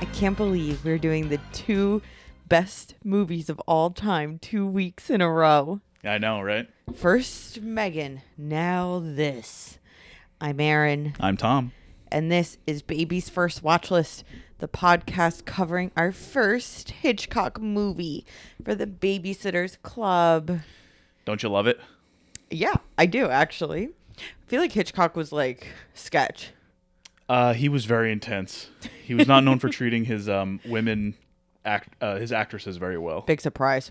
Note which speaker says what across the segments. Speaker 1: I can't believe we're doing the two best movies of all time two weeks in a row.
Speaker 2: I know, right?
Speaker 1: First Megan, now this. I'm Aaron,
Speaker 2: I'm Tom.
Speaker 1: and this is Baby's First Watch List, the podcast covering our first Hitchcock movie for the Babysitters Club.
Speaker 2: Don't you love it?
Speaker 1: Yeah, I do actually. I feel like Hitchcock was like sketch.
Speaker 2: Uh, he was very intense. He was not known for treating his um, women, act, uh, his actresses very well.
Speaker 1: Big surprise.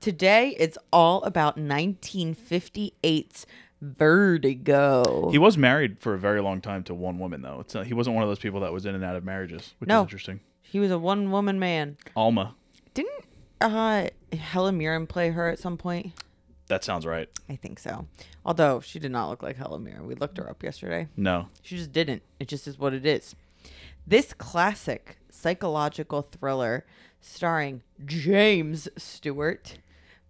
Speaker 1: Today it's all about 1958's Vertigo.
Speaker 2: He was married for a very long time to one woman, though. It's not, he wasn't one of those people that was in and out of marriages, which
Speaker 1: No.
Speaker 2: is interesting.
Speaker 1: He was a one woman man.
Speaker 2: Alma,
Speaker 1: Didn't uh Helen Mirren play her at some point?
Speaker 2: that sounds right.
Speaker 1: I think so. Although she did not look like Helen Mirren. We looked her up yesterday.
Speaker 2: No,
Speaker 1: She just didn't. It just is what it is. This classic psychological thriller starring James Stewart,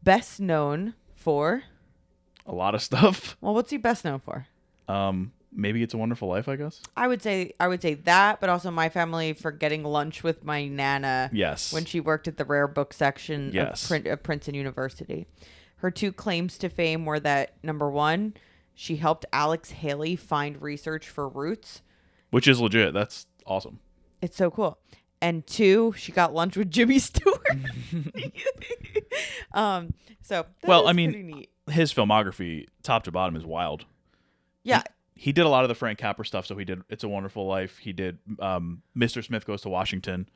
Speaker 1: best known for
Speaker 2: a lot of stuff.
Speaker 1: well, what's he best known for?
Speaker 2: Um, maybe it's a Wonderful Life, I guess.
Speaker 1: I would say I would say that, but also my family for getting lunch with my nana
Speaker 2: Yes.
Speaker 1: when she worked at the rare book section
Speaker 2: Yes.
Speaker 1: of, Prin- of Princeton University. Her two claims to fame were that number one, she helped Alex Haley find research for Roots.
Speaker 2: which is legit. That's awesome.
Speaker 1: It's so cool. And two, she got lunch with Jimmy Stewart. um, so that
Speaker 2: Well,
Speaker 1: is
Speaker 2: I mean-
Speaker 1: pretty neat.
Speaker 2: His filmography, top to bottom, is wild.
Speaker 1: yeah,
Speaker 2: he did a lot of the Frank Capra stuff. So he did "It's a Wonderful Life." He did um, "Mr. Smith Goes to Washington."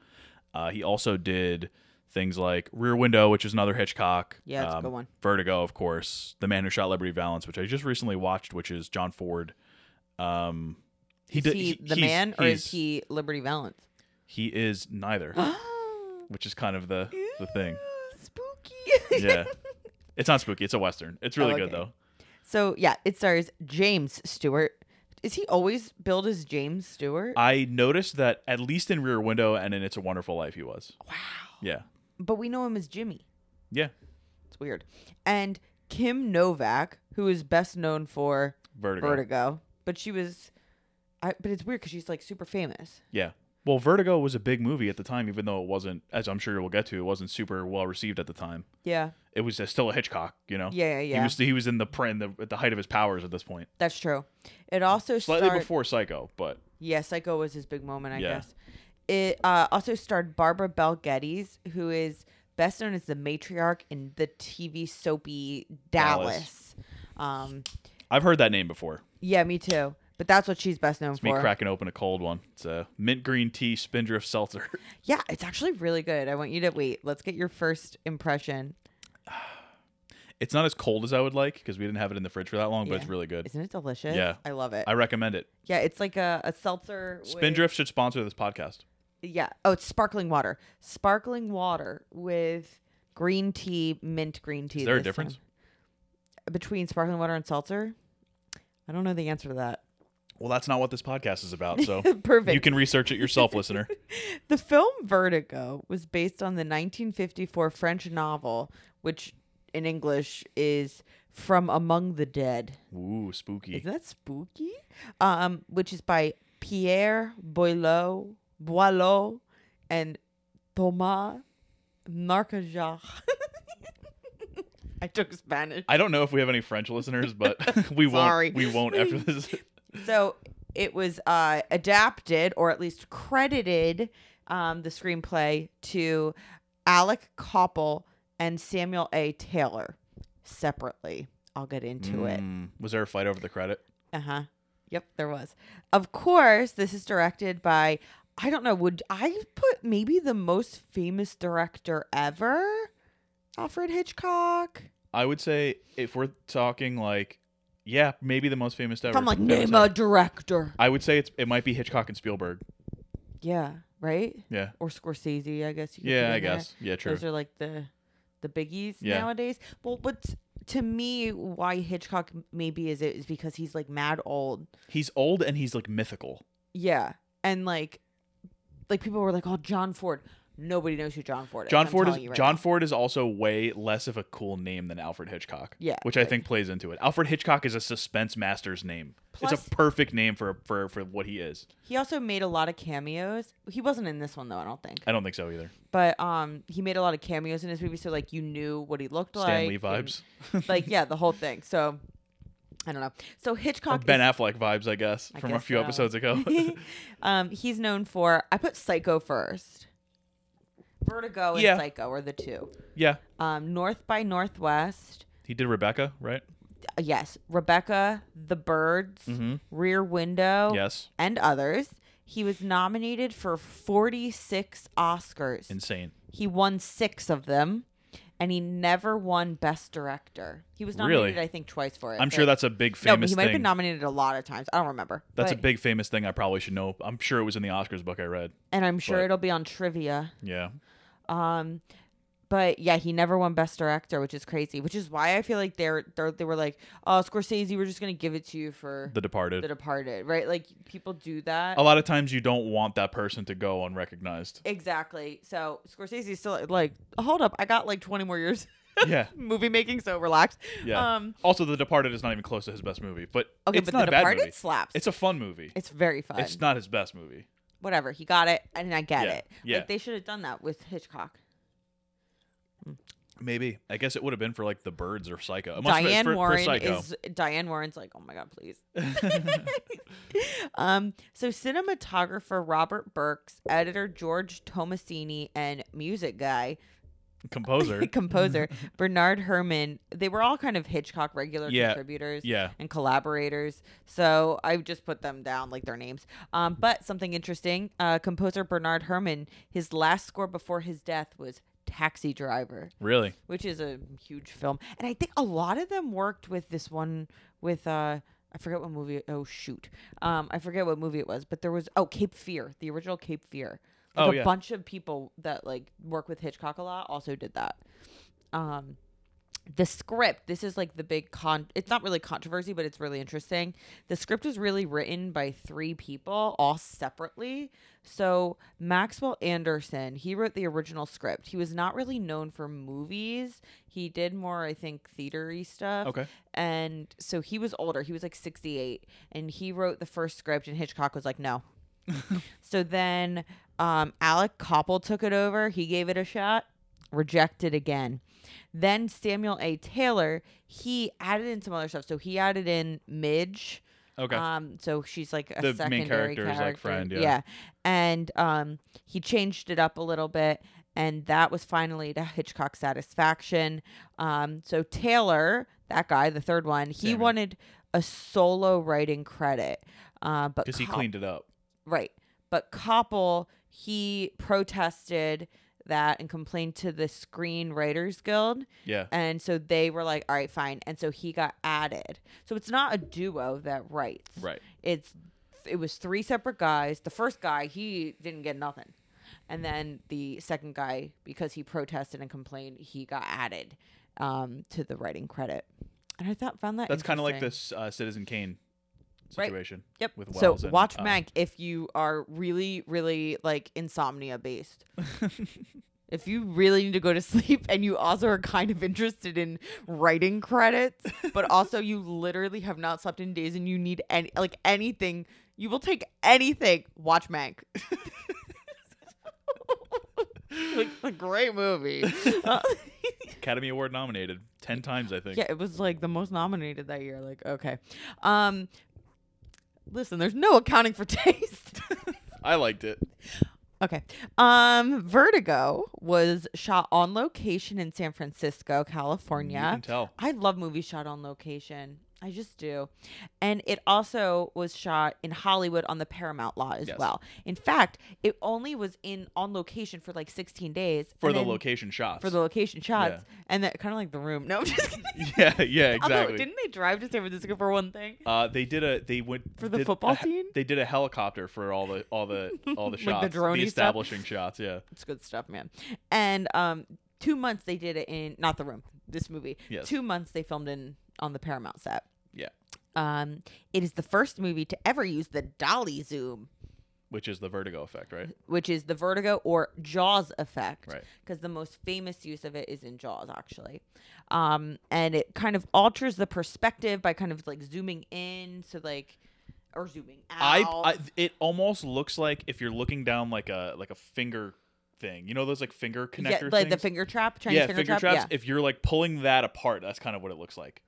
Speaker 2: Uh, he also did things like "Rear Window," which is another Hitchcock.
Speaker 1: Yeah, that's a
Speaker 2: um,
Speaker 1: good one.
Speaker 2: "Vertigo," of course. "The Man Who Shot Liberty Valance," which I just recently watched, which is John Ford. Um, he
Speaker 1: is
Speaker 2: did
Speaker 1: he
Speaker 2: he-
Speaker 1: the
Speaker 2: he's-
Speaker 1: man or is
Speaker 2: he's-
Speaker 1: he Oh. Liberty Valance?
Speaker 2: He is neither, which is kind of the the thing.
Speaker 1: Spooky.
Speaker 2: Yeah, it's not spooky. It's a western. It's really
Speaker 1: okay.
Speaker 2: good though.
Speaker 1: So yeah, it stars James Stewart. Is he always billed as James Stewart?
Speaker 2: I noticed that at least in Rear Window and in It's a Wonderful Life, he was.
Speaker 1: wow.
Speaker 2: Yeah,
Speaker 1: But we know him as Jimmy.
Speaker 2: yeah.
Speaker 1: It's weird. And Kim Novak, who is best known for
Speaker 2: Vertigo.
Speaker 1: Vertigo, but she was, I, but it's weird because she's like super famous.
Speaker 2: Yeah. Well, Vertigo was a big movie at the time, even though it wasn't, as I'm sure we'll get to, it wasn't super well received at the time.
Speaker 1: Yeah.
Speaker 2: It was uh, still a Hitchcock, you know.
Speaker 1: Yeah, yeah,
Speaker 2: He
Speaker 1: yeah.
Speaker 2: was he was in the print the, at the height of his powers at this point,
Speaker 1: That's true. It also
Speaker 2: slightly
Speaker 1: starred,
Speaker 2: before Psycho, but
Speaker 1: Yeah, Psycho was his big moment, I
Speaker 2: Yeah.
Speaker 1: guess. It uh, also starred Barbara Bel Geddes, who is best known as the matriarch in the TV soapy Dallas.
Speaker 2: Dallas.
Speaker 1: Um,
Speaker 2: I've heard that name before.
Speaker 1: yeah, me too. But that's what she's best known
Speaker 2: It's me
Speaker 1: for.
Speaker 2: cracking open a cold one. It's a mint green tea spindrift seltzer.
Speaker 1: Yeah, it's actually really good. I want you to wait. Let's get your first impression.
Speaker 2: it's not as cold as I would like because we didn't have it in the fridge for that long, but
Speaker 1: Yeah.
Speaker 2: it's really good.
Speaker 1: Isn't it delicious?
Speaker 2: Yeah.
Speaker 1: I love it.
Speaker 2: I recommend it.
Speaker 1: yeah, it's like a, a seltzer. with-
Speaker 2: Spindrift should sponsor this podcast.
Speaker 1: Yeah. Oh, it's sparkling water. Sparkling water with green tea, mint green tea.
Speaker 2: Is there a
Speaker 1: this time.
Speaker 2: difference?
Speaker 1: between sparkling water and seltzer? I don't know the answer to that.
Speaker 2: Well, that's not what this podcast is about. So
Speaker 1: Perfect.
Speaker 2: you can research it yourself, listener.
Speaker 1: the film Vertigo was based on the 1954 French novel, which in English is From Among the Dead.
Speaker 2: Ooh, spooky.
Speaker 1: Is that spooky? Um, which is by Pierre Boileau, Boileau, and Thomas Marcajac. I took Spanish.
Speaker 2: I don't know if we have any French listeners, but we
Speaker 1: Sorry.
Speaker 2: won't. We won't after this.
Speaker 1: So it was uh, adapted, or at least credited, um, the screenplay to Alec Koppel and Samuel A. Taylor separately. I'll get into it.
Speaker 2: Mm, Was there a fight over the credit?
Speaker 1: Uh huh. Yep, there was. Of course, this is directed by, I don't know, would I put maybe the most famous director ever? Alfred Hitchcock.
Speaker 2: I would say if we're talking like, yeah, maybe the most famous
Speaker 1: If
Speaker 2: ever.
Speaker 1: I'm like,
Speaker 2: I would
Speaker 1: name
Speaker 2: say-
Speaker 1: a director.
Speaker 2: I would say it's it might be Hitchcock and Spielberg.
Speaker 1: Yeah, right?
Speaker 2: Yeah.
Speaker 1: Or Scorsese, I guess. You could put
Speaker 2: Yeah, I
Speaker 1: in there.
Speaker 2: guess. Yeah, true.
Speaker 1: Those are like the the biggies
Speaker 2: Yeah.
Speaker 1: nowadays. Well, what's to me why Hitchcock maybe is it is because he's like mad old.
Speaker 2: He's old and he's like mythical.
Speaker 1: Yeah. And like like people were like, "Oh, John Ford." Nobody knows who John Ford is.
Speaker 2: John
Speaker 1: I'm
Speaker 2: Ford is
Speaker 1: telling you right
Speaker 2: John Ford is also way less of a cool name than Alfred Hitchcock.
Speaker 1: Yeah,
Speaker 2: which I
Speaker 1: right.
Speaker 2: think plays into it. Alfred Hitchcock is a suspense master's name. it's
Speaker 1: Plus-
Speaker 2: a perfect name for for for what he is.
Speaker 1: He also made a lot of cameos. He wasn't in this one though, I don't think.
Speaker 2: I don't think so either.
Speaker 1: But um, he made a lot of cameos in his movie, so like you knew what he looked like.
Speaker 2: Stan Lee
Speaker 1: and-
Speaker 2: vibes,
Speaker 1: like yeah, the whole thing. So I don't know. So
Speaker 2: or
Speaker 1: Hitchcock.
Speaker 2: Ben
Speaker 1: is,
Speaker 2: Affleck vibes, I guess,
Speaker 1: I
Speaker 2: from a
Speaker 1: guess
Speaker 2: few
Speaker 1: so.
Speaker 2: episodes ago.
Speaker 1: um, he's known for. I put Psycho first. Vertigo and
Speaker 2: Yeah.
Speaker 1: Psycho are the two.
Speaker 2: yeah,
Speaker 1: Um, North by Northwest.
Speaker 2: he did Rebecca, right?
Speaker 1: uh, yes, Rebecca, The Birds,
Speaker 2: Mhm.
Speaker 1: Rear Window,
Speaker 2: Yes,
Speaker 1: and others. He was nominated for 46 Oscars.
Speaker 2: insane.
Speaker 1: He won six of them, and he never won Best Director. He was nominated,
Speaker 2: Really?
Speaker 1: I think, twice for it.
Speaker 2: I'm
Speaker 1: but-
Speaker 2: sure that's a big
Speaker 1: no, but
Speaker 2: famous
Speaker 1: he might have
Speaker 2: thing.
Speaker 1: been nominated a lot of times. I don't remember.
Speaker 2: that's a
Speaker 1: But-
Speaker 2: big famous thing. I probably should know. I'm sure it was in the Oscars book I read.
Speaker 1: and I'm sure
Speaker 2: but-
Speaker 1: it'll be on trivia.
Speaker 2: Yeah,
Speaker 1: Um, but yeah, he never won Best Director, which is crazy. Which is why I feel like they're, they're they were like, oh, Scorsese, we're just gonna give it to you for
Speaker 2: The Departed.
Speaker 1: The Departed, right? Like people do that.
Speaker 2: a lot of times you don't want that person to go unrecognized.
Speaker 1: Exactly. So Scorsese's still like, hold up, I got like 20 more years
Speaker 2: yeah,
Speaker 1: movie making, so relax.
Speaker 2: yeah.
Speaker 1: Um,
Speaker 2: also, The Departed is not even close to his best movie, but
Speaker 1: okay,
Speaker 2: it's
Speaker 1: Oh, but
Speaker 2: not
Speaker 1: The
Speaker 2: a bad
Speaker 1: Departed
Speaker 2: movie.
Speaker 1: slaps.
Speaker 2: It's a fun movie.
Speaker 1: it's very fun.
Speaker 2: It's not his best movie.
Speaker 1: Whatever. He got it, and I get
Speaker 2: Yeah,
Speaker 1: it.
Speaker 2: yeah.
Speaker 1: Like they should have done that with Hitchcock.
Speaker 2: Maybe. I guess it would have been for like The Birds or Psycho. It must have been
Speaker 1: Diane
Speaker 2: for- for
Speaker 1: Warren
Speaker 2: Psycho.
Speaker 1: is Diane Warren's like, oh my god, please. um, so cinematographer Robert Burks, editor George Tomasini, and music guy Oh
Speaker 2: composer.
Speaker 1: composer Bernard Herman. They were all kind of Hitchcock regular
Speaker 2: Yeah.
Speaker 1: contributors.
Speaker 2: yeah.
Speaker 1: and collaborators. So I just put them down like their names. Um, but something interesting uh, composer Bernard Herrmann, his last score before his death was Taxi Driver,
Speaker 2: Really.
Speaker 1: which is a huge film. And I think a lot of them worked with this one with. Uh, I forget what movie. Oh shoot, um, I forget what movie it was. But there was oh Cape Fear, the original Cape Fear. Like
Speaker 2: Oh,
Speaker 1: a
Speaker 2: yeah.
Speaker 1: bunch of people that like work with Hitchcock a lot also did that. Um, the script this is like the big con it's not really controversy but it's really interesting the script was really written by three people all separately so maxwell anderson he wrote the original script he was not really known for movies he did more i think theatery stuff
Speaker 2: Okay.
Speaker 1: and so he was older he was like 68 and he wrote the first script and hitchcock was like no so then um, alec koppel took it over he gave it a shot rejected again then samuel a taylor he added in some other stuff so he added in midge
Speaker 2: Okay.
Speaker 1: um, so she's like a
Speaker 2: The main
Speaker 1: secondary
Speaker 2: character is, like, friend, yeah.
Speaker 1: and um, he changed it up a little bit, and that was finally to Hitchcock's satisfaction. Um, so Taylor, that guy, the third one, he
Speaker 2: Samuel.
Speaker 1: wanted a solo writing credit, uh, but
Speaker 2: Because he
Speaker 1: Cop-
Speaker 2: cleaned it up.
Speaker 1: Right. But Koppel, he protested that and complained to the Screenwriters Guild.
Speaker 2: Yeah.
Speaker 1: And so they were like, all right, fine. And so he got added. So it's not a duo that writes.
Speaker 2: Right.
Speaker 1: It's it was three separate guys. The first guy, he didn't get nothing. And then the second guy, because he protested and complained, he got added um, to the writing credit. And I thought found that
Speaker 2: That's kind of like
Speaker 1: interesting.
Speaker 2: this uh, Citizen Kane
Speaker 1: Right.
Speaker 2: situation.
Speaker 1: Yep.
Speaker 2: with
Speaker 1: so
Speaker 2: Wells and,
Speaker 1: watch
Speaker 2: uh,
Speaker 1: Mank if you are really, really like insomnia based. if you really need to go to sleep and you also are kind of interested in writing credits, but also you literally have not slept in days and you need any like anything, you will take anything. Watch Mank. like a great movie. Uh,
Speaker 2: Academy Award nominated 10 times, I think.
Speaker 1: yeah, it was like the most nominated that year. Like, okay. Um listen, there's no accounting for taste.
Speaker 2: I liked it.
Speaker 1: Okay. Um, Vertigo was shot on location in San Francisco,
Speaker 2: Mm, You
Speaker 1: California.
Speaker 2: can tell.
Speaker 1: I love movies shot on location. I just do. And it also was shot in Hollywood on the Paramount lot as
Speaker 2: Yes.
Speaker 1: well. In fact, it only was in on location for like 16 days
Speaker 2: For
Speaker 1: and
Speaker 2: the
Speaker 1: then-
Speaker 2: location shots.
Speaker 1: for the location shots and that kind of like the room. No, I'm just kidding.
Speaker 2: yeah, yeah, exactly.
Speaker 1: Although didn't they drive to San Francisco for one thing?
Speaker 2: Uh, they did a they went
Speaker 1: For the
Speaker 2: did
Speaker 1: football
Speaker 2: a he-
Speaker 1: scene?
Speaker 2: They did a helicopter for all the all the all
Speaker 1: Like
Speaker 2: the
Speaker 1: the
Speaker 2: shots,
Speaker 1: drone-y stuff?
Speaker 2: establishing shots. Yeah,
Speaker 1: It's good stuff, man. And um, two months they did it in not the room. This movie.
Speaker 2: Yes.
Speaker 1: Two months they filmed in on the Paramount set.
Speaker 2: Yeah.
Speaker 1: Um, it is the first movie to ever use the dolly zoom.
Speaker 2: which is the vertigo effect, right?
Speaker 1: which is the vertigo or Jaws effect.
Speaker 2: Right.
Speaker 1: Because the most famous use of it is in Jaws, actually. Um, and it kind of alters the perspective by kind of like zooming in, so like, or zooming out.
Speaker 2: I, I it almost looks like if you're looking down like a like a finger thing. You know those like finger
Speaker 1: Yeah,
Speaker 2: connector
Speaker 1: like the
Speaker 2: things?
Speaker 1: finger trap, Chinese
Speaker 2: yeah,
Speaker 1: finger, trap.
Speaker 2: traps.
Speaker 1: Yeah,
Speaker 2: If you're like pulling that apart, that's kind of what it looks like.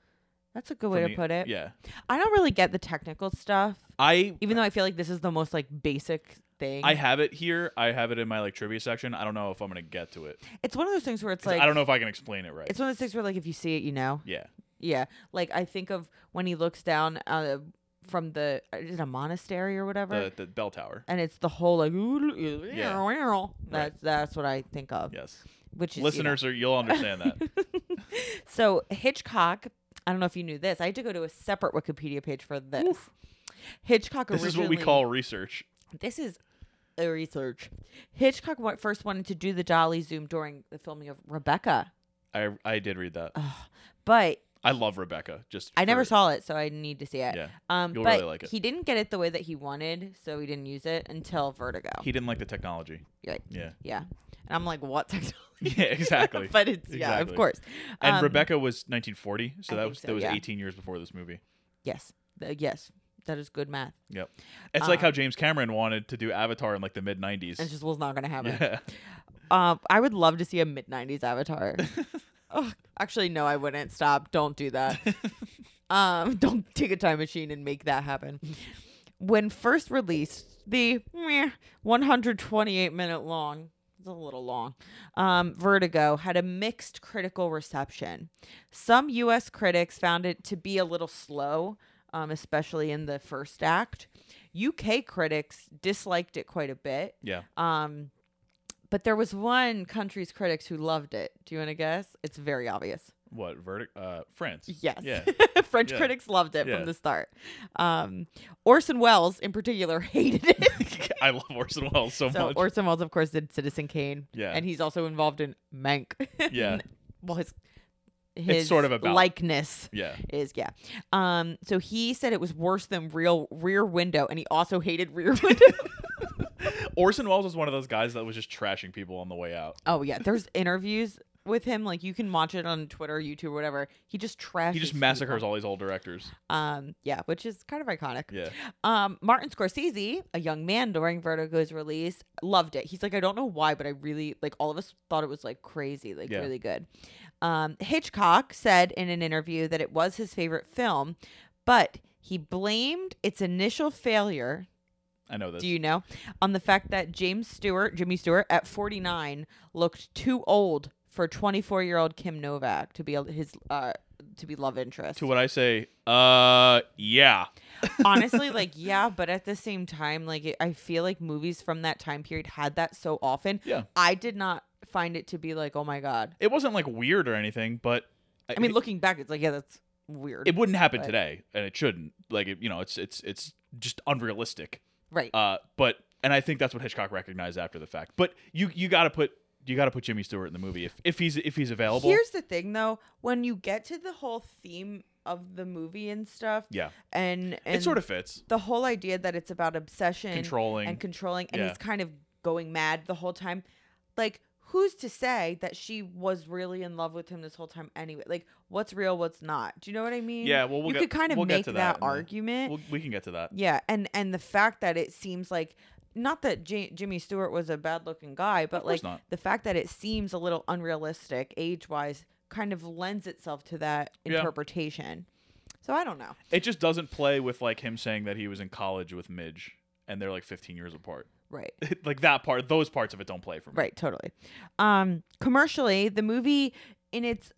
Speaker 1: that's a good way
Speaker 2: from
Speaker 1: to
Speaker 2: the-
Speaker 1: put it.
Speaker 2: Yeah.
Speaker 1: I don't really get the technical stuff,
Speaker 2: I
Speaker 1: even though I feel like this is the most like basic thing.
Speaker 2: I have it here. I have it in my like trivia section. I don't know if I'm gonna get to it.
Speaker 1: it's one of those things where it's
Speaker 2: 'Cause
Speaker 1: like
Speaker 2: I don't know if I can explain it right.
Speaker 1: It's one of those things where like if you see it, you know.
Speaker 2: Yeah.
Speaker 1: Yeah, like I think of when he looks down uh, from the is it a monastery or whatever,
Speaker 2: The the bell tower.
Speaker 1: and it's the whole like yeah. that's that's what I think of.
Speaker 2: Yes.
Speaker 1: Which is,
Speaker 2: Listeners are you'll understand that.
Speaker 1: you know. so Hitchcock. I don't know if you knew this. I had to go to a separate Wikipedia page for this. Hitchcock.
Speaker 2: this is what we
Speaker 1: originally-
Speaker 2: call research.
Speaker 1: This is a research. Hitchcock wa- first wanted to do the dolly zoom during the filming of Rebecca,
Speaker 2: I I did read that.
Speaker 1: but
Speaker 2: I love Rebecca. Just
Speaker 1: I never
Speaker 2: for-
Speaker 1: saw it, so I need to see it.
Speaker 2: Yeah.
Speaker 1: Um,
Speaker 2: You'll
Speaker 1: but
Speaker 2: really like it.
Speaker 1: he didn't get it the way that he wanted, so he didn't use it until Vertigo.
Speaker 2: He didn't like the technology.
Speaker 1: Right.
Speaker 2: Yeah.
Speaker 1: yeah, and I'm like, what technology?
Speaker 2: Yeah, exactly.
Speaker 1: but it's yeah, of
Speaker 2: Exactly.
Speaker 1: course.
Speaker 2: And
Speaker 1: Um,
Speaker 2: Rebecca was 1940, so
Speaker 1: I
Speaker 2: that
Speaker 1: think
Speaker 2: was
Speaker 1: so,
Speaker 2: that was
Speaker 1: yeah.
Speaker 2: 18 years before this movie.
Speaker 1: Yes, Th- yes, that is good math.
Speaker 2: Yep. It's like how
Speaker 1: Um,
Speaker 2: James Cameron wanted to do Avatar in like the mid 90s.
Speaker 1: It just was not going to happen.
Speaker 2: yeah.
Speaker 1: Um, I would love to see a mid '90s Avatar. Ugh, actually, no, I wouldn't. Stop! Don't do that. um, don't take a time machine and make that happen. When first released, the meh, 128 minute long. It's a little long. Um, Vertigo had a mixed critical reception. Some U.S. critics found it to be a little slow, um, especially in the first act. UK critics disliked it quite a bit.
Speaker 2: yeah.
Speaker 1: Um, but there was one country's critics who loved it. Do you want to guess? It's very obvious.
Speaker 2: What verdict? Uh, France.
Speaker 1: Yes.
Speaker 2: Yeah.
Speaker 1: French
Speaker 2: Yeah.
Speaker 1: critics loved it
Speaker 2: Yeah.
Speaker 1: from the start. Um, Orson Welles, in particular, hated it.
Speaker 2: I love Orson Welles so,
Speaker 1: so
Speaker 2: much.
Speaker 1: Orson Welles, of course, did Citizen Kane.
Speaker 2: Yeah.
Speaker 1: And he's also involved in Mank.
Speaker 2: Yeah.
Speaker 1: well, his his
Speaker 2: sort of about-
Speaker 1: likeness
Speaker 2: yeah.
Speaker 1: is yeah. Um, so he said it was worse than real Rear Window, and he also hated Rear Window.
Speaker 2: Orson Welles was one of those guys that was just trashing people on the way out.
Speaker 1: Oh yeah, there's interviews with him. Like you can watch it on Twitter, YouTube, whatever. He just trashes.
Speaker 2: He just massacres all these old directors.
Speaker 1: people. Um, yeah, which is kind of iconic.
Speaker 2: Yeah.
Speaker 1: Um, Martin Scorsese, a young man during Vertigo's release, loved it. He's like, I don't know why, but I really like. All of us thought it was like crazy, like
Speaker 2: Yeah.
Speaker 1: really good. Um, Hitchcock said in an interview that it was his favorite film, but he blamed its initial failure
Speaker 2: I know this.
Speaker 1: do you know? On the fact that James Stewart, Jimmy Stewart, at 49, looked too old for 24 year old Kim Novak to be a- his uh, to be love interest.
Speaker 2: to what I say, uh, yeah.
Speaker 1: Honestly, like yeah, but at the same time, like it, I feel like movies from that time period had that so often.
Speaker 2: Yeah.
Speaker 1: I did not find it to be like oh my god.
Speaker 2: It wasn't like weird or anything, but
Speaker 1: I mean, looking back, it's like yeah, that's weird.
Speaker 2: it wouldn't happen
Speaker 1: but-
Speaker 2: today, and it shouldn't. Like, it, you know, it's it's it's just unrealistic.
Speaker 1: right.
Speaker 2: Uh, but and I think that's what Hitchcock recognized after the fact. But you you got to put you got to put Jimmy Stewart in the movie if if he's if he's available.
Speaker 1: Here's the thing though, when you get to the whole theme of the movie and stuff,
Speaker 2: yeah,
Speaker 1: and, and
Speaker 2: it sort of fits.
Speaker 1: the whole idea that it's about obsession
Speaker 2: Controlling.
Speaker 1: and controlling and
Speaker 2: Yeah.
Speaker 1: he's kind of going mad the whole time like who's to say that she was really in love with him this whole time anyway like what's real what's not do you know what i mean
Speaker 2: Yeah, well, we'll
Speaker 1: you
Speaker 2: get-
Speaker 1: could kind of
Speaker 2: we'll get
Speaker 1: make
Speaker 2: to
Speaker 1: that,
Speaker 2: that in the-
Speaker 1: argument
Speaker 2: We'll, we can get to that.
Speaker 1: yeah and and the fact that it seems like not that J- jimmy stewart was a bad looking guy but
Speaker 2: course
Speaker 1: like
Speaker 2: not.
Speaker 1: the fact that it seems a little unrealistic age wise kind of lends itself to that
Speaker 2: Yeah.
Speaker 1: interpretation so i don't know
Speaker 2: It just doesn't play with like him saying that he was in college with Midge and they're like 15 years apart.
Speaker 1: right
Speaker 2: like that part, those parts of it don't play for me.
Speaker 1: Right, totally. Um commercially, the movie in its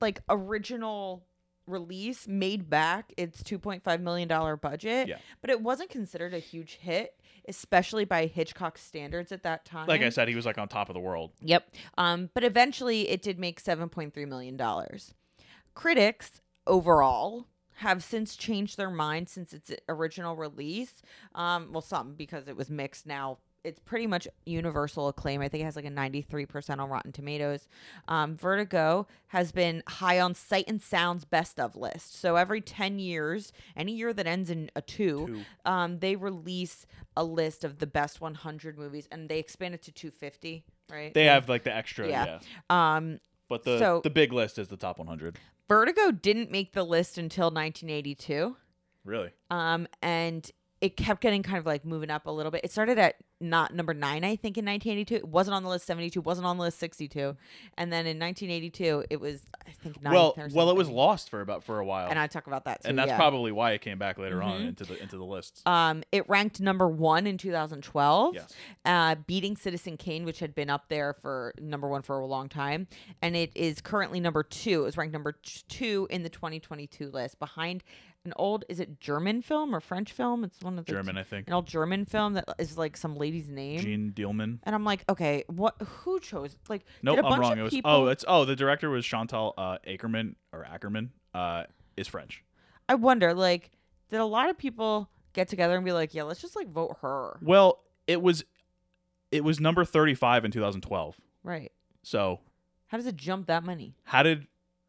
Speaker 1: like original release made back its 2.5 million dollar budget,
Speaker 2: Yeah.
Speaker 1: but it wasn't considered a huge hit, especially by Hitchcock's standards at that time.
Speaker 2: Like I said, he was like on top of the world.
Speaker 1: Yep. Um but eventually it did make 7.3 million dollars. Critics overall have since changed their mind since its original release. Um well some because it was mixed now it's pretty much universal acclaim. I think it has like a 93% on Rotten Tomatoes. Um, Vertigo has been high on Sight and Sound's best of list. So every 10 years, any year that ends in a two,
Speaker 2: Two.
Speaker 1: Um, they release a list of the best 100 movies and they expand it to 250, right?
Speaker 2: They have like the extra,
Speaker 1: Yeah.
Speaker 2: yeah.
Speaker 1: Um,
Speaker 2: But the
Speaker 1: So-
Speaker 2: the big list is the top 100.
Speaker 1: Vertigo didn't make the list until 1982.
Speaker 2: Really?
Speaker 1: Um, and it kept getting kind of like moving up a little bit. It started at not number nine, I think, in 1982. It wasn't on the list 72, wasn't on the list 62. And then in 1982, it was, I think, ninth
Speaker 2: well,
Speaker 1: or
Speaker 2: well, it was
Speaker 1: something.
Speaker 2: lost for about for a while,
Speaker 1: And I talk about that too.
Speaker 2: And that's
Speaker 1: yeah.
Speaker 2: probably why it came back later on
Speaker 1: Mhm.
Speaker 2: into the into the list.
Speaker 1: Um, it ranked number one in 2012,
Speaker 2: Yes.
Speaker 1: uh, beating Citizen Kane, which had been up there for number one for a long time. And it is currently number two. It was ranked number t- two in the 2022 list behind an old, is it German film or French film? It's one of the
Speaker 2: German, I think.
Speaker 1: an old German film that is like some lady's name.
Speaker 2: Gene Dielman.
Speaker 1: And I'm like, okay, what? Who chose? Like,
Speaker 2: No,
Speaker 1: did a
Speaker 2: I'm
Speaker 1: bunch
Speaker 2: wrong.
Speaker 1: of
Speaker 2: It was
Speaker 1: people?
Speaker 2: oh, it's oh the director was Chantal uh, Ackerman or Ackerman uh, is French.
Speaker 1: I wonder, like, did a lot of people get together and be like, yeah, let's just like vote her,
Speaker 2: Well, it was it was number 35 in 2012.
Speaker 1: right?
Speaker 2: So
Speaker 1: How does it jump that many?
Speaker 2: how did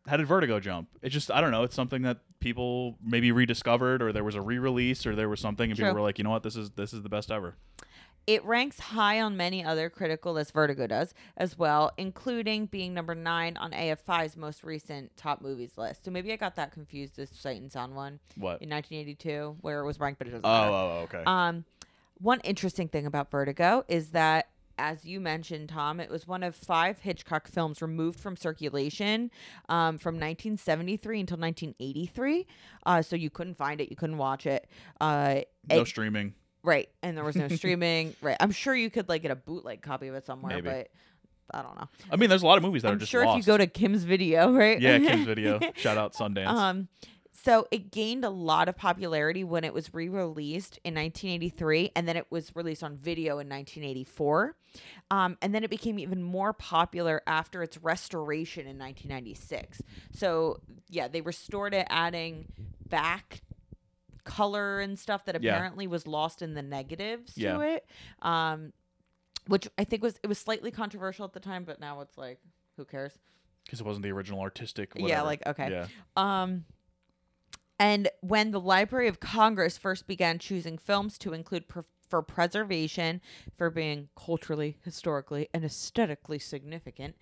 Speaker 2: how did Vertigo jump? It's just I don't know. It's something that people maybe rediscovered, or there was a re-release, or there was something, and people
Speaker 1: True.
Speaker 2: were like, you know what, this is this is the best ever.
Speaker 1: It ranks high on many other critical lists Vertigo does as well, including being number nine on AF5's most recent top movies list. So maybe I got that confused. This Sight and Sound one
Speaker 2: What?
Speaker 1: in 1982, where it was ranked, but it doesn't
Speaker 2: Oh,
Speaker 1: matter.
Speaker 2: oh, oh, okay.
Speaker 1: Um, one interesting thing about Vertigo is that, as you mentioned, Tom, it was one of five Hitchcock films removed from circulation um, from 1973 until 1983. Uh, so you couldn't find it, you couldn't watch it. Uh,
Speaker 2: no
Speaker 1: it-
Speaker 2: streaming.
Speaker 1: right, and there was no streaming. Right, I'm sure you could like get a bootleg copy of it somewhere,
Speaker 2: Maybe.
Speaker 1: but I don't know.
Speaker 2: I mean, there's a lot of movies that are
Speaker 1: I'm
Speaker 2: just
Speaker 1: sure
Speaker 2: lost.
Speaker 1: if you go to Kim's Video, right?
Speaker 2: yeah, Kim's video. Shout out Sundance.
Speaker 1: Um, so it gained a lot of popularity when it was re-released in 1983, and then it was released on video in 1984, um, and then it became even more popular after its restoration in 1996. So yeah, they restored it, adding back color and stuff that
Speaker 2: Yeah.
Speaker 1: apparently was lost in the negatives
Speaker 2: Yeah.
Speaker 1: to it, um, which I think was it was slightly controversial at the time, but now it's like who cares?
Speaker 2: because it wasn't the original artistic.
Speaker 1: Yeah,
Speaker 2: Whatever.
Speaker 1: like, okay.
Speaker 2: Yeah,
Speaker 1: Um, and when the Library of Congress first began choosing films to include per- for preservation for being culturally, historically, and aesthetically significant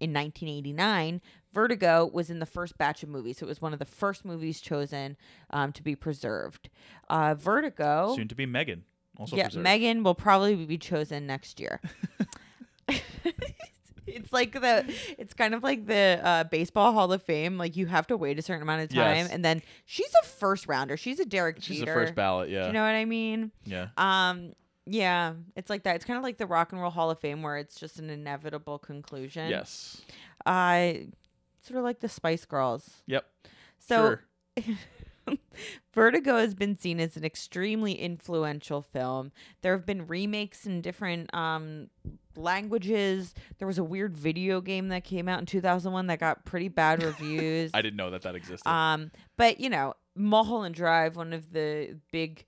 Speaker 1: in 1989, Vertigo was in the first batch of movies. So it was one of the first movies chosen um, to be preserved. Uh, Vertigo.
Speaker 2: soon to be Megan. Also
Speaker 1: yeah,
Speaker 2: preserved.
Speaker 1: Megan will probably be chosen next year. it's like the it's kind of like the uh, baseball hall of fame like you have to wait a certain amount of time
Speaker 2: Yes.
Speaker 1: and then she's a first rounder she's a derek
Speaker 2: She's
Speaker 1: Jeter.
Speaker 2: the first ballot. Yeah,
Speaker 1: do you know what i mean
Speaker 2: yeah.
Speaker 1: um yeah it's like that it's kind of like the rock and roll hall of fame where it's just an inevitable conclusion
Speaker 2: Yes.
Speaker 1: uh sort of like the spice girls
Speaker 2: Yep.
Speaker 1: so
Speaker 2: sure.
Speaker 1: Vertigo has been seen as an extremely influential film. There have been remakes in different um, languages. There was a weird video game that came out in 2001 that got pretty bad reviews.
Speaker 2: I didn't know that that existed.
Speaker 1: Um, but you know, Mulholland Drive, one of the big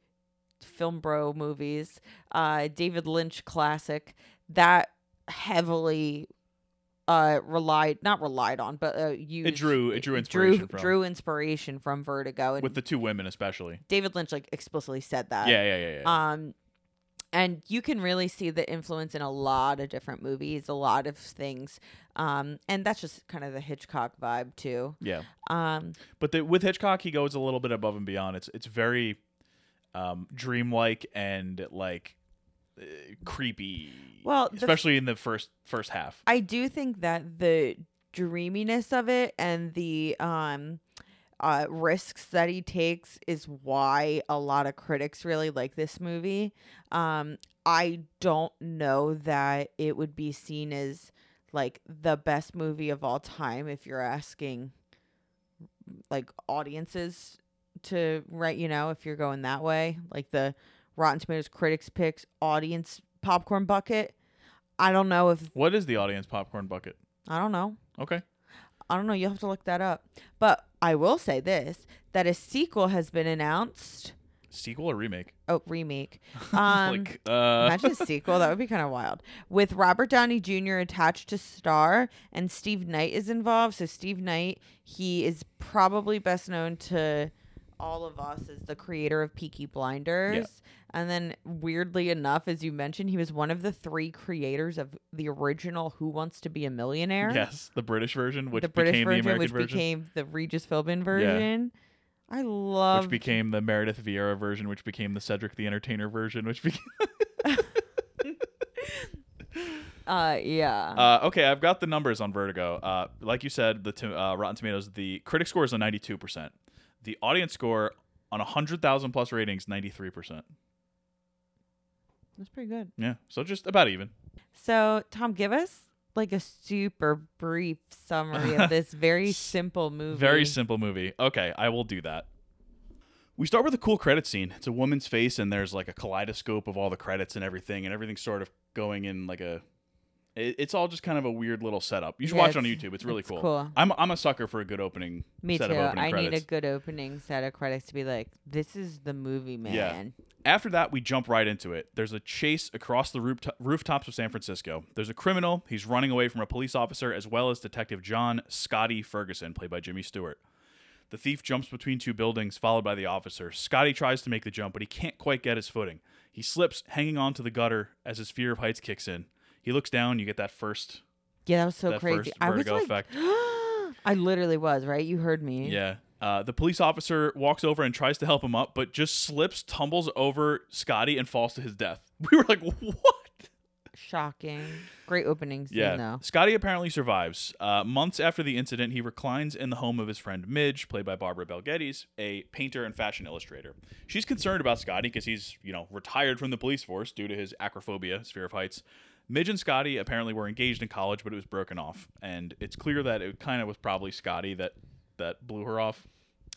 Speaker 1: film bro movies, uh, David Lynch classic, that heavily uh relied not relied on but uh used,
Speaker 2: drew- it drew inspiration
Speaker 1: drew,
Speaker 2: from.
Speaker 1: drew inspiration from vertigo and
Speaker 2: With the two women, especially.
Speaker 1: David Lynch like explicitly said that.
Speaker 2: yeah, yeah, yeah. yeah.
Speaker 1: uh, Um and you can really see the influence in a lot of different movies, a lot of things. Um and that's just kind of the Hitchcock vibe too.
Speaker 2: yeah.
Speaker 1: Um
Speaker 2: But the, with Hitchcock, he goes a little bit above and beyond. It's it's very um, dreamlike and like uh, creepy.
Speaker 1: Well, the-
Speaker 2: especially in the first first half.
Speaker 1: I do think that the dreaminess of it and the um uh risks that he takes is why a lot of critics really like this movie. Um I don't know that it would be seen as like the best movie of all time if you're asking like audiences to right you know if you're going that way like the rotten tomatoes critics picks audience popcorn bucket i don't know if
Speaker 2: What is the audience popcorn bucket?
Speaker 1: I don't know.
Speaker 2: Okay.
Speaker 1: I don't know. You'll have to look that up. But I will say this that a sequel has been announced
Speaker 2: Sequel or remake?
Speaker 1: Oh, remake. Um,
Speaker 2: like, uh,
Speaker 1: Imagine a sequel. That would be kind of wild. With Robert Downey Jr. attached to star and Steve Knight is involved. So Steve Knight, he is probably best known to all of us as the creator of Peaky Blinders. And then weirdly enough, as you mentioned, he was one of the three creators of the original Who Wants to Be a Millionaire.
Speaker 2: yes, the British version, which
Speaker 1: the British
Speaker 2: became
Speaker 1: version,
Speaker 2: the American
Speaker 1: which
Speaker 2: version,
Speaker 1: became the Regis Philbin version. I love
Speaker 2: which became the Meredith Vieira version, which became the Cedric the Entertainer version, which became.
Speaker 1: uh yeah.
Speaker 2: Uh, okay, I've got the numbers on Vertigo. Uh, like you said, the to- uh, Rotten Tomatoes, the critic score is a 92%. The audience score on 100,000 plus ratings, 93%.
Speaker 1: That's pretty good.
Speaker 2: Yeah, so just about even.
Speaker 1: So, Tom, give us like a super brief summary of this very simple movie.
Speaker 2: Very simple movie. Okay, I will do that. We start with a cool credit scene. It's a woman's face, and there's like a kaleidoscope of all the credits and everything, and everything's sort of going in like a. it- It's all just kind of a weird little setup. You should
Speaker 1: Yeah,
Speaker 2: watch it on
Speaker 1: it's-
Speaker 2: YouTube. It's really
Speaker 1: it's cool.
Speaker 2: I'm I'm a sucker for a good opening
Speaker 1: Me too.
Speaker 2: set of opening
Speaker 1: I
Speaker 2: credits.
Speaker 1: need a good opening set of credits to be like, this is the movie, man.
Speaker 2: Yeah. After that, we jump right into it. There's a chase across the rooft- rooftops of San Francisco. There's a criminal. He's running away from a police officer as well as Detective John Scotty Ferguson, played by Jimmy Stewart. The thief jumps between two buildings, followed by the officer. Scotty tries to make the jump, but he can't quite get his footing. He slips, hanging onto the gutter as his fear of heights kicks in. He looks down. You get that first.
Speaker 1: Yeah, that was so
Speaker 2: That
Speaker 1: crazy.
Speaker 2: first
Speaker 1: I was
Speaker 2: vertigo
Speaker 1: like,
Speaker 2: effect.
Speaker 1: I literally was, right? You heard me.
Speaker 2: Yeah. Uh, the police officer walks over and tries to help him up, but just slips, tumbles over Scotty, and falls to his death. We were like, what?
Speaker 1: Shocking. Great opening scene,
Speaker 2: Yeah.
Speaker 1: though.
Speaker 2: Scotty apparently survives. Uh, months after the incident, he reclines in the home of his friend Midge, played by Barbara Bel Geddes, a painter and fashion illustrator. She's concerned about Scotty because he's, you know, retired from the police force due to his acrophobia, his fear of heights. Midge and Scotty apparently were engaged in college, but it was broken off. And it's clear that it kind of was probably Scotty that that blew her off.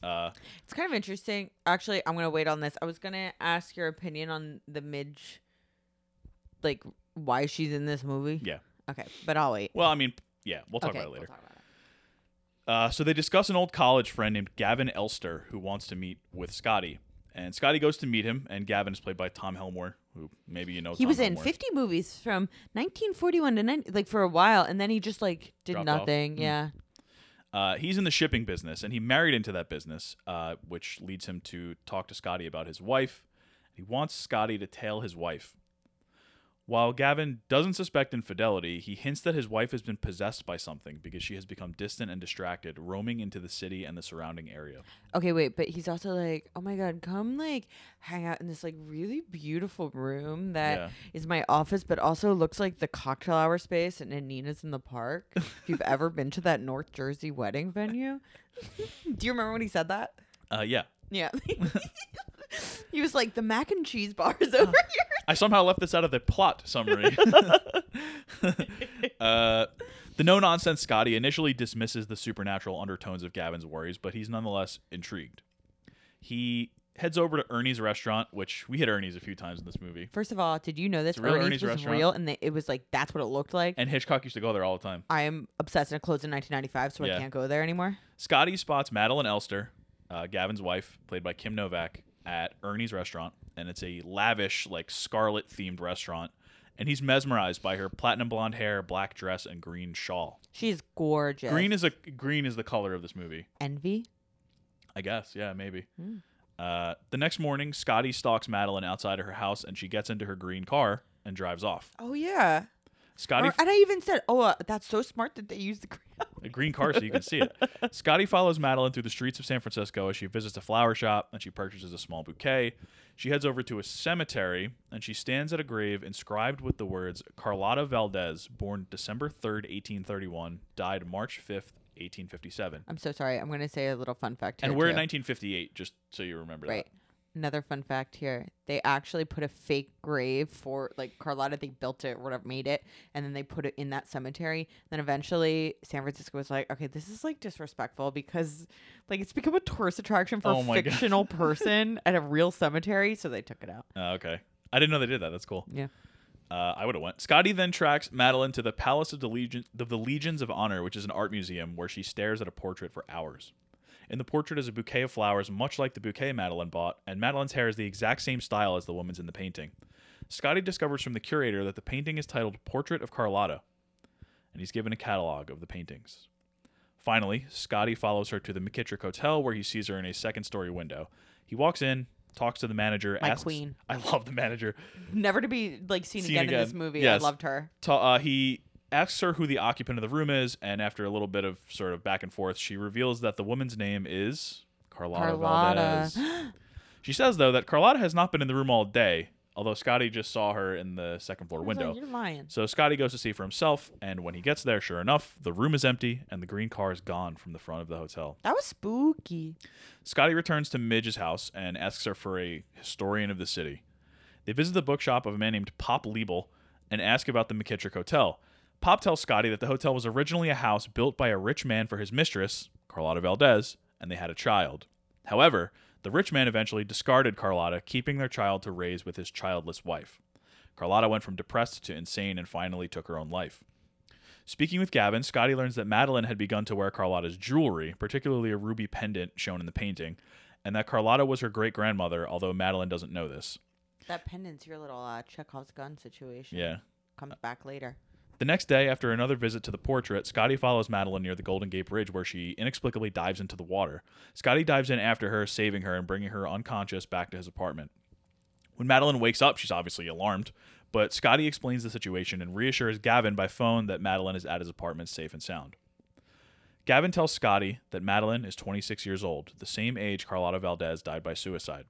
Speaker 2: Uh,
Speaker 1: It's kind of interesting. Actually, I'm going to wait on this. I was going to ask your opinion on the Midge, like, why she's in this movie.
Speaker 2: Yeah.
Speaker 1: Okay, but I'll wait.
Speaker 2: well, I mean, yeah, we'll talk
Speaker 1: okay,
Speaker 2: about it
Speaker 1: we'll
Speaker 2: later.
Speaker 1: talk about it.
Speaker 2: Uh, so they discuss an old college friend named Gavin Elster who wants to meet with Scotty. And Scotty goes to meet him, and Gavin is played by Tom Helmore, who maybe you know.
Speaker 1: he
Speaker 2: Tom
Speaker 1: was in
Speaker 2: Helmore.
Speaker 1: 50 movies from 1941 to 90, like for a while and then he just like did
Speaker 2: Dropped off. Mm.
Speaker 1: nothing yeah
Speaker 2: Uh, he's in the shipping business, and he married into that business, uh, which leads him to talk to Scotty about his wife. He wants Scotty to tail his wife. While Gavin doesn't suspect infidelity, he hints that his wife has been possessed by something because she has become distant and distracted, roaming into the city and the surrounding area.
Speaker 1: okay wait but he's also like oh my god come like hang out in this like really beautiful room that is
Speaker 2: Yeah.
Speaker 1: my office but also looks like the cocktail hour space and Anina's in the park if you've ever been to that North Jersey wedding venue do you remember when he said that
Speaker 2: Uh, yeah,
Speaker 1: yeah he was like the mac and cheese bar is over here
Speaker 2: I somehow left this out of the plot summary. uh, the no nonsense Scotty initially dismisses the supernatural undertones of Gavin's worries, but he's nonetheless intrigued. He heads over to Ernie's restaurant, which we hit Ernie's a few times in this movie,
Speaker 1: First of all, did you know this?
Speaker 2: It's a real
Speaker 1: Ernie's,
Speaker 2: Ernie's
Speaker 1: was
Speaker 2: restaurant.
Speaker 1: real, and they, it was like that's what it looked like.
Speaker 2: and Hitchcock used to go there all the time.
Speaker 1: I am obsessed and it closed in 1995, so
Speaker 2: Yeah.
Speaker 1: I can't go there anymore.
Speaker 2: Scotty spots Madeline Elster, uh, Gavin's wife, played by Kim Novak, at Ernie's restaurant, and it's a lavish, like scarlet themed restaurant. And he's mesmerized by her platinum blonde hair, black dress, and green shawl.
Speaker 1: She's gorgeous.
Speaker 2: Green is a green is the color of this movie.
Speaker 1: envy.
Speaker 2: I guess, yeah, maybe.
Speaker 1: Hmm.
Speaker 2: Uh, the next morning, Scotty stalks Madeline outside of her house, and she gets into her green car and drives off.
Speaker 1: Oh yeah.
Speaker 2: Scotty,
Speaker 1: and I even said, "Oh, uh, that's so smart that they used the green."
Speaker 2: a green car, so you can see it. Scotty follows Madeline through the streets of San Francisco as she visits a flower shop and she purchases a small bouquet. She heads over to a cemetery and she stands at a grave inscribed with the words Carlotta Valdez, born December third, eighteen thirty-one, died March fifth, eighteen fifty-seven.
Speaker 1: I'm so sorry. I'm going to say a little fun fact. Here
Speaker 2: And we're in
Speaker 1: too.
Speaker 2: 1958, just so you remember
Speaker 1: right. Another fun fact here: they actually put a fake grave for like Carlotta. They built it, or whatever, made it, and then they put it in that cemetery. Then eventually, San Francisco was like, "Okay, this is like disrespectful because like it's become a tourist attraction for
Speaker 2: Oh
Speaker 1: a
Speaker 2: my God.
Speaker 1: fictional person at a real cemetery." So they took it out.
Speaker 2: that. Uh, okay. I didn't know they did that. That's cool.
Speaker 1: Yeah.
Speaker 2: Uh, I would have went. Scotty then tracks Madeline to the Palace of the, Legion, of the Legions of Honor, which is an art museum where she stares at a portrait for hours. In the portrait is a bouquet of flowers, much like the bouquet Madeline bought, and Madeline's hair is the exact same style as the woman's in the painting. Scotty discovers from the curator that the painting is titled Portrait of Carlotta, and he's given a catalog of the paintings. Finally, Scotty follows her to the McKittrick Hotel where he sees her in a second story window. He walks in, talks to the manager,
Speaker 1: My
Speaker 2: asks,
Speaker 1: queen.
Speaker 2: I love the manager.
Speaker 1: Never to be like seen,
Speaker 2: Seen
Speaker 1: again, in this
Speaker 2: again.
Speaker 1: movie.
Speaker 2: Yes.
Speaker 1: I loved her.
Speaker 2: Ta- uh, he asks her who the occupant of the room is, and after a little bit of sort of back and forth, she reveals that the woman's name is Carlotta,
Speaker 1: Carlotta.
Speaker 2: Valdez. She says though that Carlotta has not been in the room all day, although Scotty just saw her in the second floor
Speaker 1: I was like,
Speaker 2: window.
Speaker 1: You're lying.
Speaker 2: So Scotty goes to see for himself, and when he gets there, sure enough, the room is empty and the green car is gone from the front of the hotel.
Speaker 1: That was spooky.
Speaker 2: Scotty returns to Midge's house and asks her for a historian of the city. They visit the bookshop of a man named Pop Liebel and ask about the McKittrick Hotel. Pop tells Scotty that the hotel was originally a house built by a rich man for his mistress, Carlotta Valdez, and they had a child. However, the rich man eventually discarded Carlotta, keeping their child to raise with his childless wife. Carlotta went from depressed to insane and finally took her own life. Speaking with Gavin, Scotty learns that Madeline had begun to wear Carlotta's jewelry, particularly a ruby pendant shown in the painting, and that Carlotta was her great grandmother, although Madeline doesn't know this.
Speaker 1: That pendant's your little uh, Chekhov's gun situation.
Speaker 2: Yeah.
Speaker 1: Comes back later.
Speaker 2: The next day, after another visit to the portrait, Scotty follows Madeline near the Golden Gate Bridge where she inexplicably dives into the water. Scotty dives in after her, saving her and bringing her unconscious back to his apartment. When Madeline wakes up, she's obviously alarmed, but Scotty explains the situation and reassures Gavin by phone that Madeline is at his apartment safe and sound. Gavin tells Scotty that Madeline is 26 years old, the same age Carlotta Valdez died by suicide.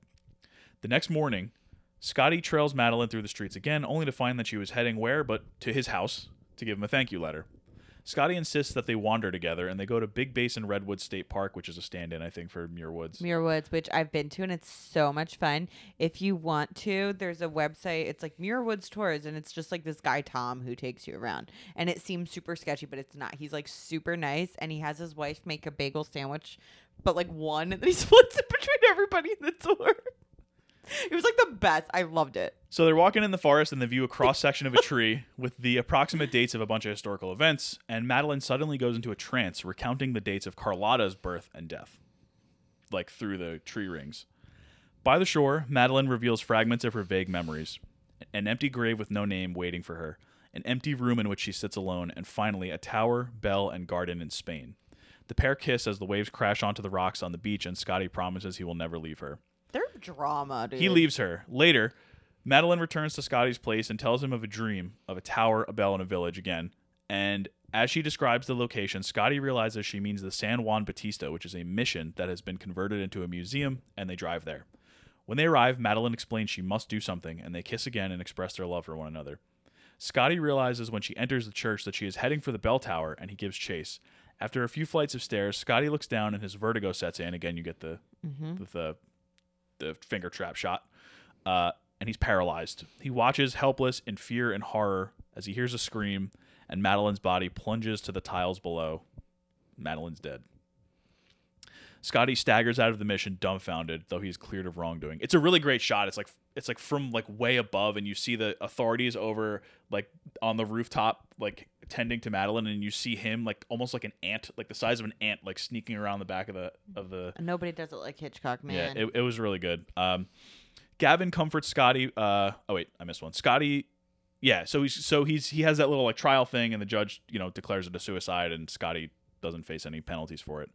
Speaker 2: The next morning, Scotty trails Madeline through the streets again, only to find that she was heading where but to his house to give him a thank you letter. Scotty insists that they wander together and they go to Big Basin Redwood State Park, which is a stand in, I think, for Muir Woods.
Speaker 1: Muir Woods, which I've been to and it's so much fun. If you want to, there's a website. It's like Muir Woods Tours, and it's just like this guy Tom who takes you around. And it seems super sketchy, but it's not. He's like super nice, and he has his wife make a bagel sandwich, but like one, and then he splits it between everybody in the tour. It was like the best. I loved it.
Speaker 2: So they're walking in the forest and they view a cross section of a tree with the approximate dates of a bunch of historical events, and Madeline suddenly goes into a trance, recounting the dates of Carlotta's birth and death, like through the tree rings. By the shore, Madeline reveals fragments of her vague memories an empty grave with no name waiting for her, an empty room in which she sits alone, and finally, a tower, bell, and garden in Spain. The pair kiss as the waves crash onto the rocks on the beach, and Scotty promises he will never leave her.
Speaker 1: They're drama, dude.
Speaker 2: He leaves her. Later, Madeline returns to Scotty's place and tells him of a dream of a tower, a bell, and a village again. And as she describes the location, Scotty realizes she means the San Juan Batista, which is a mission that has been converted into a museum, and they drive there. When they arrive, Madeline explains she must do something, and they kiss again and express their love for one another. Scotty realizes when she enters the church that she is heading for the bell tower, and he gives chase. After a few flights of stairs, Scotty looks down and his vertigo sets in. Again, you get the
Speaker 1: Mm-hmm.
Speaker 2: the, the the finger trap shot, uh, and he's paralyzed. He watches helpless in fear and horror as he hears a scream, and Madeline's body plunges to the tiles below. Madeline's dead. Scotty staggers out of the mission dumbfounded, though he's cleared of wrongdoing. It's a really great shot. It's like it's like from like way above, and you see the authorities over like on the rooftop, like tending to Madeline, and you see him like almost like an ant, like the size of an ant, like sneaking around the back of the of the
Speaker 1: Nobody does it like Hitchcock, man.
Speaker 2: yeah, it, it was really good. Um, Gavin comforts Scotty. Uh, oh wait, I missed one. Scotty. Yeah, so he's so he's he has that little like trial thing, and the judge you know declares it a suicide, and Scotty doesn't face any penalties for it.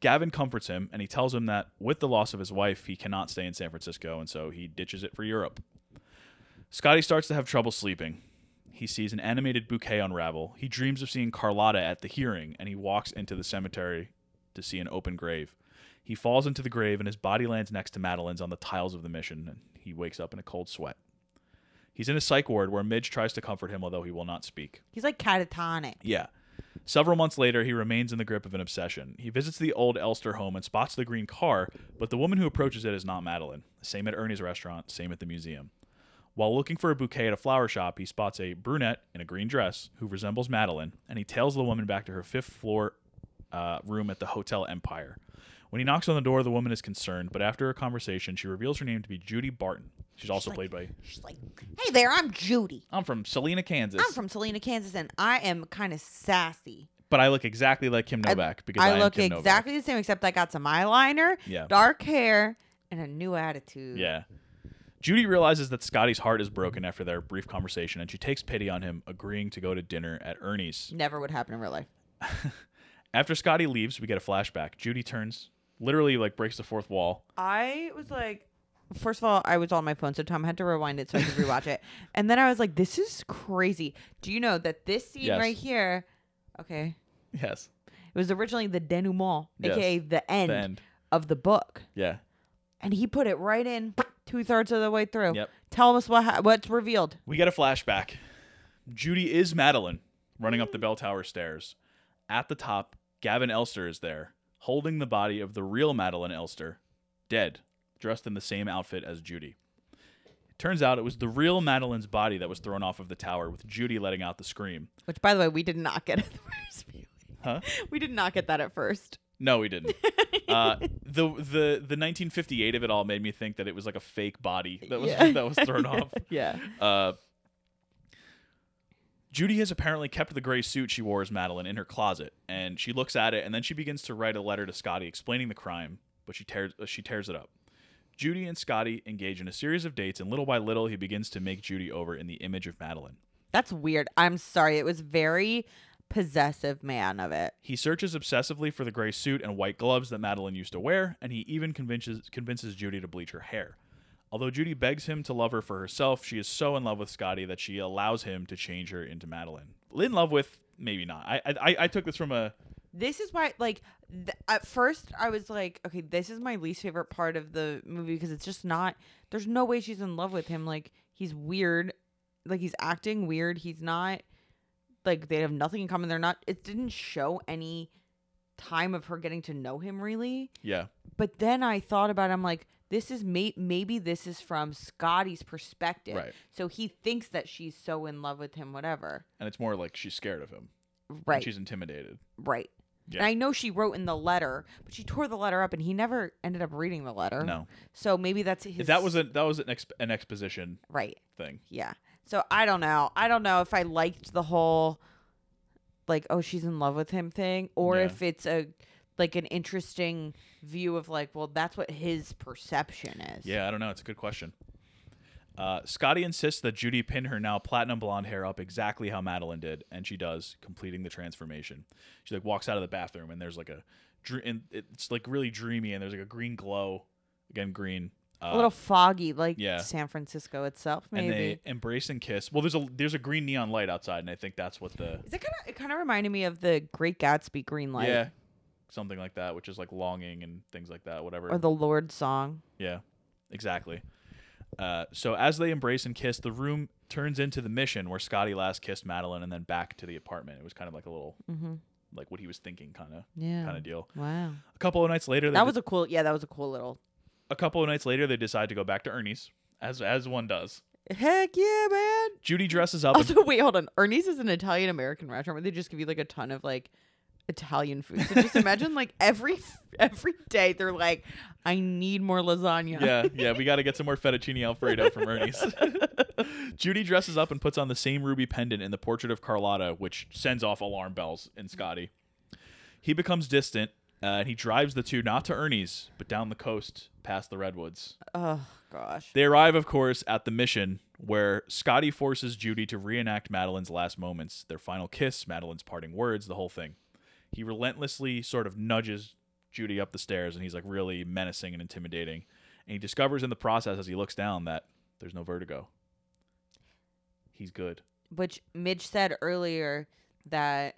Speaker 2: Gavin comforts him, and he tells him that with the loss of his wife, he cannot stay in San Francisco, and so he ditches it for Europe. Scotty starts to have trouble sleeping. He sees an animated bouquet unravel. He dreams of seeing Carlotta at the hearing, and he walks into the cemetery to see an open grave. He falls into the grave, and his body lands next to Madeline's on the tiles of the mission, and he wakes up in a cold sweat. He's in a psych ward where Midge tries to comfort him, although he will not speak.
Speaker 1: He's like catatonic.
Speaker 2: Yeah. Several months later, he remains in the grip of an obsession. He visits the old Elster home and spots the green car, but the woman who approaches it is not Madeline. Same at Ernie's restaurant, same at the museum. While looking for a bouquet at a flower shop, he spots a brunette in a green dress who resembles Madeline, and he tails the woman back to her fifth floor uh, room at the Hotel Empire. When he knocks on the door, the woman is concerned, but after a conversation, she reveals her name to be Judy Barton. She's also played by.
Speaker 1: She's like, hey there, I'm Judy.
Speaker 2: I'm from Salina, Kansas.
Speaker 1: I'm from Salina, Kansas, and I am kind of sassy.
Speaker 2: but I look exactly like Kim Novak because I,
Speaker 1: I
Speaker 2: am
Speaker 1: look
Speaker 2: Kim Novak.
Speaker 1: exactly the same, except I got some eyeliner,
Speaker 2: Yeah.
Speaker 1: dark hair, and a new attitude.
Speaker 2: Yeah. Judy realizes that Scotty's heart is broken after their brief conversation, and she takes pity on him, agreeing to go to dinner at Ernie's.
Speaker 1: Never would happen in real life.
Speaker 2: After Scotty leaves, we get a flashback. Judy turns, literally like breaks the fourth wall.
Speaker 1: I was like, first of all, I was on my phone, so Tom had to rewind it so I could rewatch it. And then I was like, this is crazy. Do you know that this scene
Speaker 2: Yes.
Speaker 1: right here? Okay.
Speaker 2: Yes.
Speaker 1: It was originally the denouement,
Speaker 2: Yes.
Speaker 1: aka the end,
Speaker 2: The end.
Speaker 1: of the book,
Speaker 2: Yeah.
Speaker 1: and he put it right in two thirds of the way through.
Speaker 2: Yep.
Speaker 1: Tell us what ha- what's revealed.
Speaker 2: We get a flashback. Judy is Madeline running up the bell tower stairs. At the top, Gavin Elster is there, holding the body of the real Madeline Elster, dead, dressed in the same outfit as Judy. It turns out it was the real Madeline's body that was thrown off of the tower, with Judy letting out the scream.
Speaker 1: Which, by the way, we did not get at the first viewing.
Speaker 2: Huh?
Speaker 1: We did not get that at first.
Speaker 2: No, we didn't. uh, the the the 1958 of it all made me think that it was like a fake body that was
Speaker 1: Yeah.
Speaker 2: that was thrown off.
Speaker 1: Yeah.
Speaker 2: Uh, Judy has apparently kept the gray suit she wore as Madeline in her closet, and she looks at it, and then she begins to write a letter to Scotty explaining the crime, but she tears uh, she tears it up. Judy and Scotty engage in a series of dates, and little by little, he begins to make Judy over in the image of Madeline.
Speaker 1: That's weird. I'm sorry. It was very possessive man of it.
Speaker 2: He searches obsessively for the gray suit and white gloves that Madeline used to wear, and he even convinces convinces Judy to bleach her hair. Although Judy begs him to love her for herself, she is so in love with Scotty that she allows him to change her into Madeline. In love with maybe not. I I, I- I took this from a
Speaker 1: This is why, like, th- at first I was like, okay, this is my least favorite part of the movie because it's just not. There's no way she's in love with him. Like, he's weird. Like, he's acting weird. He's not. Like, they have nothing in common. They're not. It didn't show any time of her getting to know him really.
Speaker 2: yeah
Speaker 1: But then I thought about. It, I'm like, this is may- maybe this is from Scotty's perspective.
Speaker 2: right,
Speaker 1: So he thinks that she's so in love with him. Whatever.
Speaker 2: and it's more like she's scared of him.
Speaker 1: Right.
Speaker 2: she's intimidated.
Speaker 1: Right.
Speaker 2: Yeah.
Speaker 1: And I know she wrote in the letter, but she tore the letter up, and he never ended up reading the letter.
Speaker 2: No,
Speaker 1: So maybe that's his.
Speaker 2: that was a that was an exp- an exposition
Speaker 1: right.
Speaker 2: thing.
Speaker 1: Yeah. So I don't know. I don't know if I liked the whole, like, oh, she's in love with him thing, or
Speaker 2: Yeah.
Speaker 1: if it's a like an interesting view of like, well, that's what his perception is.
Speaker 2: Yeah, I don't know. It's a good question. Uh, Scotty insists that Judy pin her now platinum blonde hair up exactly how Madeline did, and she does, completing the transformation. She like walks out of the bathroom, and there's like a, dr- and it's like really dreamy, and there's like a green glow, again green. Uh,
Speaker 1: A little foggy, like
Speaker 2: yeah.
Speaker 1: San Francisco itself,
Speaker 2: and
Speaker 1: maybe.
Speaker 2: they embrace and kiss. Well, there's a there's a green neon light outside, and I think that's what the
Speaker 1: is it kind of? It kind of reminded me of the Great Gatsby green light,
Speaker 2: yeah, something like that, which is like longing and things like that. Whatever.
Speaker 1: or the Lord song.
Speaker 2: Yeah, exactly. Uh, so as they embrace and kiss, the room turns into the mission where Scotty last kissed Madeline and then back to the apartment. It was kind of like a little,
Speaker 1: Mm-hmm.
Speaker 2: like what he was thinking, kind of,
Speaker 1: Yeah.
Speaker 2: kind of deal.
Speaker 1: Wow.
Speaker 2: A couple of nights later, they
Speaker 1: That
Speaker 2: de-
Speaker 1: was a cool. Yeah, that was a cool little.
Speaker 2: a couple of nights later they decide to go back to Ernie's, as as one does.
Speaker 1: Heck yeah, man.
Speaker 2: Judy dresses up. and-
Speaker 1: Also, wait, hold on. Ernie's is an Italian American restaurant where they just give you like a ton of like Italian food. So just imagine like every every day they're like, I need more lasagna.
Speaker 2: yeah, yeah, we got to get some more fettuccine alfredo from Ernie's. Judy dresses up and puts on the same ruby pendant in the portrait of Carlotta, which sends off alarm bells in Scotty. He becomes distant uh, and he drives the two not to Ernie's, but down the coast past the redwoods.
Speaker 1: Oh gosh.
Speaker 2: They arrive, of course, at the mission where Scotty forces Judy to reenact Madeline's last moments, their final kiss, Madeline's parting words, the whole thing. He relentlessly sort of nudges Judy up the stairs and he's like really menacing and intimidating. And he discovers in the process as he looks down that there's no vertigo. He's good.
Speaker 1: Which Midge said earlier that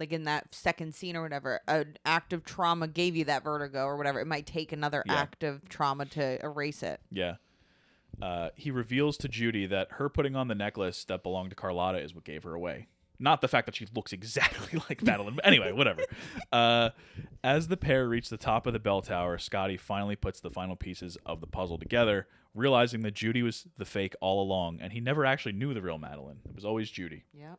Speaker 1: like in that second scene or whatever, an act of trauma gave you that vertigo or whatever. It might take another
Speaker 2: Yeah.
Speaker 1: act of trauma to erase it.
Speaker 2: Yeah. Uh, he reveals to Judy that her putting on the necklace that belonged to Carlotta is what gave her away. Not the fact that she looks exactly like Madeline. but anyway, whatever. Uh, as the pair reach the top of the bell tower, Scotty finally puts the final pieces of the puzzle together, realizing that Judy was the fake all along, and he never actually knew the real Madeline. It was always Judy.
Speaker 1: Yeah.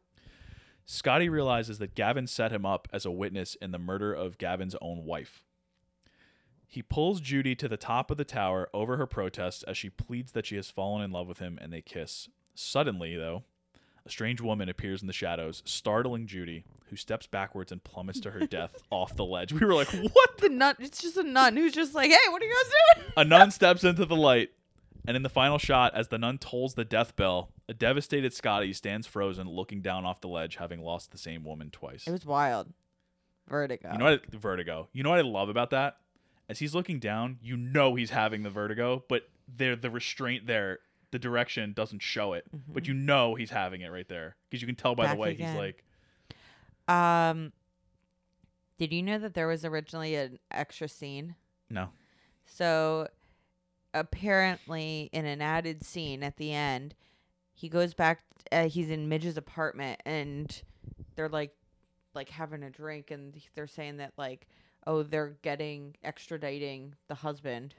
Speaker 2: Scotty realizes that Gavin set him up as a witness in the murder of Gavin's own wife. He pulls Judy to the top of the tower over her protests as she pleads that she has fallen in love with him and they kiss. Suddenly, though, A strange woman appears in the shadows, startling Judy, who steps backwards and plummets to her death off the ledge. We were like, what?
Speaker 1: The nun. It's just a nun who's just like, hey, what are you guys doing?
Speaker 2: A nun steps into the light, and in the final shot, as the nun tolls the death bell, a devastated Scotty stands frozen, looking down off the ledge, having lost the same woman twice.
Speaker 1: It was wild. Vertigo.
Speaker 2: You know what? I, vertigo. You know what I love about that? As he's looking down, you know he's having the vertigo, but there the restraint there, the direction doesn't show it,
Speaker 1: Mm-hmm.
Speaker 2: but you know he's having it right there because you can tell by
Speaker 1: Back
Speaker 2: the way
Speaker 1: again.
Speaker 2: he's like,
Speaker 1: Um, did you know that there was originally an extra scene?
Speaker 2: no,
Speaker 1: So apparently, in an added scene at the end, he goes back. Uh, he's in Midge's apartment, and they're like, like having a drink, and they're saying that like, oh, they're getting extraditing the husband,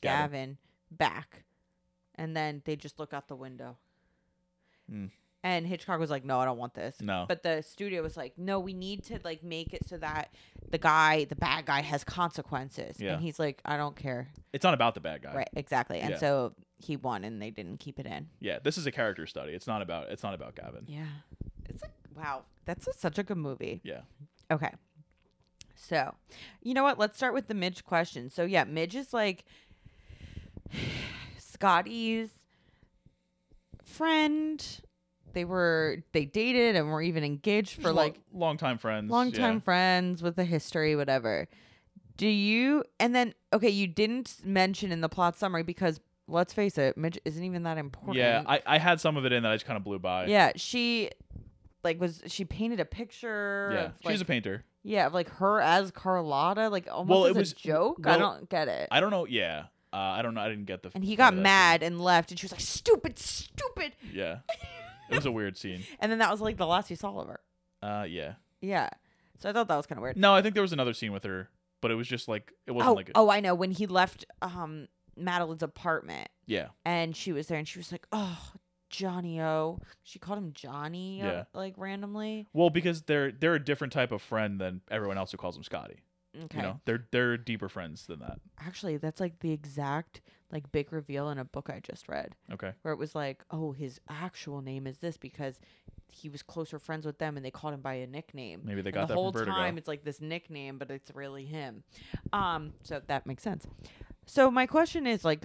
Speaker 2: Gavin.
Speaker 1: Gavin, back, and then they just look out the window.
Speaker 2: Mm.
Speaker 1: And Hitchcock was like, "No, I don't want this."
Speaker 2: no.
Speaker 1: But the studio was like, no, we need to like make it so that the guy, the bad guy, has consequences.
Speaker 2: Yeah.
Speaker 1: And he's like, I don't care.
Speaker 2: it's not about the bad guy.
Speaker 1: Right, exactly. And
Speaker 2: Yeah.
Speaker 1: so he won, and they didn't keep it in.
Speaker 2: Yeah, this is a character study. It's not about it's not about Gavin.
Speaker 1: Yeah, it's like wow, that's a, such a good movie.
Speaker 2: Yeah.
Speaker 1: Okay, so you know what? Let's start with the Midge question. So yeah, Midge is like Scotty's friend. They were they dated and were even engaged for like
Speaker 2: long time friends.
Speaker 1: long time friends with a history whatever do you and then okay you didn't mention in the plot summary because let's face it midge isn't even that important
Speaker 2: Yeah, I, I had some of it in that I just kind of blew by.
Speaker 1: yeah she like was she painted a picture
Speaker 2: Yeah,
Speaker 1: of,
Speaker 2: she's a
Speaker 1: like-
Speaker 2: painter.
Speaker 1: yeah of like her as carlotta like almost
Speaker 2: Well,
Speaker 1: as
Speaker 2: it was-
Speaker 1: a joke i
Speaker 2: well,
Speaker 1: don't get it
Speaker 2: I don't know. Yeah, uh, I don't know. I didn't get the.
Speaker 1: and he
Speaker 2: point
Speaker 1: got
Speaker 2: of that
Speaker 1: mad and left and she was like stupid stupid
Speaker 2: scene. Yeah, it was a weird scene.
Speaker 1: and then that was like the last you saw of her
Speaker 2: Uh, yeah.
Speaker 1: yeah so i thought that was kind of weird
Speaker 2: No, I think there was another scene with her, but it was just like it wasn't
Speaker 1: oh,
Speaker 2: like. A,
Speaker 1: oh i know when he left um madeline's apartment
Speaker 2: Yeah,
Speaker 1: and she was there and she was like, "Oh, Johnny O." She called him Johnny, uh,
Speaker 2: Yeah.
Speaker 1: like randomly.
Speaker 2: well, because they're they're a different type of friend than everyone else who calls him Scotty.
Speaker 1: Okay.
Speaker 2: You know, they're they're deeper friends than that.
Speaker 1: Actually, that's like the exact like big reveal in a book I just read
Speaker 2: Okay.
Speaker 1: where it was like, "Oh, his actual name is this because he was closer friends with them and they called him by a nickname."
Speaker 2: Maybe they
Speaker 1: And
Speaker 2: got
Speaker 1: the
Speaker 2: that
Speaker 1: whole
Speaker 2: from Vertigo.
Speaker 1: time it's like this nickname, but it's really him. Um, so that makes sense. So my question is like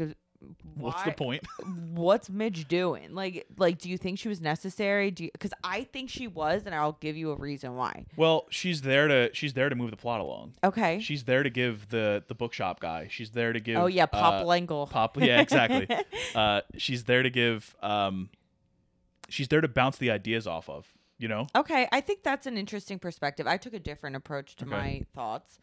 Speaker 2: What's
Speaker 1: why-
Speaker 2: the point?
Speaker 1: what's Midge doing? Like, like, do you think she was necessary? Do because I think she was, and I'll give you a reason why.
Speaker 2: well, she's there to she's there to move the plot along.
Speaker 1: Okay.
Speaker 2: She's there to give the the bookshop guy. She's there to give.
Speaker 1: oh yeah,
Speaker 2: uh,
Speaker 1: Pop Langle.
Speaker 2: Pop. Yeah, exactly. uh, she's there to give. Um, she's there to bounce the ideas off of. You know.
Speaker 1: okay, I think that's an interesting perspective. I took a different approach to
Speaker 2: Okay.
Speaker 1: my thoughts.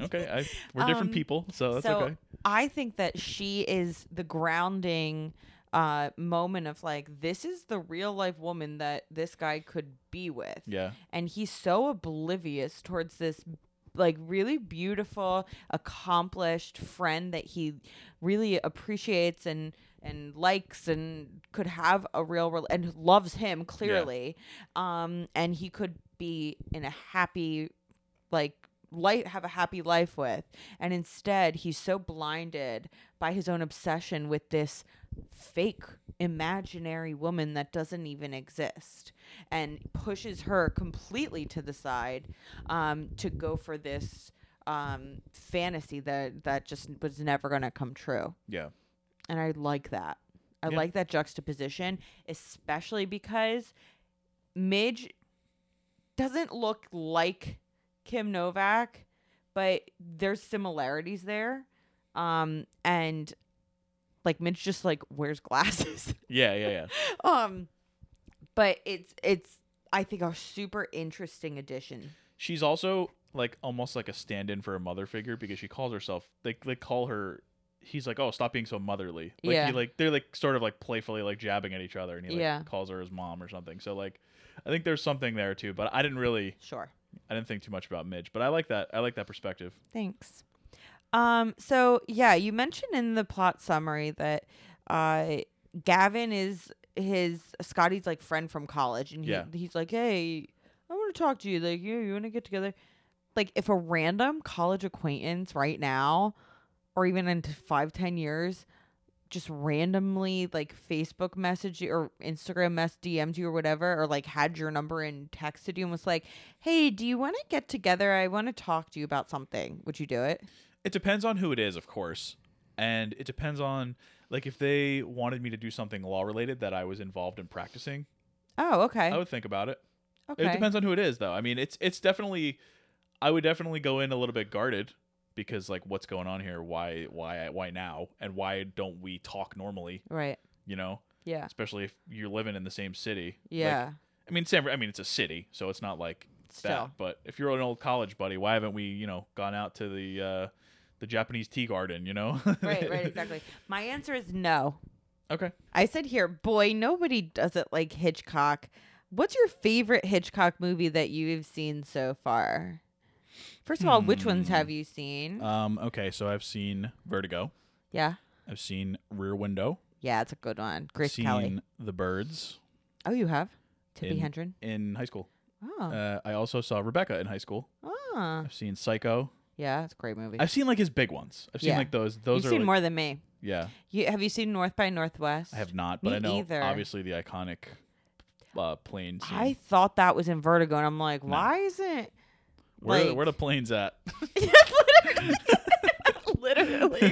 Speaker 2: Okay. I, we're different
Speaker 1: Um,
Speaker 2: people, so that's
Speaker 1: so
Speaker 2: okay.
Speaker 1: I think that she is the grounding uh moment of like this is the real life woman that this guy could be with.
Speaker 2: Yeah.
Speaker 1: and he's so oblivious towards this like really beautiful accomplished friend that he really appreciates and and likes and could have a real rel- and loves him clearly um and he could be in a happy like life have a happy life with and instead he's so blinded by his own obsession with this fake imaginary woman that doesn't even exist and pushes her completely to the side um, to go for this um, fantasy that that just was never going to come true
Speaker 2: Yeah.
Speaker 1: and I like that. I
Speaker 2: Yeah.
Speaker 1: like that juxtaposition, especially because Midge doesn't look like Kim Novak, but there's similarities there. Um, and like Midge just like wears glasses.
Speaker 2: Yeah. Yeah. Yeah.
Speaker 1: um, but it's it's I think a super interesting addition.
Speaker 2: She's also like almost like a stand-in for a mother figure because she calls herself. They they call her. He's like, oh, stop being so motherly. Like,
Speaker 1: Yeah.
Speaker 2: He, like they're like sort of like playfully like jabbing at each other, and he like
Speaker 1: Yeah.
Speaker 2: calls her his mom or something. So like, I think there's something there too. But I didn't really,
Speaker 1: Sure.
Speaker 2: I didn't think too much about Midge. But I like that. I like that perspective.
Speaker 1: Thanks. Um, so yeah, you mentioned in the plot summary that uh Gavin is his Scotty's like friend from college and he,
Speaker 2: Yeah.
Speaker 1: he's like, Hey, I wanna talk to you, like you you wanna get together? Like if a random college acquaintance right now, or even in t- five, ten years, just randomly like Facebook messaged you or Instagram mess DM'd you or whatever, or like had your number and texted you and was like, "Hey, do you want to get together? I want to talk to you about something." Would you do it?
Speaker 2: It depends on who it is, of course. And it depends on like if they wanted me to do something law related that I was involved in practicing,
Speaker 1: Oh, okay.
Speaker 2: I would think about it.
Speaker 1: okay.
Speaker 2: It depends on who it is though. I mean, it's it's definitely I would definitely go in a little bit guarded because like what's going on here? Why why why now? And why don't we talk normally,
Speaker 1: Right.
Speaker 2: you know?
Speaker 1: Yeah.
Speaker 2: Especially if you're living in the same city. Like,
Speaker 1: Yeah.
Speaker 2: I mean, San. Fran- I mean, it's a city, so it's not like
Speaker 1: Still.
Speaker 2: that. But if you're an old college buddy, why haven't we, you know, gone out to the uh, the Japanese tea garden? You know,
Speaker 1: right, right, exactly. My answer is no.
Speaker 2: okay.
Speaker 1: I said here, boy, nobody does it like Hitchcock. What's your favorite Hitchcock movie that you've seen so far? First of all, which ones
Speaker 2: Hmm.
Speaker 1: have you seen?
Speaker 2: Um, okay. So I've seen Vertigo.
Speaker 1: yeah.
Speaker 2: I've seen Rear Window.
Speaker 1: Yeah, it's a good one.
Speaker 2: I've
Speaker 1: Grace
Speaker 2: seen
Speaker 1: Kelly.
Speaker 2: The Birds
Speaker 1: Oh, you have? Tippi
Speaker 2: in-
Speaker 1: Hendren.
Speaker 2: in high school.
Speaker 1: Oh.
Speaker 2: Uh, I also saw Rebecca in high school.
Speaker 1: Ah.
Speaker 2: I've seen Psycho.
Speaker 1: Yeah, it's a great movie.
Speaker 2: I've seen like his big ones. I've seen
Speaker 1: Yeah.
Speaker 2: like those. Those
Speaker 1: You've
Speaker 2: are
Speaker 1: seen
Speaker 2: like-
Speaker 1: more than me.
Speaker 2: Yeah,
Speaker 1: You have you seen North by Northwest?
Speaker 2: I have not, but
Speaker 1: Me
Speaker 2: I know
Speaker 1: either.
Speaker 2: obviously the iconic uh, plane scene.
Speaker 1: I thought that was in Vertigo, and I'm like, why isn't
Speaker 2: where, the-
Speaker 1: like-
Speaker 2: where the planes at?
Speaker 1: literally?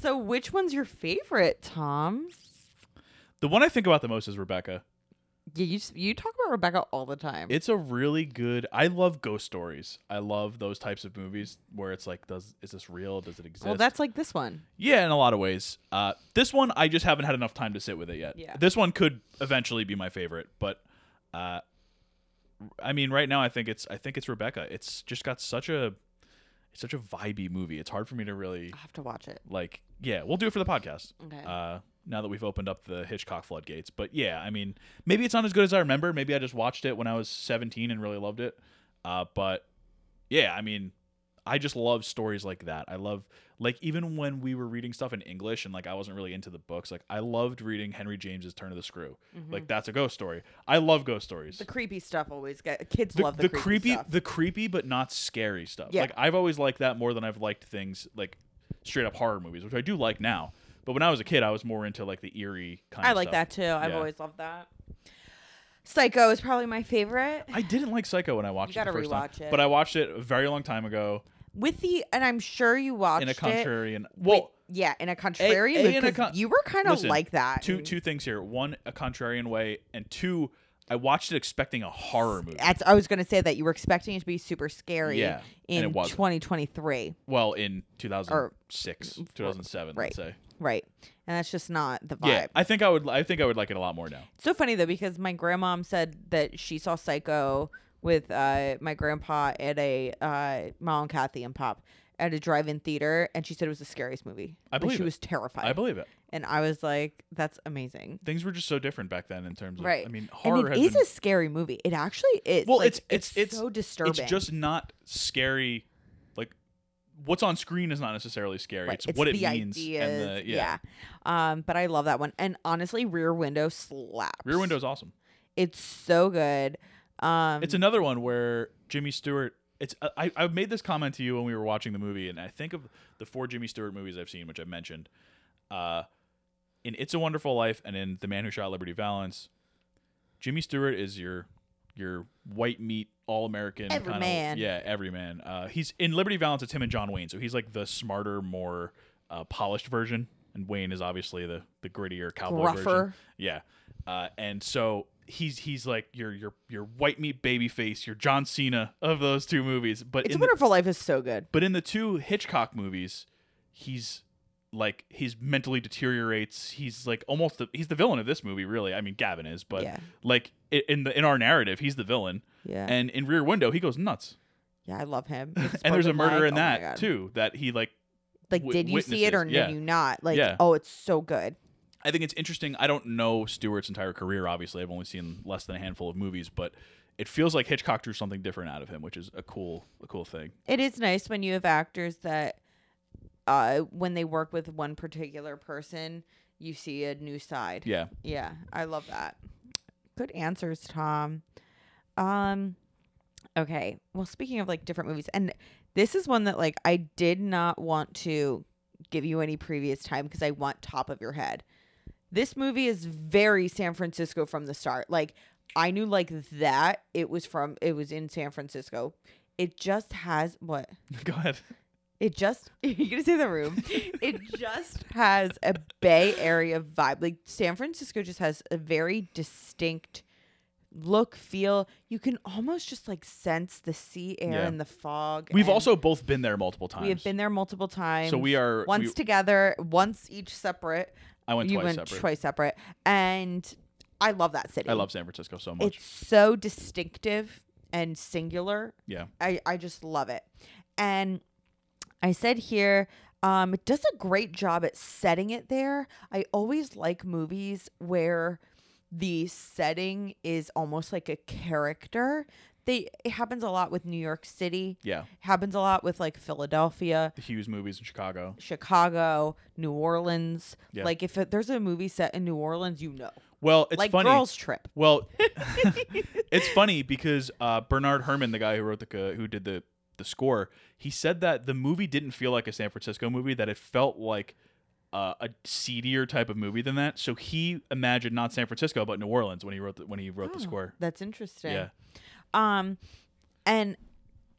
Speaker 1: so, which one's your favorite, Tom?
Speaker 2: The one I think about the most is Rebecca.
Speaker 1: Yeah, you s- you talk about Rebecca all the time.
Speaker 2: It's a really good. I love ghost stories. I love those types of movies where it's like, does is this real? Does it exist?
Speaker 1: well, that's like this one.
Speaker 2: yeah, in a lot of ways. Uh, this one I just haven't had enough time to sit with it yet.
Speaker 1: Yeah.
Speaker 2: This one could eventually be my favorite, but uh, I mean, right now I think it's I think it's Rebecca. It's just got such a it's such a vibey movie. It's hard for me to really
Speaker 1: I have to watch it.
Speaker 2: like. Yeah, we'll do it for the podcast.
Speaker 1: Okay.
Speaker 2: uh, now that we've opened up the Hitchcock floodgates. But yeah, I mean, maybe it's not as good as I remember. Maybe I just watched it when I was 17 and really loved it. Uh, but yeah, I mean, I just love stories like that. I love, like, even when we were reading stuff in English and, like, I wasn't really into the books, like, I loved reading Henry James's Turn of the Screw. Like, that's a ghost story. I love ghost stories.
Speaker 1: the creepy stuff always get kids love the, creepy,
Speaker 2: creepy,
Speaker 1: stuff.
Speaker 2: the creepy but not scary stuff.
Speaker 1: Yeah.
Speaker 2: Like I've always liked that more than I've liked things like straight up horror movies, which I do like now. But when I was a kid, I was more into like the eerie kind.
Speaker 1: I
Speaker 2: of
Speaker 1: like
Speaker 2: stuff.
Speaker 1: that too. I've
Speaker 2: Yeah.
Speaker 1: always loved that. Psycho is probably my favorite.
Speaker 2: I didn't like Psycho when I watched it
Speaker 1: gotta
Speaker 2: the first time,
Speaker 1: rewatch it.
Speaker 2: but I watched it a very long time ago
Speaker 1: With the and I'm sure you watched
Speaker 2: in a
Speaker 1: it.
Speaker 2: contrarian. Well,
Speaker 1: Yeah, in a contrarian
Speaker 2: a-
Speaker 1: mood,
Speaker 2: in a
Speaker 1: 'cause
Speaker 2: con-
Speaker 1: you were kind of
Speaker 2: listen,
Speaker 1: like that.
Speaker 2: two
Speaker 1: and
Speaker 2: two things here. One, a contrarian way, and two, I watched it expecting a horror movie.
Speaker 1: That's I was gonna say that you were expecting it to be super scary.
Speaker 2: Yeah, and
Speaker 1: in
Speaker 2: it wasn't.
Speaker 1: 2023,
Speaker 2: Well, in 2006, 2007,
Speaker 1: right.
Speaker 2: let's say.
Speaker 1: right? And that's just not the vibe.
Speaker 2: Yeah, I think I would. I think I would like it a lot more now.
Speaker 1: It's so funny though because my grandmom said that she saw Psycho with uh, my grandpa at a uh, mom, Kathy, and Pop at a drive-in theater, and she said it was the scariest movie.
Speaker 2: I
Speaker 1: Like,
Speaker 2: believe
Speaker 1: she
Speaker 2: it.
Speaker 1: was terrified,
Speaker 2: I believe it.
Speaker 1: and I was like, "That's amazing."
Speaker 2: things were just so different back then in terms of
Speaker 1: Right.
Speaker 2: I mean horror
Speaker 1: And it
Speaker 2: has
Speaker 1: is
Speaker 2: been,
Speaker 1: a scary movie. It actually is.
Speaker 2: well
Speaker 1: Like,
Speaker 2: it's, it's it's
Speaker 1: so disturbing.
Speaker 2: It's just not scary like what's on screen is not necessarily scary.
Speaker 1: Right.
Speaker 2: It's, what it
Speaker 1: the
Speaker 2: means and the
Speaker 1: ideas.
Speaker 2: yeah.
Speaker 1: Um, but I love that one. And honestly, Rear Window slaps.
Speaker 2: Rear Window's awesome.
Speaker 1: It's so good. Um,
Speaker 2: It's another one where Jimmy Stewart it's uh, I I made this comment to you when we were watching the movie and I think of the four Jimmy Stewart movies I've seen which I mentioned uh in It's a Wonderful Life and in The Man Who Shot Liberty Valance Jimmy Stewart is your your white meat all American
Speaker 1: Every man.
Speaker 2: Yeah, every man. Uh, he's in Liberty Valance. It's him and John Wayne, so he's like the smarter, more uh, polished version, and Wayne is obviously the the grittier cowboy version.
Speaker 1: Gruffer.
Speaker 2: Yeah, uh, and so he's he's like your your your white meat baby face, your John Cena of those two movies. But
Speaker 1: It's a
Speaker 2: in the-
Speaker 1: Wonderful Life is so good.
Speaker 2: but in the two Hitchcock movies, he's like he's mentally deteriorates. He's like almost the, he's the villain of this movie, really. I mean, Gavin is, but
Speaker 1: Yeah.
Speaker 2: like i- in the in our narrative, he's the villain.
Speaker 1: Yeah.
Speaker 2: And in Rear Window, he goes nuts.
Speaker 1: yeah, I love him.
Speaker 2: and there's a
Speaker 1: Spoken
Speaker 2: murder
Speaker 1: like,
Speaker 2: in
Speaker 1: oh my
Speaker 2: that
Speaker 1: God.
Speaker 2: too. That he like.
Speaker 1: Like,
Speaker 2: wi-
Speaker 1: did you see it
Speaker 2: witnesses,
Speaker 1: or
Speaker 2: yeah.
Speaker 1: did you not? Like,
Speaker 2: Yeah.
Speaker 1: oh, it's so good.
Speaker 2: I think it's interesting. I don't know Stewart's entire career. Obviously, I've only seen less than a handful of movies, but it feels like Hitchcock drew something different out of him, which is a cool, a cool thing.
Speaker 1: It is nice when you have actors that, uh, when they work with one particular person, you see a new side.
Speaker 2: Yeah.
Speaker 1: Yeah, I love that. Good answers, Tom. Um okay. Well, speaking of like different movies and this is one that like I did not want to give you any previous time because I want top of your head. This movie is very San Francisco from the start. Like I knew like that it was from it was in San Francisco. It just has what
Speaker 2: Go ahead.
Speaker 1: it just you're gonna say the room. it just has a Bay Area vibe. Like San Francisco just has a very distinct look, feel. You can almost just like sense the sea air
Speaker 2: Yeah.
Speaker 1: and the fog.
Speaker 2: We've
Speaker 1: and
Speaker 2: also both been there multiple times.
Speaker 1: we have been there multiple times.
Speaker 2: So we are.
Speaker 1: once
Speaker 2: we-
Speaker 1: together, once each separate.
Speaker 2: I went
Speaker 1: you
Speaker 2: twice
Speaker 1: went
Speaker 2: separate.
Speaker 1: twice separate, and I love that city.
Speaker 2: I love San Francisco so much.
Speaker 1: It's so distinctive and singular.
Speaker 2: yeah.
Speaker 1: I, I just love it. And I said here, um, it does a great job at setting it there. I always like movies where the setting is almost like a character. They it happens a lot with New York City.
Speaker 2: Yeah.
Speaker 1: happens a lot with like Philadelphia,
Speaker 2: The Hughes movies in Chicago.
Speaker 1: Chicago, New Orleans.
Speaker 2: Yeah.
Speaker 1: Like if it, there's a movie set in New Orleans, you know.
Speaker 2: Well, it's
Speaker 1: like
Speaker 2: funny.
Speaker 1: Girls Trip.
Speaker 2: Well, it's funny because uh, Bernard Herman, the guy who wrote the uh, who did the the score, he said that the movie didn't feel like a San Francisco movie; that it felt like uh, a seedier type of movie than that. So he imagined not San Francisco but New Orleans when he wrote the, when he wrote the
Speaker 1: Oh,
Speaker 2: score.
Speaker 1: That's interesting.
Speaker 2: Yeah,
Speaker 1: Um, and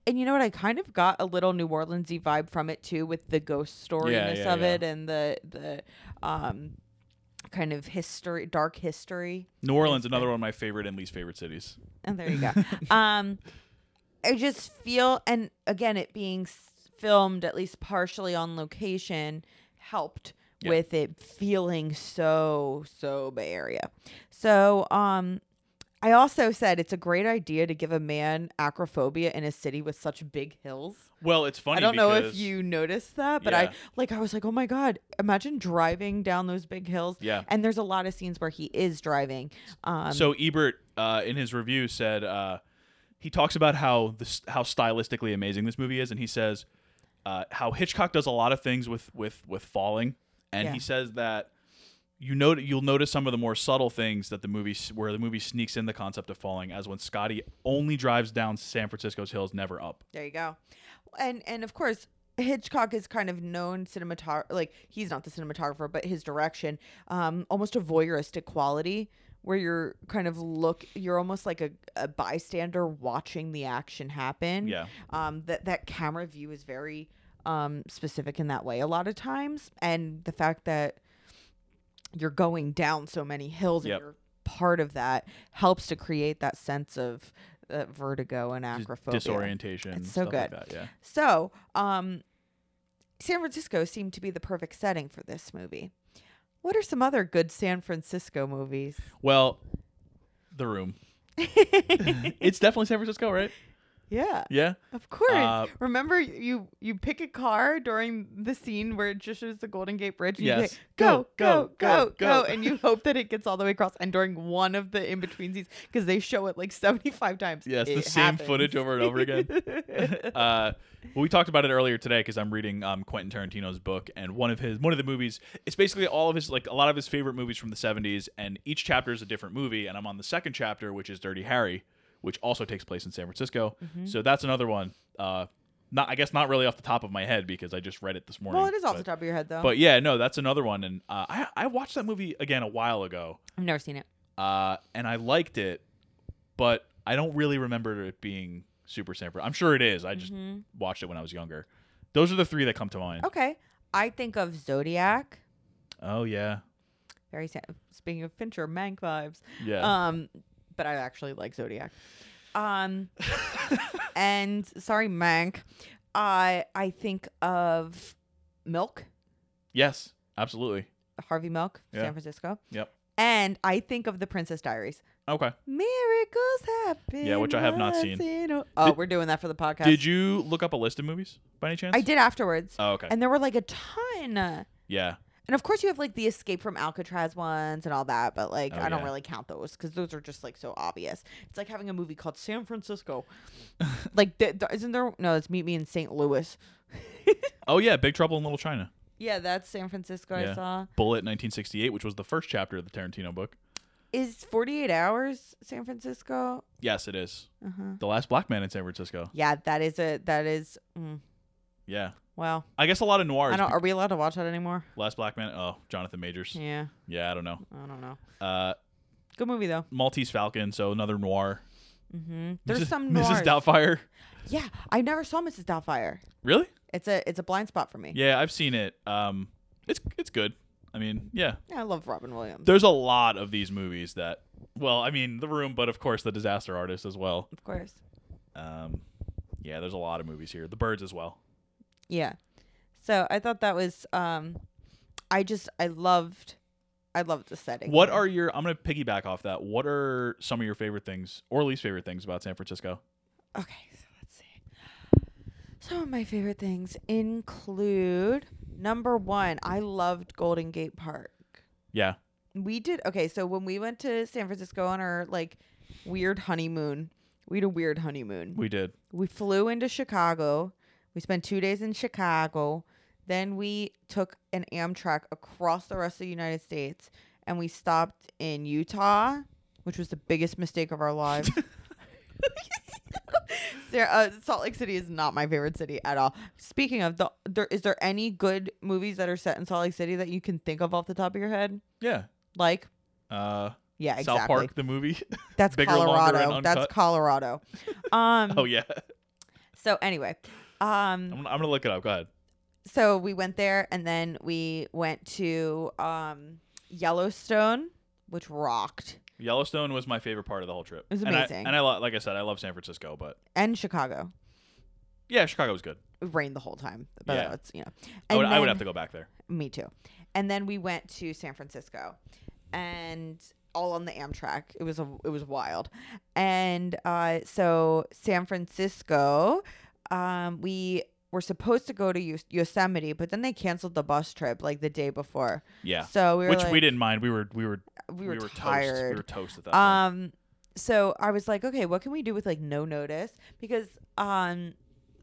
Speaker 1: and you know what? I kind of got a little New Orleansy vibe from it too, with the ghost storiness
Speaker 2: yeah,
Speaker 1: of
Speaker 2: yeah.
Speaker 1: it and the the um kind of history, dark history.
Speaker 2: New Orleans, another one of my favorite and least favorite cities.
Speaker 1: And there you go. um, I just feel, and again, it being s- filmed at least partially on location helped
Speaker 2: Yeah.
Speaker 1: with it feeling so so Bay Area. So, um, I also said it's a great idea to give a man acrophobia in a city with such big hills.
Speaker 2: Well, it's funny.
Speaker 1: I don't know if
Speaker 2: because-
Speaker 1: you noticed that, but
Speaker 2: Yeah.
Speaker 1: I like I was like, "Oh my god, imagine driving down those big hills."
Speaker 2: Yeah.
Speaker 1: And there's a lot of scenes where he is driving. Um
Speaker 2: so Ebert, uh, in his review, said uh, he talks about how this how stylistically amazing this movie is, and he says uh, how Hitchcock does a lot of things with with with falling, and
Speaker 1: Yeah.
Speaker 2: he says that you know you'll notice some of the more subtle things that the movie s- where the movie sneaks in the concept of falling, as when Scotty only drives down San Francisco's hills, never up.
Speaker 1: There you go. And and of course, Hitchcock is kind of known cinematographer. Like he's not the cinematographer, but his direction, um, almost a voyeuristic quality where you're kind of look you're almost like a, a bystander watching the action happen
Speaker 2: Yeah.
Speaker 1: um that that camera view is very um specific in that way a lot of times and the fact that you're going down so many hills
Speaker 2: Yep.
Speaker 1: and you're part of that helps to create that sense of uh, vertigo and
Speaker 2: Just
Speaker 1: acrophobia
Speaker 2: Disorientation.
Speaker 1: It's so
Speaker 2: stuff like
Speaker 1: good.
Speaker 2: that, yeah.
Speaker 1: so, um, San Francisco seemed to be the perfect setting for this movie. What are some other good San Francisco movies?
Speaker 2: Well, the room. it's definitely San Francisco, right?
Speaker 1: Yeah,
Speaker 2: Yeah.
Speaker 1: of course.
Speaker 2: Uh,
Speaker 1: Remember, you you pick a car during the scene where it just shows the Golden Gate Bridge. And You
Speaker 2: Yes.
Speaker 1: say, go,
Speaker 2: Go,
Speaker 1: go,
Speaker 2: go,
Speaker 1: go, go,
Speaker 2: go.
Speaker 1: and you hope that it gets all the way across. And during one of the in between scenes, because they show it like seventy five times.
Speaker 2: Yes, the
Speaker 1: it
Speaker 2: same
Speaker 1: happens.
Speaker 2: footage over and over again. uh, well, we talked about it earlier today because I'm reading um, Quentin Tarantino's book, and one of his one of the movies. It's basically all of his like a lot of his favorite movies from the '70s, and each chapter is a different movie. And I'm on the second chapter, which is Dirty Harry, which also takes place in San Francisco.
Speaker 1: Mm-hmm.
Speaker 2: So that's another one. Uh, not I guess not really off the top of my head because I just read it this morning.
Speaker 1: well, it is off
Speaker 2: but,
Speaker 1: the top of your head though.
Speaker 2: But yeah, no, that's another one, and uh, I I watched that movie again a while ago,
Speaker 1: I've never seen it.
Speaker 2: uh, and I liked it, but I don't really remember it being super San Francisco. I'm sure it is. I just
Speaker 1: Mm-hmm.
Speaker 2: watched it when I was younger. Those are the three that come to mind.
Speaker 1: Okay, I think of Zodiac.
Speaker 2: Oh yeah,
Speaker 1: Very sad. Speaking of Fincher, Mank vibes.
Speaker 2: yeah.
Speaker 1: Um, but I actually like Zodiac. Um, and sorry, Mank. I I think of Milk,
Speaker 2: yes, absolutely.
Speaker 1: Harvey Milk,
Speaker 2: Yeah.
Speaker 1: San Francisco.
Speaker 2: Yep.
Speaker 1: And I think of the Princess Diaries.
Speaker 2: Okay.
Speaker 1: Miracles happen.
Speaker 2: Yeah, which I have not
Speaker 1: once
Speaker 2: seen.
Speaker 1: in a- oh,
Speaker 2: Did-
Speaker 1: we're doing that for the podcast.
Speaker 2: Did you look up a list of movies by any chance?
Speaker 1: I did afterwards,
Speaker 2: Oh okay.
Speaker 1: and there were like a ton.
Speaker 2: yeah.
Speaker 1: And of course, you have like the Escape from Alcatraz ones and all that, but like
Speaker 2: Oh,
Speaker 1: I don't
Speaker 2: yeah.
Speaker 1: really count those because those are just like so obvious. It's like having a movie called San Francisco. like, th- th- isn't there? No, it's Meet Me in St. Louis.
Speaker 2: Oh yeah. Big Trouble in Little China.
Speaker 1: Yeah, that's San Francisco.
Speaker 2: Yeah.
Speaker 1: I saw.
Speaker 2: Bullet 1968, which was the first chapter of the Tarantino book.
Speaker 1: Is 48 Hours San Francisco?
Speaker 2: Yes, it is.
Speaker 1: Uh huh.
Speaker 2: The Last Black Man in San Francisco.
Speaker 1: Yeah, that is a that is. Mm.
Speaker 2: Yeah.
Speaker 1: Well,
Speaker 2: I guess a lot of noirs.
Speaker 1: I don't. Are we allowed to watch that anymore?
Speaker 2: Last Black Man. Oh, Jonathan Majors. Yeah,
Speaker 1: Yeah,
Speaker 2: I don't know.
Speaker 1: I don't know.
Speaker 2: Uh,
Speaker 1: Good movie though.
Speaker 2: Maltese Falcon. So another noir.
Speaker 1: hmm There's
Speaker 2: Mrs.
Speaker 1: some noirs.
Speaker 2: Mrs. Doubtfire.
Speaker 1: Yeah, I never saw Mrs. Doubtfire.
Speaker 2: Really?
Speaker 1: It's a it's a blind spot for me.
Speaker 2: Yeah, I've seen it. Um, it's it's good. I mean, yeah.
Speaker 1: Yeah, I love Robin Williams.
Speaker 2: There's a lot of these movies that. Well, I mean, The Room, but of course, The Disaster Artist as well.
Speaker 1: of course.
Speaker 2: Um, yeah, there's a lot of movies here. The Birds as well.
Speaker 1: Yeah. So I thought that was um I just I loved I loved the setting.
Speaker 2: What are your? I'm gonna piggyback off that. What are some of your favorite things or least favorite things about San Francisco?
Speaker 1: Okay, so let's see. Some of my favorite things include number 1, I loved Golden Gate Park.
Speaker 2: Yeah,
Speaker 1: We did Okay, so when we went to San Francisco on our like weird honeymoon, we had a weird honeymoon.
Speaker 2: we did.
Speaker 1: we flew into Chicago. We spent two days in Chicago. Then we took an Amtrak across the rest of the United States and we stopped in Utah, which was the biggest mistake of our lives. Sarah, uh, Salt Lake City is not my favorite city at all. Speaking of, the, there, is there any good movies that are set in Salt Lake City that you can think of off the top of your head?
Speaker 2: Yeah.
Speaker 1: Like,
Speaker 2: Uh,
Speaker 1: yeah, exactly.
Speaker 2: South Park the movie.
Speaker 1: That's
Speaker 2: Bigger, Longer, and
Speaker 1: Colorado. That's
Speaker 2: Uncut.
Speaker 1: Colorado. Um,
Speaker 2: oh yeah.
Speaker 1: So anyway, um,
Speaker 2: I'm, gonna- I'm gonna look it up. Go ahead.
Speaker 1: so we went there and then we went to um, Yellowstone, which rocked,
Speaker 2: Yellowstone was my favorite part of the whole trip.
Speaker 1: It was amazing.
Speaker 2: And I, and I lo- like I said, I love San Francisco, but
Speaker 1: and Chicago.
Speaker 2: yeah, Chicago was good.
Speaker 1: It rained the whole time, but
Speaker 2: Yeah.
Speaker 1: it's you know.
Speaker 2: I
Speaker 1: And
Speaker 2: would, I would
Speaker 1: then-
Speaker 2: have to go back there.
Speaker 1: Me too. And then we went to San Francisco, and all on the Amtrak. It was a, it was wild, and uh, so San Francisco, um, we were supposed to go to Yo- Yosemite, but then they canceled the bus trip like the day before.
Speaker 2: Yeah.
Speaker 1: So we were
Speaker 2: Which
Speaker 1: like,
Speaker 2: we didn't mind. We were we were
Speaker 1: we were,
Speaker 2: toast.
Speaker 1: tired.
Speaker 2: We were toast at that point.
Speaker 1: um so i was like okay what can we do with like no notice because um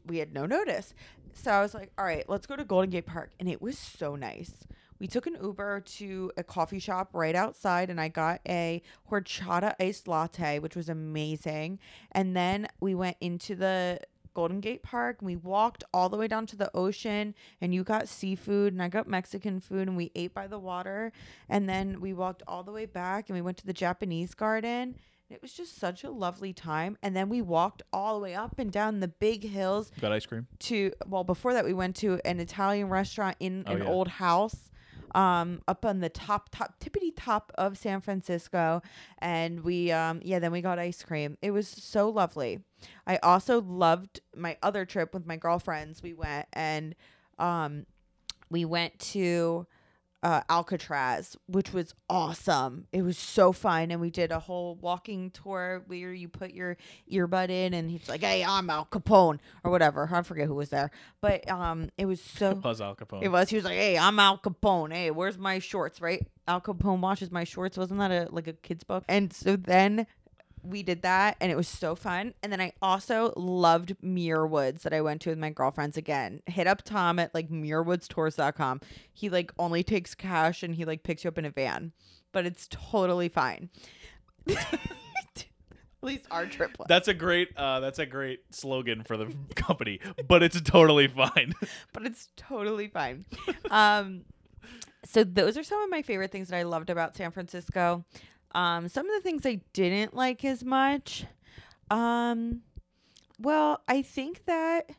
Speaker 1: we had no notice so i was like all right let's go to golden gate park and it was so nice we took an uber to a coffee shop right outside and i got a horchata iced latte which was amazing and then we went into the golden gate park and we walked all the way down to the ocean and you got seafood and i got mexican food and we ate by the water and then we walked all the way back and we went to the Japanese garden. It was just such a lovely time. And then we walked all the way up and down the big hills
Speaker 2: Got ice cream.
Speaker 1: to, well, before that, we went to an Italian restaurant in
Speaker 2: Oh,
Speaker 1: an
Speaker 2: yeah.
Speaker 1: old house um, up on the top, top, tippity top of San Francisco. And we, um, yeah, then we got ice cream. It was so lovely. I also loved my other trip with my girlfriends. We went and um, we went to uh, Alcatraz, which was awesome. It was so fun, and we did a whole walking tour where you put your earbud in, and he's like, "Hey, I'm Al Capone" or whatever. I forget who was there, but um, it was so.
Speaker 2: Buzz Al Capone.
Speaker 1: It was. He was like, "Hey, I'm Al Capone. Hey, where's my shorts? Right? Al Capone washes my shorts. Wasn't that a like a kids book?" And so then we did that, and it was so fun. And then I also loved Muir Woods that I went to with my girlfriends again. Hit up Tom at like MuirWoodsTours.com. He like only takes cash, and he like picks you up in a van, but it's totally fine. at least our trip was.
Speaker 2: That's a great uh, that's a great slogan for the company, but it's totally fine.
Speaker 1: but it's totally fine. um, so those are some of my favorite things that I loved about San Francisco. Um, some of the things I didn't like as much. Um, well, I think that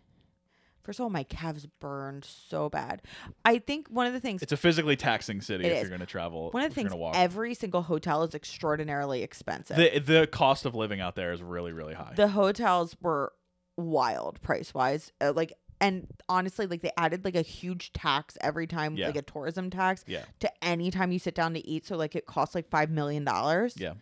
Speaker 1: first of all, my calves burned so bad. I think one of the things
Speaker 2: It's a physically taxing city
Speaker 1: It
Speaker 2: if
Speaker 1: is.
Speaker 2: you're going to travel.
Speaker 1: one of the
Speaker 2: if you're
Speaker 1: things
Speaker 2: gonna walk.
Speaker 1: every single hotel is extraordinarily expensive.
Speaker 2: the the cost of living out there is really really high.
Speaker 1: the hotels were wild price wise uh, like and honestly like they added like a huge tax every time
Speaker 2: Yeah.
Speaker 1: like a tourism tax
Speaker 2: Yeah.
Speaker 1: to any time you sit down to eat so like it costs like five million dollars
Speaker 2: Yeah.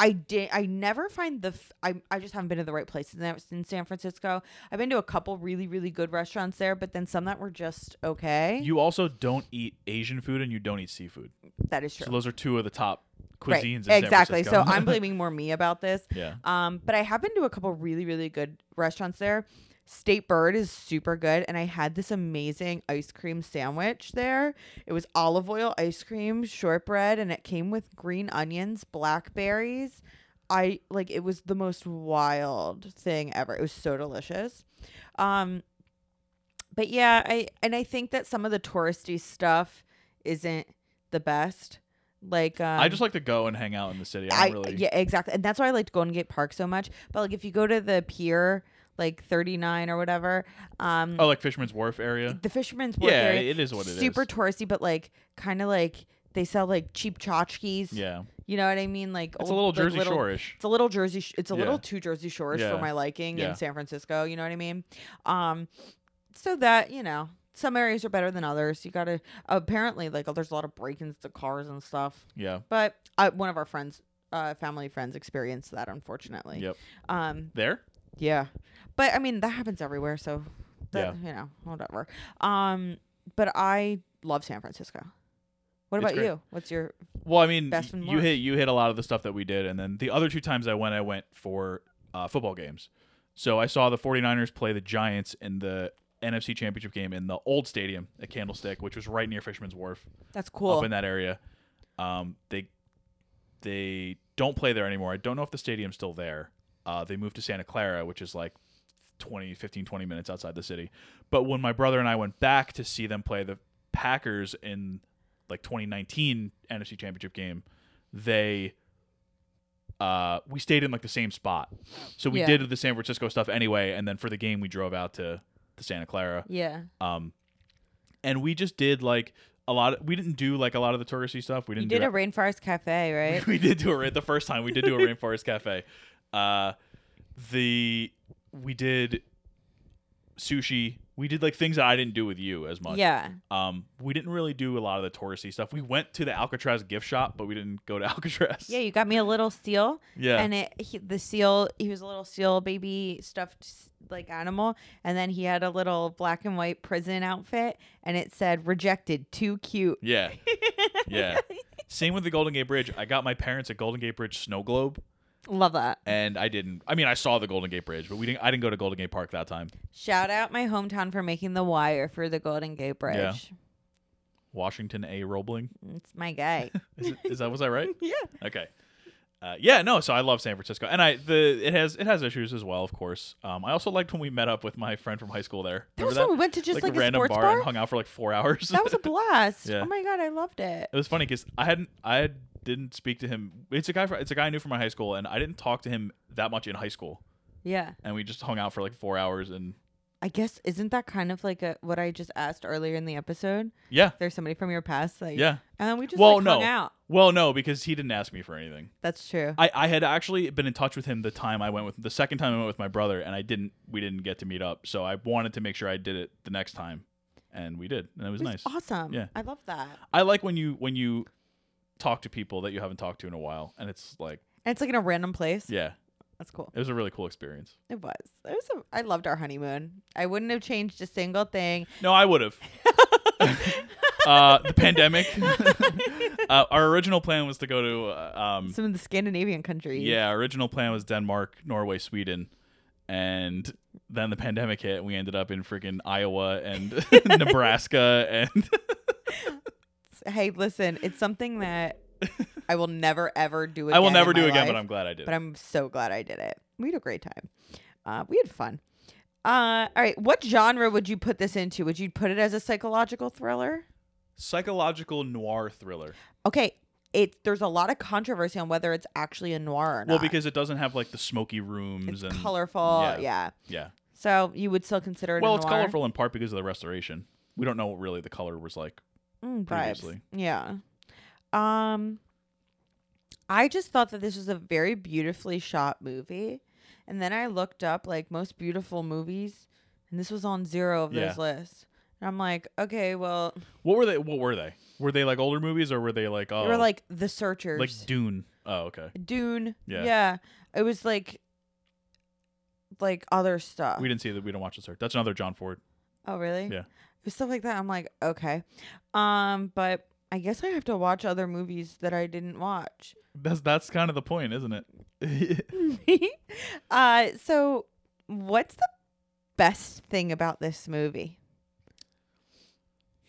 Speaker 1: i did i never find the f- I, I just haven't been to the right places in, in san francisco i've been to a couple really really good restaurants there but then some that were just okay
Speaker 2: you also don't eat Asian food and you don't eat seafood.
Speaker 1: that is true
Speaker 2: So those are two of the top
Speaker 1: Right.
Speaker 2: cuisines. In
Speaker 1: exactly
Speaker 2: San Francisco.
Speaker 1: so i'm blaming more me about this
Speaker 2: yeah.
Speaker 1: Um, but I have been to a couple really, really good restaurants there. State Bird is super good, and I had this amazing ice cream sandwich there. It was olive oil ice cream, shortbread, and it came with green onions, blackberries. I like it was the most wild thing ever. It was so delicious. Um, but yeah, I and I think that some of the touristy stuff isn't the best. Like um,
Speaker 2: I just like to go and hang out in the city. I,
Speaker 1: I
Speaker 2: don't really.
Speaker 1: yeah exactly, and that's why I like to Golden Gate Park so much. But like if you go to the pier, like thirty nine or whatever, um,
Speaker 2: Oh, like Fisherman's Wharf area.
Speaker 1: the Fisherman's Wharf
Speaker 2: Yeah,
Speaker 1: area,
Speaker 2: it is what it is.
Speaker 1: super touristy, but like kind of like they sell like cheap tchotchkes.
Speaker 2: Yeah,
Speaker 1: you know what I mean. Like
Speaker 2: it's
Speaker 1: old-
Speaker 2: a little
Speaker 1: like,
Speaker 2: Jersey Shore-ish.
Speaker 1: It's a little Jersey. Sh- it's a
Speaker 2: Yeah.
Speaker 1: little too Jersey Shore-ish
Speaker 2: Yeah.
Speaker 1: for my liking
Speaker 2: Yeah.
Speaker 1: in San Francisco. You know what I mean? Um, so that you know, some areas are better than others. You gotta apparently like oh, there's a lot of break-ins to cars and stuff.
Speaker 2: Yeah.
Speaker 1: But uh, one of our friends, uh, family friends, experienced that unfortunately.
Speaker 2: Yep.
Speaker 1: Um,
Speaker 2: There.
Speaker 1: yeah, but I mean that happens everywhere. So, that, you know, whatever. Um, but I love San Francisco. What
Speaker 2: It's
Speaker 1: about
Speaker 2: great.
Speaker 1: you? What's your
Speaker 2: Well, I mean,
Speaker 1: Best and
Speaker 2: you
Speaker 1: worst.
Speaker 2: hit you hit a lot of the stuff that we did, and then the other two times I went, I went for uh, football games. So I saw the 49ers play the Giants in the NFC Championship game in the old stadium at Candlestick, which was right near Fisherman's Wharf,
Speaker 1: that's cool.
Speaker 2: up in that area. Um, they they don't play there anymore. I don't know if the stadium's still there. Uh, they moved to Santa Clara, which is like 20, 15, 20 minutes outside the city. But when my brother and I went back to see them play the Packers in like 2019 NFC Championship game, they uh, we stayed in like the same spot. So we
Speaker 1: Yeah.
Speaker 2: did the San Francisco stuff anyway, and then for the game we drove out to to Santa Clara
Speaker 1: yeah,
Speaker 2: um and we just did like a lot of, we didn't do like a lot of the touristy stuff we
Speaker 1: you
Speaker 2: didn't
Speaker 1: did
Speaker 2: do
Speaker 1: a rainforest cafe, right?
Speaker 2: we did do a ra- the first time we did do a rainforest cafe uh the we did sushi we did like things that i didn't do with you as much
Speaker 1: yeah,
Speaker 2: um we didn't really do a lot of the touristy stuff we went to the alcatraz gift shop but we didn't go to alcatraz
Speaker 1: yeah. You got me a little seal,
Speaker 2: yeah
Speaker 1: and it he, the seal. He was a little seal baby stuffed s- like animal, and then he had a little black and white prison outfit, and it said "rejected, too cute."
Speaker 2: yeah yeah same with the golden gate bridge i got my parents a golden gate bridge snow globe
Speaker 1: Love that.
Speaker 2: and i didn't i mean i saw the golden gate bridge but we didn't i didn't go to golden gate park that time
Speaker 1: Shout out my hometown for making the wire for the Golden Gate Bridge.
Speaker 2: Yeah. Washington A. Roebling.
Speaker 1: It's my guy.
Speaker 2: Is, it, is that was that right?
Speaker 1: yeah.
Speaker 2: Okay. Uh, yeah, no. So I love San Francisco, and I the it has it has issues as well, of course. Um, I also liked when we met up with my friend from high school there.
Speaker 1: That
Speaker 2: Remember
Speaker 1: was when we went to just like,
Speaker 2: a
Speaker 1: a
Speaker 2: random
Speaker 1: sports
Speaker 2: bar,
Speaker 1: bar.
Speaker 2: and hung out for like four hours.
Speaker 1: That was a blast.
Speaker 2: Yeah.
Speaker 1: Oh my god, I loved it.
Speaker 2: it was funny because I hadn't I had- didn't speak to him. It's a guy fr- it's a guy I knew from my high school, and I didn't talk to him that much in high school,
Speaker 1: Yeah.
Speaker 2: and we just hung out for like four hours, and
Speaker 1: I guess isn't that kind of like a what I just asked earlier in the episode?
Speaker 2: yeah,
Speaker 1: There's somebody from your past, like
Speaker 2: yeah.
Speaker 1: and then we just
Speaker 2: well,
Speaker 1: like,
Speaker 2: no,
Speaker 1: hung out.
Speaker 2: well, no, because he didn't ask me for anything.
Speaker 1: That's true.
Speaker 2: I, I had actually been in touch with him the time I went with the second time I went with my brother, and I didn't we didn't get to meet up. So I wanted to make sure I did it the next time, and we did, and it was,
Speaker 1: it was
Speaker 2: nice.
Speaker 1: awesome.
Speaker 2: Yeah.
Speaker 1: I love that.
Speaker 2: I like when you when you talk to people that you haven't talked to in a while, and it's like
Speaker 1: And it's like in a random place.
Speaker 2: yeah,
Speaker 1: That's cool.
Speaker 2: it was a really cool experience.
Speaker 1: It was. It was a, I loved our honeymoon. I wouldn't have changed a single thing.
Speaker 2: No, I would have. uh, the pandemic. uh, our original plan was to go to uh, um,
Speaker 1: Some of the Scandinavian countries.
Speaker 2: Yeah, our original plan was Denmark, Norway, Sweden, and then the pandemic hit. and We ended up in freaking Iowa and Nebraska, and
Speaker 1: Hey, listen, it's something that I will never ever do again.
Speaker 2: I will
Speaker 1: in
Speaker 2: never do
Speaker 1: my
Speaker 2: again. But
Speaker 1: life.
Speaker 2: I'm glad I did.
Speaker 1: but I'm so glad I did it. We had a great time. Uh, we had fun. Uh, all right, what genre would you put this into? Would you put it as a psychological thriller?
Speaker 2: Psychological noir thriller.
Speaker 1: Okay, it there's a lot of controversy on whether it's actually a noir or not.
Speaker 2: Well, because it doesn't have like the smoky
Speaker 1: it's
Speaker 2: rooms and
Speaker 1: colorful,
Speaker 2: yeah.
Speaker 1: yeah.
Speaker 2: yeah.
Speaker 1: So you would still consider it.
Speaker 2: Well,
Speaker 1: a
Speaker 2: it's
Speaker 1: noir?
Speaker 2: colorful in part because of the restoration. We don't know what really the color was like.
Speaker 1: mm, vibes.
Speaker 2: previously.
Speaker 1: Yeah. Um, I just thought that this was a very beautifully shot movie, and then I looked up like most beautiful movies, and this was on zero of
Speaker 2: Yeah.
Speaker 1: those lists. And I'm like, okay, well,
Speaker 2: What were they? What were they? Were they like older movies or were they like oh
Speaker 1: they were like the Searchers,
Speaker 2: like Dune? Oh, okay.
Speaker 1: Dune.
Speaker 2: Yeah.
Speaker 1: Yeah. it was like, like other stuff.
Speaker 2: We didn't see that. We don't watch the search. That's another John Ford.
Speaker 1: oh, really?
Speaker 2: Yeah.
Speaker 1: It was stuff like that. I'm like, okay, um, but I guess I have to watch other movies that I didn't watch.
Speaker 2: That's that's kind of the point, isn't it?
Speaker 1: uh, so what's the best thing about this movie?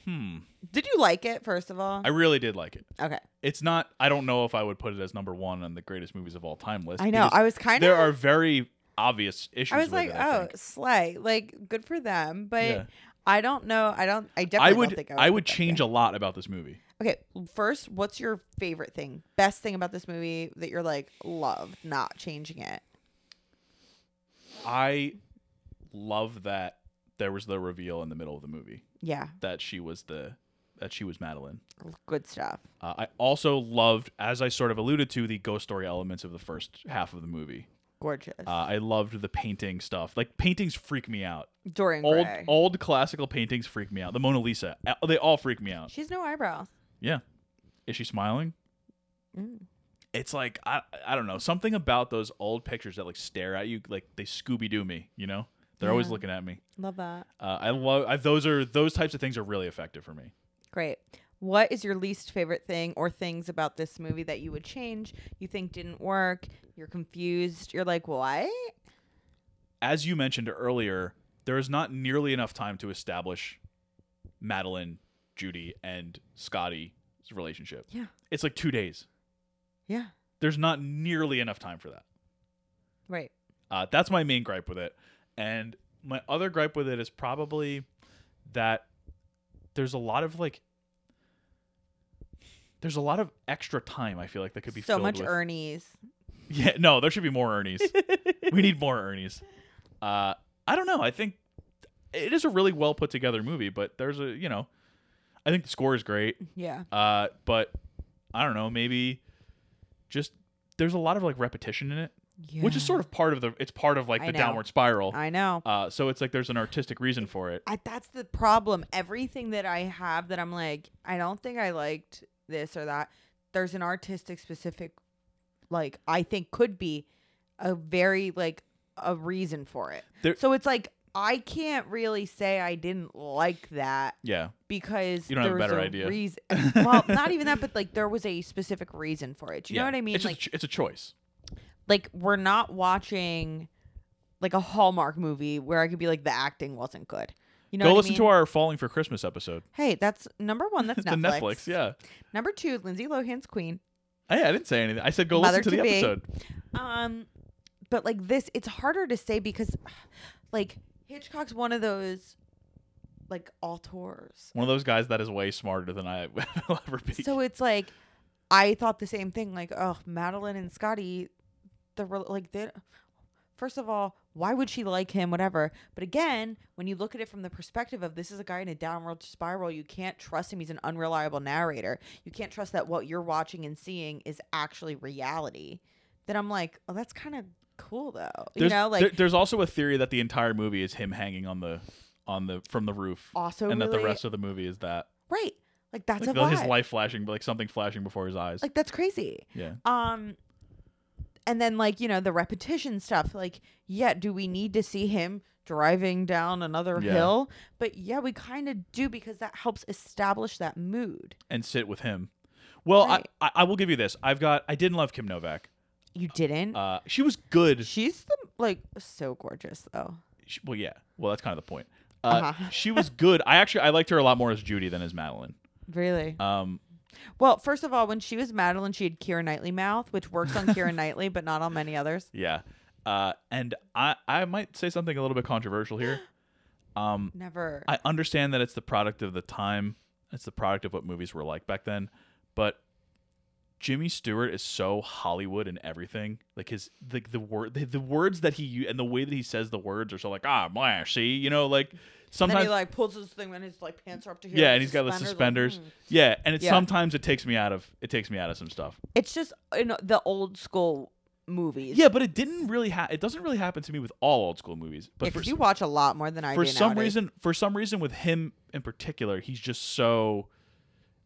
Speaker 2: hmm.
Speaker 1: Did you like it first of all?
Speaker 2: I really did like it.
Speaker 1: okay,
Speaker 2: It's not. I don't know if I would put it as number one on the greatest movies of all time list.
Speaker 1: I know.
Speaker 2: because
Speaker 1: I was kind
Speaker 2: there
Speaker 1: of.
Speaker 2: are very obvious issues.
Speaker 1: I was
Speaker 2: with
Speaker 1: like,
Speaker 2: it, I
Speaker 1: oh,
Speaker 2: think.
Speaker 1: slay! Like, good for them. But
Speaker 2: Yeah.
Speaker 1: I don't know. I don't. I definitely
Speaker 2: I
Speaker 1: don't
Speaker 2: would
Speaker 1: think I would.
Speaker 2: I would change a lot about this movie.
Speaker 1: Okay, first, what's your favorite thing, best thing about this movie that you're like loved, not changing it?
Speaker 2: I love that there was the reveal in the middle of the movie
Speaker 1: Yeah,
Speaker 2: that she was the that she was Madeline.
Speaker 1: good stuff.
Speaker 2: Uh, I also loved, as I sort of alluded to, the ghost story elements of the first half of the movie.
Speaker 1: Gorgeous.
Speaker 2: Uh, I loved the painting stuff. Like paintings freak me out.
Speaker 1: Dorian
Speaker 2: Old
Speaker 1: Gray.
Speaker 2: old classical paintings freak me out. The Mona Lisa, uh, they all freak me out.
Speaker 1: She's no eyebrows.
Speaker 2: Yeah. Is she smiling?
Speaker 1: Mm.
Speaker 2: It's like I I don't know something about those old pictures that like stare at you like they Scooby Doo me. You know they're always
Speaker 1: Yeah.
Speaker 2: looking at me.
Speaker 1: Love that.
Speaker 2: Uh, I love I, those are those types of things are really effective for me.
Speaker 1: Great. What is your least favorite thing or things about this movie that you would change? You think didn't work? You're confused. You're like, what?
Speaker 2: As you mentioned earlier, there is not nearly enough time to establish Madeline, Judy, and Scotty's relationship.
Speaker 1: Yeah.
Speaker 2: It's like two days.
Speaker 1: Yeah.
Speaker 2: There's not nearly enough time for that.
Speaker 1: Right.
Speaker 2: Uh, that's my main gripe with it. And my other gripe with it is probably that there's a lot of like there's a lot of extra time I feel like that could be
Speaker 1: So
Speaker 2: filled
Speaker 1: much
Speaker 2: with-
Speaker 1: Ernie's.
Speaker 2: Yeah, no, there should be more Ernie's. we need more Ernie's. Uh, I don't know. I think it is a really well put together movie, but there's a you know, I think the score is great.
Speaker 1: Yeah.
Speaker 2: Uh, but I don't know. Maybe just there's a lot of like repetition in it, which is sort of part of the. It's part of like
Speaker 1: I
Speaker 2: the
Speaker 1: know.
Speaker 2: downward spiral.
Speaker 1: I know.
Speaker 2: Uh, so it's like there's an artistic reason for it.
Speaker 1: I, that's the problem. Everything that I have that I'm like, I don't think I liked this or that. There's an artistic specific, like I think could be a very like a reason for it.
Speaker 2: There-
Speaker 1: so it's like I can't really say I didn't like that
Speaker 2: Yeah,
Speaker 1: because
Speaker 2: You don't have a
Speaker 1: there was
Speaker 2: better idea.
Speaker 1: Reason. well, not even that, but like there was a specific reason for it. Do you
Speaker 2: Yeah.
Speaker 1: know what I mean?
Speaker 2: It's, just
Speaker 1: like,
Speaker 2: a ch- it's a choice.
Speaker 1: like we're not watching like a Hallmark movie where I could be like the acting wasn't good. You know,
Speaker 2: Go
Speaker 1: what I
Speaker 2: listen
Speaker 1: mean?
Speaker 2: to our "Falling for Christmas" episode.
Speaker 1: Hey, that's number one. That's
Speaker 2: It's
Speaker 1: Netflix.
Speaker 2: on Netflix. Yeah.
Speaker 1: Number two, Lindsay Lohan's Queen.
Speaker 2: Hey, I didn't say anything. I said go
Speaker 1: Mother
Speaker 2: listen to
Speaker 1: to
Speaker 2: the
Speaker 1: be.
Speaker 2: episode.
Speaker 1: Um, but like this, it's harder to say because, like, Hitchcock's one of those, like, auteurs.
Speaker 2: One of those guys that is way smarter than I will ever be.
Speaker 1: So it's like, I thought the same thing. Like, oh, Madeline and Scotty, the re- like they. First of all, why would she like him? Whatever. But again, when you look at it from the perspective of this is a guy in a downward spiral, you can't trust him. He's an unreliable narrator. You can't trust that what you're watching and seeing is actually reality. Then I'm like, oh, that's kind of cool though. you
Speaker 2: There's-
Speaker 1: know, like
Speaker 2: there- there's also a theory that the entire movie is him hanging on the on the from the roof,
Speaker 1: also
Speaker 2: and
Speaker 1: really
Speaker 2: that the rest of the movie is that
Speaker 1: right. Like that's
Speaker 2: like
Speaker 1: a
Speaker 2: the- his
Speaker 1: vibe.
Speaker 2: life flashing, like something flashing before his eyes.
Speaker 1: Like that's crazy.
Speaker 2: yeah,
Speaker 1: Um and then like, you know, the repetition stuff, like, yeah, do we need to see him driving down another
Speaker 2: Yeah.
Speaker 1: hill? But yeah, we kind of do because that helps establish that mood.
Speaker 2: and sit with him. Well,
Speaker 1: Right.
Speaker 2: I, I I will give you this. I've got I didn't love Kim Novak.
Speaker 1: You didn't?
Speaker 2: Uh, she was good.
Speaker 1: She's the like so gorgeous though.
Speaker 2: She- well, yeah. Well, that's kind of the point. Uh,
Speaker 1: Uh-huh.
Speaker 2: she was good. I actually I liked her a lot more as Judy than as Madeline.
Speaker 1: Really?
Speaker 2: Um,
Speaker 1: Well, first of all, when she was Madeline, she had Kira Knightley mouth, which works on Kira Knightley, but not on many others.
Speaker 2: yeah. Uh, and I I might say something a little bit controversial here. Um,
Speaker 1: Never.
Speaker 2: I understand that it's the product of the time. It's the product of what movies were like back then. But Jimmy Stewart is so Hollywood in everything. Like his the the word the, the words that he u- and the way that he says the words are so like ah blah, see you know like
Speaker 1: and then
Speaker 2: sometimes
Speaker 1: he like pulls his thing and his like pants are up to here.
Speaker 2: yeah
Speaker 1: with
Speaker 2: and he's got the
Speaker 1: suspenders,
Speaker 2: suspenders
Speaker 1: like, mm.
Speaker 2: yeah and it
Speaker 1: Yeah.
Speaker 2: sometimes it takes me out of it takes me out of some stuff
Speaker 1: It's just you know, the old school movies.
Speaker 2: yeah but it didn't really ha- it doesn't really happen to me with all old school movies but
Speaker 1: if
Speaker 2: for
Speaker 1: you watch a lot more than I
Speaker 2: for
Speaker 1: do
Speaker 2: some
Speaker 1: nowadays.
Speaker 2: reason for some reason with him in particular he's just so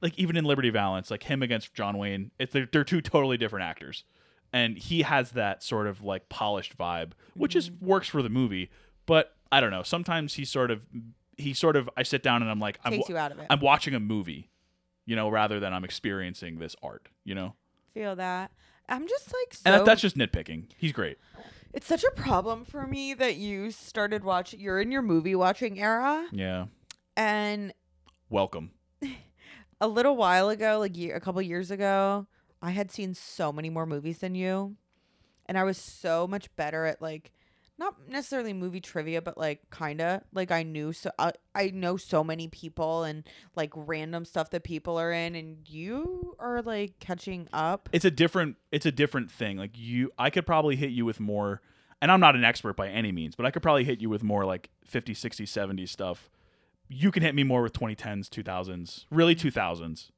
Speaker 2: like even in liberty valance like him against john wayne it's they're, they're two totally different actors and he has that sort of like polished vibe which is
Speaker 1: Mm-hmm.
Speaker 2: works for the movie but i don't know sometimes he sort of he sort of i sit down and i'm like I'm,
Speaker 1: takes
Speaker 2: wa-
Speaker 1: you out of it.
Speaker 2: I'm watching a movie you know rather than i'm experiencing this art you know
Speaker 1: feel that. I'm just like so.
Speaker 2: and that, that's just nitpicking he's great
Speaker 1: it's such a problem for me that you started watching. You're in your movie watching era,
Speaker 2: yeah
Speaker 1: and
Speaker 2: welcome
Speaker 1: a little while ago, like ye- a couple years ago, I had seen so many more movies than you, and I was so much better at like not necessarily movie trivia, but like kinda like I knew so I, I know so many people and like random stuff that people are in, and you are like catching up.
Speaker 2: It's a different it's a different thing. Like you I could probably hit you with more and I'm not an expert by any means, but I could probably hit you with more like 50, 60, 70 stuff. You can hit me more with 2010s, 2000s, really 2000s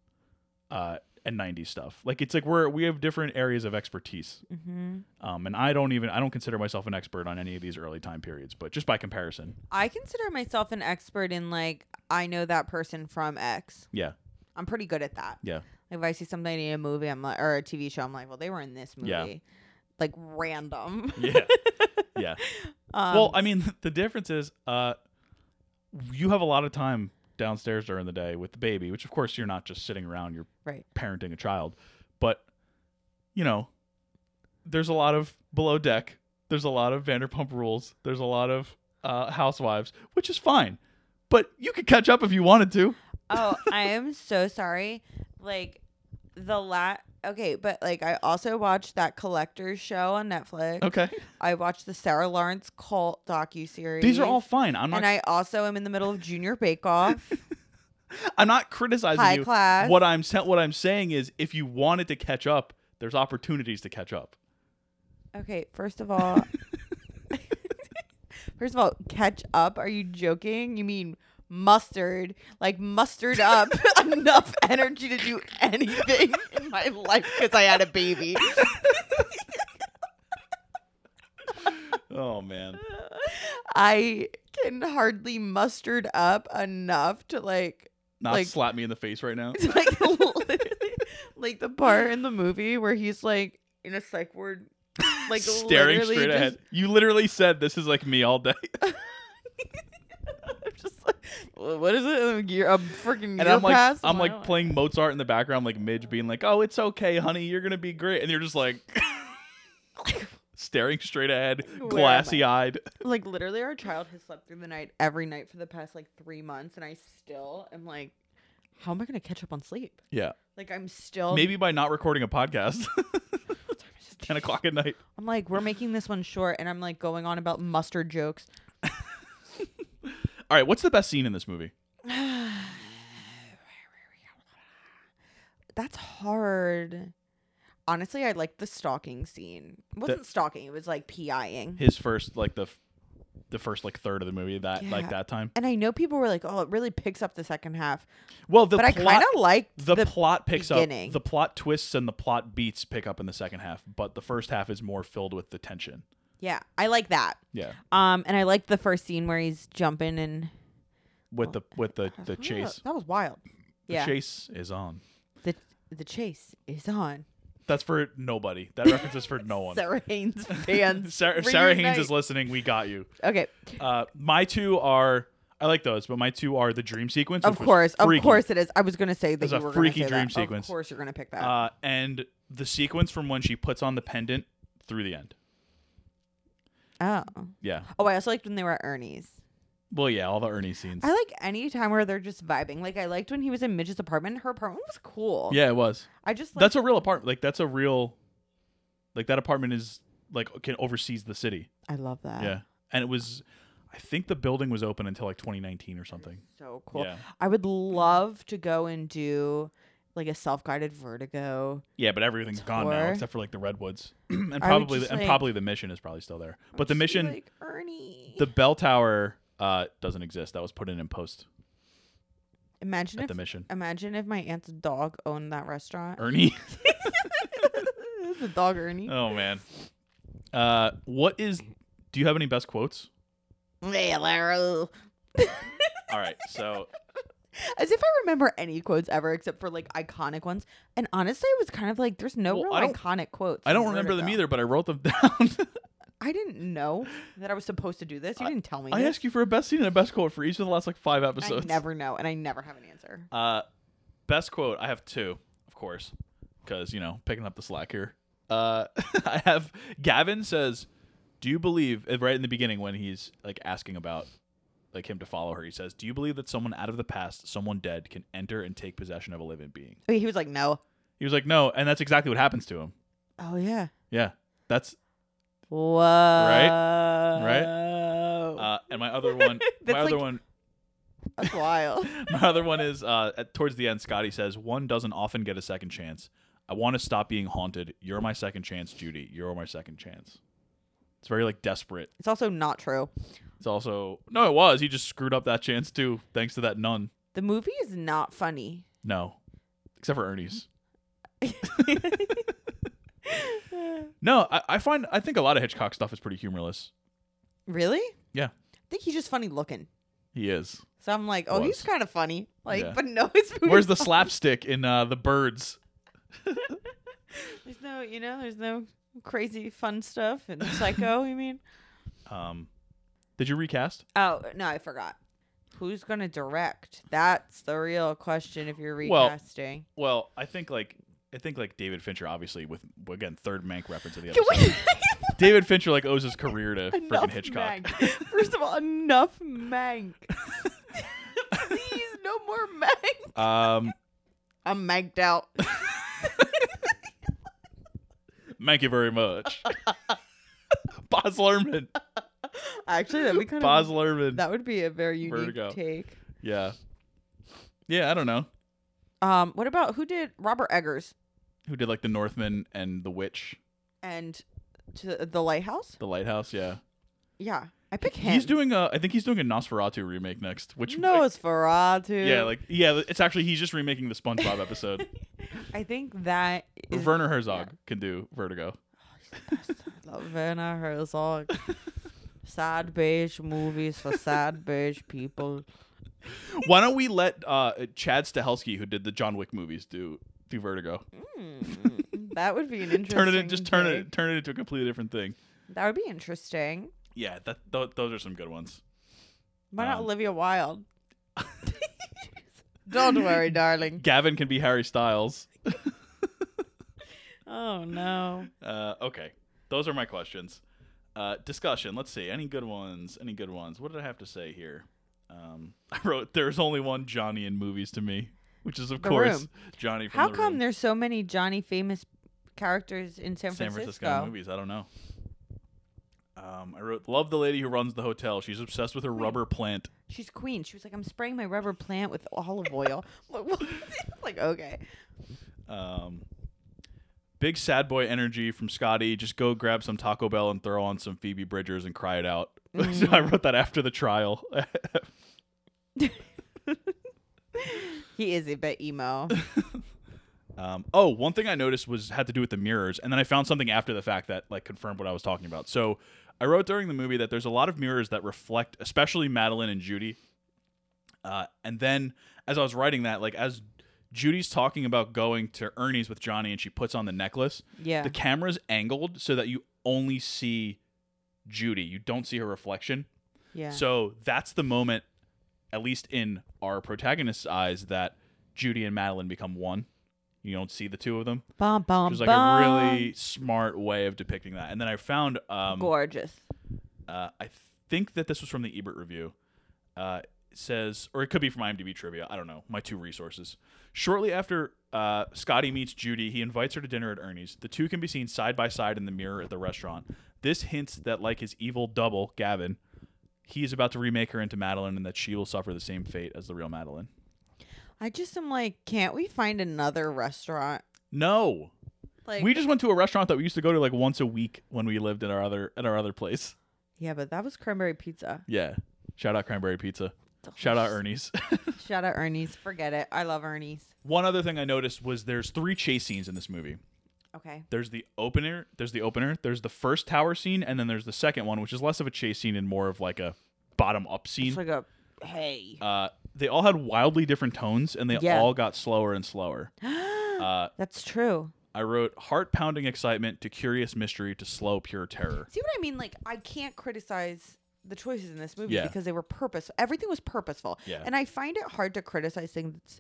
Speaker 2: uh and 90s stuff. Like it's like we're we have different areas of expertise.
Speaker 1: Mm-hmm.
Speaker 2: Um and I don't even I don't consider myself an expert on any of these early time periods, but just by comparison.
Speaker 1: I consider myself an expert in like I know that person from X.
Speaker 2: Yeah.
Speaker 1: I'm pretty good at that.
Speaker 2: Yeah.
Speaker 1: Like if I see something in a movie, I'm like, or a TV show, I'm like, well, they were in this movie.
Speaker 2: Yeah.
Speaker 1: Like random.
Speaker 2: Yeah. yeah.
Speaker 1: Um,
Speaker 2: well, I mean, the difference is uh, you have a lot of time downstairs during the day with the baby, which of course you're not just sitting around, you're
Speaker 1: Right.
Speaker 2: parenting a child. But, you know, there's a lot of below deck, there's a lot of Vanderpump rules, there's a lot of uh, housewives, which is fine. But you could catch up if you wanted to.
Speaker 1: oh, I am so sorry. Like the lat. Okay, but like I also watched that collector's show on Netflix.
Speaker 2: Okay.
Speaker 1: I watched the Sarah Lawrence cult docu series.
Speaker 2: These are all fine. I'm not
Speaker 1: and I also am in the middle of Junior Bake Off,
Speaker 2: I'm not criticizing
Speaker 1: high
Speaker 2: you.
Speaker 1: class.
Speaker 2: What I'm sa- what I'm saying is if you wanted to catch up, there's opportunities to catch up.
Speaker 1: Okay, first of all, first of all, catch up. Are you joking? You mean mustard? Like mustard up enough energy to do anything in my life because I had a baby.
Speaker 2: Oh man.
Speaker 1: I can hardly mustered up enough to like
Speaker 2: not
Speaker 1: Like-
Speaker 2: slap me in the face right now.
Speaker 1: like like the part in the movie where he's like in a psych ward, like
Speaker 2: staring
Speaker 1: literally
Speaker 2: straight
Speaker 1: just-
Speaker 2: ahead. You literally said this is like me all day,
Speaker 1: I'm just like, what is it? A gear, a freaking
Speaker 2: and
Speaker 1: year
Speaker 2: I'm like,
Speaker 1: pass?
Speaker 2: I'm like
Speaker 1: Wow.
Speaker 2: playing Mozart in the background, like Midge being like, "Oh, it's okay, honey, you're gonna be great," and you're just like staring straight ahead,
Speaker 1: Where am I?
Speaker 2: glassy eyed.
Speaker 1: like literally our child has slept through the night every night for the past like three months and i still am like how am i going to catch up on sleep
Speaker 2: Yeah,
Speaker 1: like i'm still
Speaker 2: maybe by not recording a podcast,
Speaker 1: What time is it?
Speaker 2: ten o'clock at night.
Speaker 1: i'm like we're making this one short and i'm like going on about mustard jokes
Speaker 2: All right, what's the best scene in this movie?
Speaker 1: that's hard honestly i like the stalking scene it wasn't stalking it was like piing
Speaker 2: His first, like the, f- the first like third of the movie that
Speaker 1: Yeah.
Speaker 2: like that time.
Speaker 1: and i know people were like oh it really picks up the second half
Speaker 2: Well, the
Speaker 1: but i
Speaker 2: plot
Speaker 1: kind of liked
Speaker 2: the,
Speaker 1: the
Speaker 2: plot picks
Speaker 1: beginning.
Speaker 2: up the plot twists and the plot beats pick up in the second half but the first half is more filled with the tension
Speaker 1: yeah i like that
Speaker 2: yeah
Speaker 1: Um, and I liked the first scene where he's jumping and
Speaker 2: with the with the the
Speaker 1: Wow,
Speaker 2: chase
Speaker 1: Ah, That was wild.
Speaker 2: the
Speaker 1: yeah,
Speaker 2: chase is on
Speaker 1: the the chase is on.
Speaker 2: that's for nobody that reference is for no one
Speaker 1: Sarah Haynes fans.
Speaker 2: Sarah, if Sarah Haynes
Speaker 1: reunite.
Speaker 2: is listening. We got you.
Speaker 1: Okay,
Speaker 2: Uh, my two are, I like those, but my two are the dream sequence.
Speaker 1: of
Speaker 2: which was
Speaker 1: course, of
Speaker 2: freaky,
Speaker 1: course it is. I was gonna say that
Speaker 2: was
Speaker 1: you
Speaker 2: a
Speaker 1: were gonna
Speaker 2: freaky
Speaker 1: say
Speaker 2: dream
Speaker 1: that.
Speaker 2: sequence.
Speaker 1: Of course, you're gonna pick that.
Speaker 2: Uh, and the sequence from when she puts on the pendant through the end.
Speaker 1: oh,
Speaker 2: Yeah.
Speaker 1: oh, I also liked when they were at Ernie's.
Speaker 2: Well, yeah, all the Ernie scenes.
Speaker 1: I like any time where they're just vibing. Like I liked when he was in Midge's apartment. Her apartment was cool.
Speaker 2: yeah, it was.
Speaker 1: I just like,
Speaker 2: that's a real apartment. Like that's a real, like that apartment is like can oversees the city.
Speaker 1: I love that.
Speaker 2: yeah, and it was, I think the building was open until like 2019 or something.
Speaker 1: so cool.
Speaker 2: Yeah,
Speaker 1: I would love to go and do like a self guided Vertigo.
Speaker 2: yeah, but everything's gone now
Speaker 1: Tour.
Speaker 2: except for like the redwoods, and
Speaker 1: would
Speaker 2: probably
Speaker 1: just,
Speaker 2: and
Speaker 1: like-
Speaker 2: probably the mission is probably still there.
Speaker 1: I would
Speaker 2: But the
Speaker 1: just be
Speaker 2: mission,
Speaker 1: like Ernie.
Speaker 2: the bell tower, uh, doesn't exist. That was put in in post
Speaker 1: Imagine
Speaker 2: at
Speaker 1: if
Speaker 2: the mission.
Speaker 1: imagine if my aunt's dog owned that restaurant.
Speaker 2: Ernie.
Speaker 1: the dog Ernie.
Speaker 2: oh man. Uh, what is? Do you have any best quotes?
Speaker 1: Hello.
Speaker 2: All right, so
Speaker 1: As if I remember any quotes ever except for like iconic ones. And honestly, it was kind of like there's no
Speaker 2: Well,
Speaker 1: real
Speaker 2: I don't-
Speaker 1: iconic quotes.
Speaker 2: I
Speaker 1: in
Speaker 2: don't remember them
Speaker 1: Vertigo.
Speaker 2: either, but I wrote them down.
Speaker 1: I didn't know that I was supposed to do this. You didn't tell me.
Speaker 2: I
Speaker 1: this.
Speaker 2: asked you for a best scene and a best quote for each of the last like five
Speaker 1: I
Speaker 2: episodes.
Speaker 1: never know, and I never have an answer.
Speaker 2: Uh, best quote. I have two, of course, because you know picking up the slack here. Uh, I have Gavin says, "Do you believe?" uh, Right in the beginning when he's like asking about like him to follow her, he says, "Do you believe that someone out of the past, someone dead, can enter and take possession of a living being?"
Speaker 1: I mean, he was like, "No."
Speaker 2: He was like, "No," and that's exactly what happens to him.
Speaker 1: Oh yeah.
Speaker 2: Yeah, that's
Speaker 1: Whoa.
Speaker 2: right? and my other one, my
Speaker 1: Uh, That's
Speaker 2: other
Speaker 1: like-
Speaker 2: one,
Speaker 1: That's wild.
Speaker 2: my other one is uh, at, towards the end. Scotty says, "One doesn't often get a second chance. I want to stop being haunted. You're my second chance, Judy. You're my second chance." It's very like desperate.
Speaker 1: It's also not true.
Speaker 2: It's also no, it was. He just screwed up that chance too, thanks to that nun.
Speaker 1: The movie is not funny.
Speaker 2: No, except for Ernie's. No, I, I find I think a lot of Hitchcock stuff is pretty humorless.
Speaker 1: really?
Speaker 2: Yeah.
Speaker 1: I think he's just funny looking.
Speaker 2: He is.
Speaker 1: So I'm like, oh, he's
Speaker 2: Was.
Speaker 1: kind of funny. Like,
Speaker 2: Yeah.
Speaker 1: but no, it's
Speaker 2: Where's the slapstick in uh, the birds?
Speaker 1: There's no, you know, there's no crazy fun stuff and Psycho. you mean?
Speaker 2: Um, did you recast?
Speaker 1: Oh no, I forgot. Who's gonna direct? That's the real question. If you're
Speaker 2: Well-
Speaker 1: recasting,
Speaker 2: Well, I think like I think like David Fincher, obviously with again third Mank reference of the
Speaker 1: can
Speaker 2: episode.
Speaker 1: we?
Speaker 2: David Fincher like owes his career to freaking
Speaker 1: enough
Speaker 2: Hitchcock.
Speaker 1: Mank. First of all, enough Mank. Please, no more Mank.
Speaker 2: Um,
Speaker 1: I'm manked out.
Speaker 2: thank you very much, Boz Lerman.
Speaker 1: Actually, that'd be kind
Speaker 2: Boz
Speaker 1: of
Speaker 2: Lerman.
Speaker 1: that would be a very unique
Speaker 2: Vertigo.
Speaker 1: take.
Speaker 2: yeah, yeah. I don't know
Speaker 1: Um, what about who did Robert Eggers
Speaker 2: who did like the Northman and the Witch,
Speaker 1: and to the Lighthouse?
Speaker 2: the Lighthouse. Yeah,
Speaker 1: Yeah, I pick him.
Speaker 2: he's doing a. I think he's doing a Nosferatu remake next. Which
Speaker 1: no, it's Ferratu.
Speaker 2: yeah, like yeah. It's actually he's just remaking the SpongeBob episode.
Speaker 1: I think that is
Speaker 2: Werner Herzog can do Vertigo.
Speaker 1: Love Werner Herzog. sad beige movies for sad beige people.
Speaker 2: Why don't we let uh, Chad Stahelski, who did the John Wick movies, do do Vertigo?
Speaker 1: Mm, that would be an interesting.
Speaker 2: Turn it in, just turn it
Speaker 1: take.
Speaker 2: turn it into a completely different thing.
Speaker 1: That would be interesting.
Speaker 2: Yeah, that th- those are some good ones.
Speaker 1: Why not
Speaker 2: Um,
Speaker 1: Olivia Wilde? Don't worry, darling.
Speaker 2: Gavin can be Harry Styles.
Speaker 1: Oh no.
Speaker 2: Uh, okay, those are my questions. Uh, discussion. Let's see. Any good ones? Any good ones? What did I have to say here? Um, I wrote there's only one Johnny in movies to me, which is of
Speaker 1: The
Speaker 2: course
Speaker 1: Room.
Speaker 2: Johnny from
Speaker 1: How
Speaker 2: the
Speaker 1: come
Speaker 2: Room.
Speaker 1: there's so many Johnny famous characters in San
Speaker 2: San
Speaker 1: Francisco?
Speaker 2: Francisco movies. I don't know. Um, I wrote love the lady who runs the hotel. She's obsessed with her rubber plant.
Speaker 1: She's queen. She was like, I'm spraying my rubber plant with olive oil. I'm like, what? like, okay.
Speaker 2: Um, big sad boy energy from Scotty. Just go grab some Taco Bell and throw on some Phoebe Bridgers and cry it out. so I wrote that after the trial.
Speaker 1: He is a bit emo.
Speaker 2: um, oh, one thing I noticed was had to do with the mirrors, and then I found something after the fact that like confirmed what I was talking about. So I wrote during the movie that there's a lot of mirrors that reflect, especially Madeline and Judy. Uh, and then as I was writing that, like as Judy's talking about going to Ernie's with Johnny, and she puts on the necklace.
Speaker 1: Yeah.
Speaker 2: the camera's angled so that you only see Judy. You don't see her reflection.
Speaker 1: yeah.
Speaker 2: So that's the moment, at least in our protagonist's eyes, that Judy and Madeline become one. You don't see the two of them.
Speaker 1: bum, bum,
Speaker 2: Which is like
Speaker 1: bum.
Speaker 2: a really smart way of depicting that. And then I found, um, uh,
Speaker 1: gorgeous.
Speaker 2: I think that this was from the Ebert review. Uh, it says, or it could be from IMDb trivia. I don't know. My two resources. Shortly after uh, Scotty meets Judy, he invites her to dinner at Ernie's. The two can be seen side by side in the mirror at the restaurant. This hints that, like his evil double, Gavin, he is about to remake her into Madeline and that she will suffer the same fate as the real Madeline.
Speaker 1: I just am like, can't we find another restaurant?
Speaker 2: No.
Speaker 1: Like,
Speaker 2: we just went to a restaurant that we used to go to like once a week when we lived in our other at our other place.
Speaker 1: yeah, but that was cranberry pizza.
Speaker 2: Yeah. Shout out Cranberry Pizza. Shout out
Speaker 1: Delicious.
Speaker 2: Ernie's.
Speaker 1: Shout out Ernie's. Forget it. I love Ernie's.
Speaker 2: One other thing I noticed was there's three chase scenes in this movie.
Speaker 1: Okay.
Speaker 2: There's the opener, there's the opener, there's the first tower scene, and then there's the second one, which is less of a chase scene and more of like a bottom up scene.
Speaker 1: It's like a hey.
Speaker 2: uh, they all had wildly different tones and they
Speaker 1: Yeah.
Speaker 2: all got slower and slower. uh,
Speaker 1: That's true.
Speaker 2: I wrote heart pounding excitement to curious mystery to slow pure terror.
Speaker 1: See what I mean? Like, I can't criticize the choices in this movie
Speaker 2: Yeah.
Speaker 1: because they were purposeful. Everything was purposeful.
Speaker 2: Yeah.
Speaker 1: And I find it hard to criticize things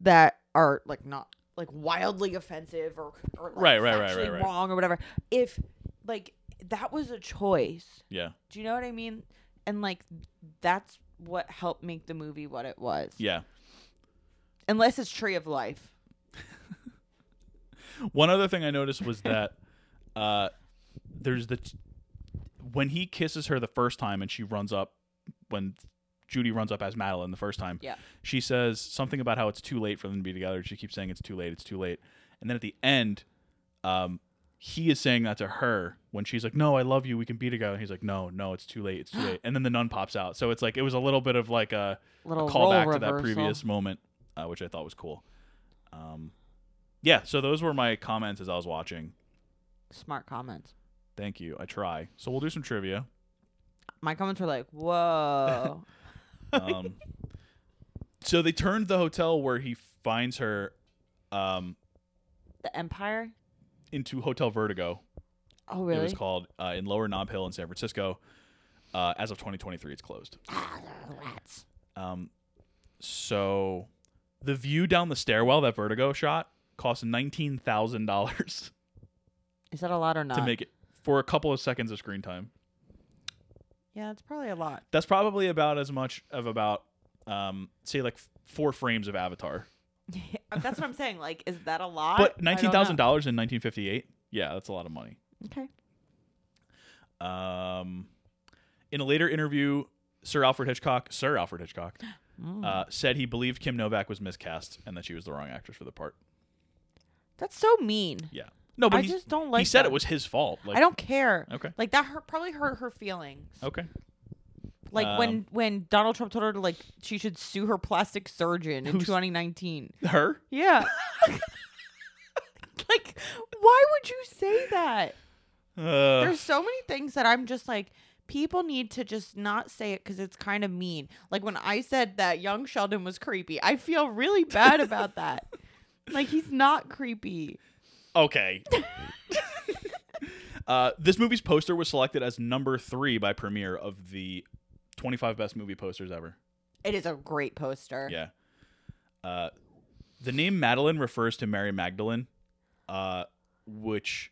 Speaker 1: that are like not like wildly offensive or, or like,
Speaker 2: Right, right, right,
Speaker 1: factually
Speaker 2: right, right.
Speaker 1: wrong or whatever. If like that was a choice.
Speaker 2: Yeah.
Speaker 1: Do you know what I mean? And like that's what helped make the movie what it was.
Speaker 2: Yeah.
Speaker 1: Unless it's Tree of Life.
Speaker 2: One other thing I noticed was that uh, there's the t- when he kisses her the first time and she runs up when Judy runs up as Madeline the first time.
Speaker 1: Yeah.
Speaker 2: She says something about how it's too late for them to be together. She keeps saying it's too late, it's too late. And then at the end, um, he is saying that to her when she's like, "No, I love you. We can be together." And he's like, "No, no, it's too late. It's too late." And then the nun pops out. So it's like it was a little bit of like a
Speaker 1: Little
Speaker 2: call
Speaker 1: role
Speaker 2: back
Speaker 1: reversal.
Speaker 2: to that previous moment, uh, which I thought was cool. Um, yeah, so those were my comments as I was watching.
Speaker 1: Smart comments.
Speaker 2: Thank you. I try. So we'll do some trivia.
Speaker 1: My comments were like, "Whoa."
Speaker 2: Um, so they turned the hotel where he finds her um,
Speaker 1: the Empire?
Speaker 2: into Hotel Vertigo.
Speaker 1: Oh,
Speaker 2: It
Speaker 1: really?
Speaker 2: was called uh, in Lower Nob Hill in San Francisco. Uh, as of 2023, it's closed.
Speaker 1: ah, they're rats.
Speaker 2: Um, so the view down the stairwell that Vertigo shot cost nineteen thousand dollars.
Speaker 1: Is that a lot or not?
Speaker 2: to make it for a couple of seconds of screen time.
Speaker 1: yeah, it's probably a lot.
Speaker 2: That's probably about as much of about um say like f- four frames of Avatar.
Speaker 1: That's what I'm saying. Like, is that a lot? I
Speaker 2: But
Speaker 1: don't know.
Speaker 2: nineteen thousand dollars in nineteen fifty eight. Yeah, that's a lot of money.
Speaker 1: Okay.
Speaker 2: Um, in a later interview, Sir Alfred Hitchcock, Sir Alfred Hitchcock, uh, said he believed Kim Novak was miscast and that she was the wrong actress for the part.
Speaker 1: That's so mean.
Speaker 2: Yeah, no, but
Speaker 1: I
Speaker 2: he,
Speaker 1: just don't like
Speaker 2: he said
Speaker 1: that.
Speaker 2: it was his fault. Like,
Speaker 1: I don't care.
Speaker 2: Okay.
Speaker 1: Like that hurt, probably hurt her feelings.
Speaker 2: Okay.
Speaker 1: Like
Speaker 2: Um,
Speaker 1: when when Donald Trump told her to like she should sue her plastic surgeon in
Speaker 2: Who's-
Speaker 1: 2019.
Speaker 2: Her.
Speaker 1: Yeah. like why would you say that?
Speaker 2: Uh,
Speaker 1: There's so many things that I'm just like people need to just not say it cuz it's kind of mean. Like when I said that young Sheldon was creepy, I feel really bad about that. Like he's not creepy.
Speaker 2: Okay. uh, this movie's poster was selected as number three by Premiere of the 25 best movie posters ever.
Speaker 1: It is a great poster.
Speaker 2: Yeah. Uh, the name Madeline refers to Mary Magdalene, uh, which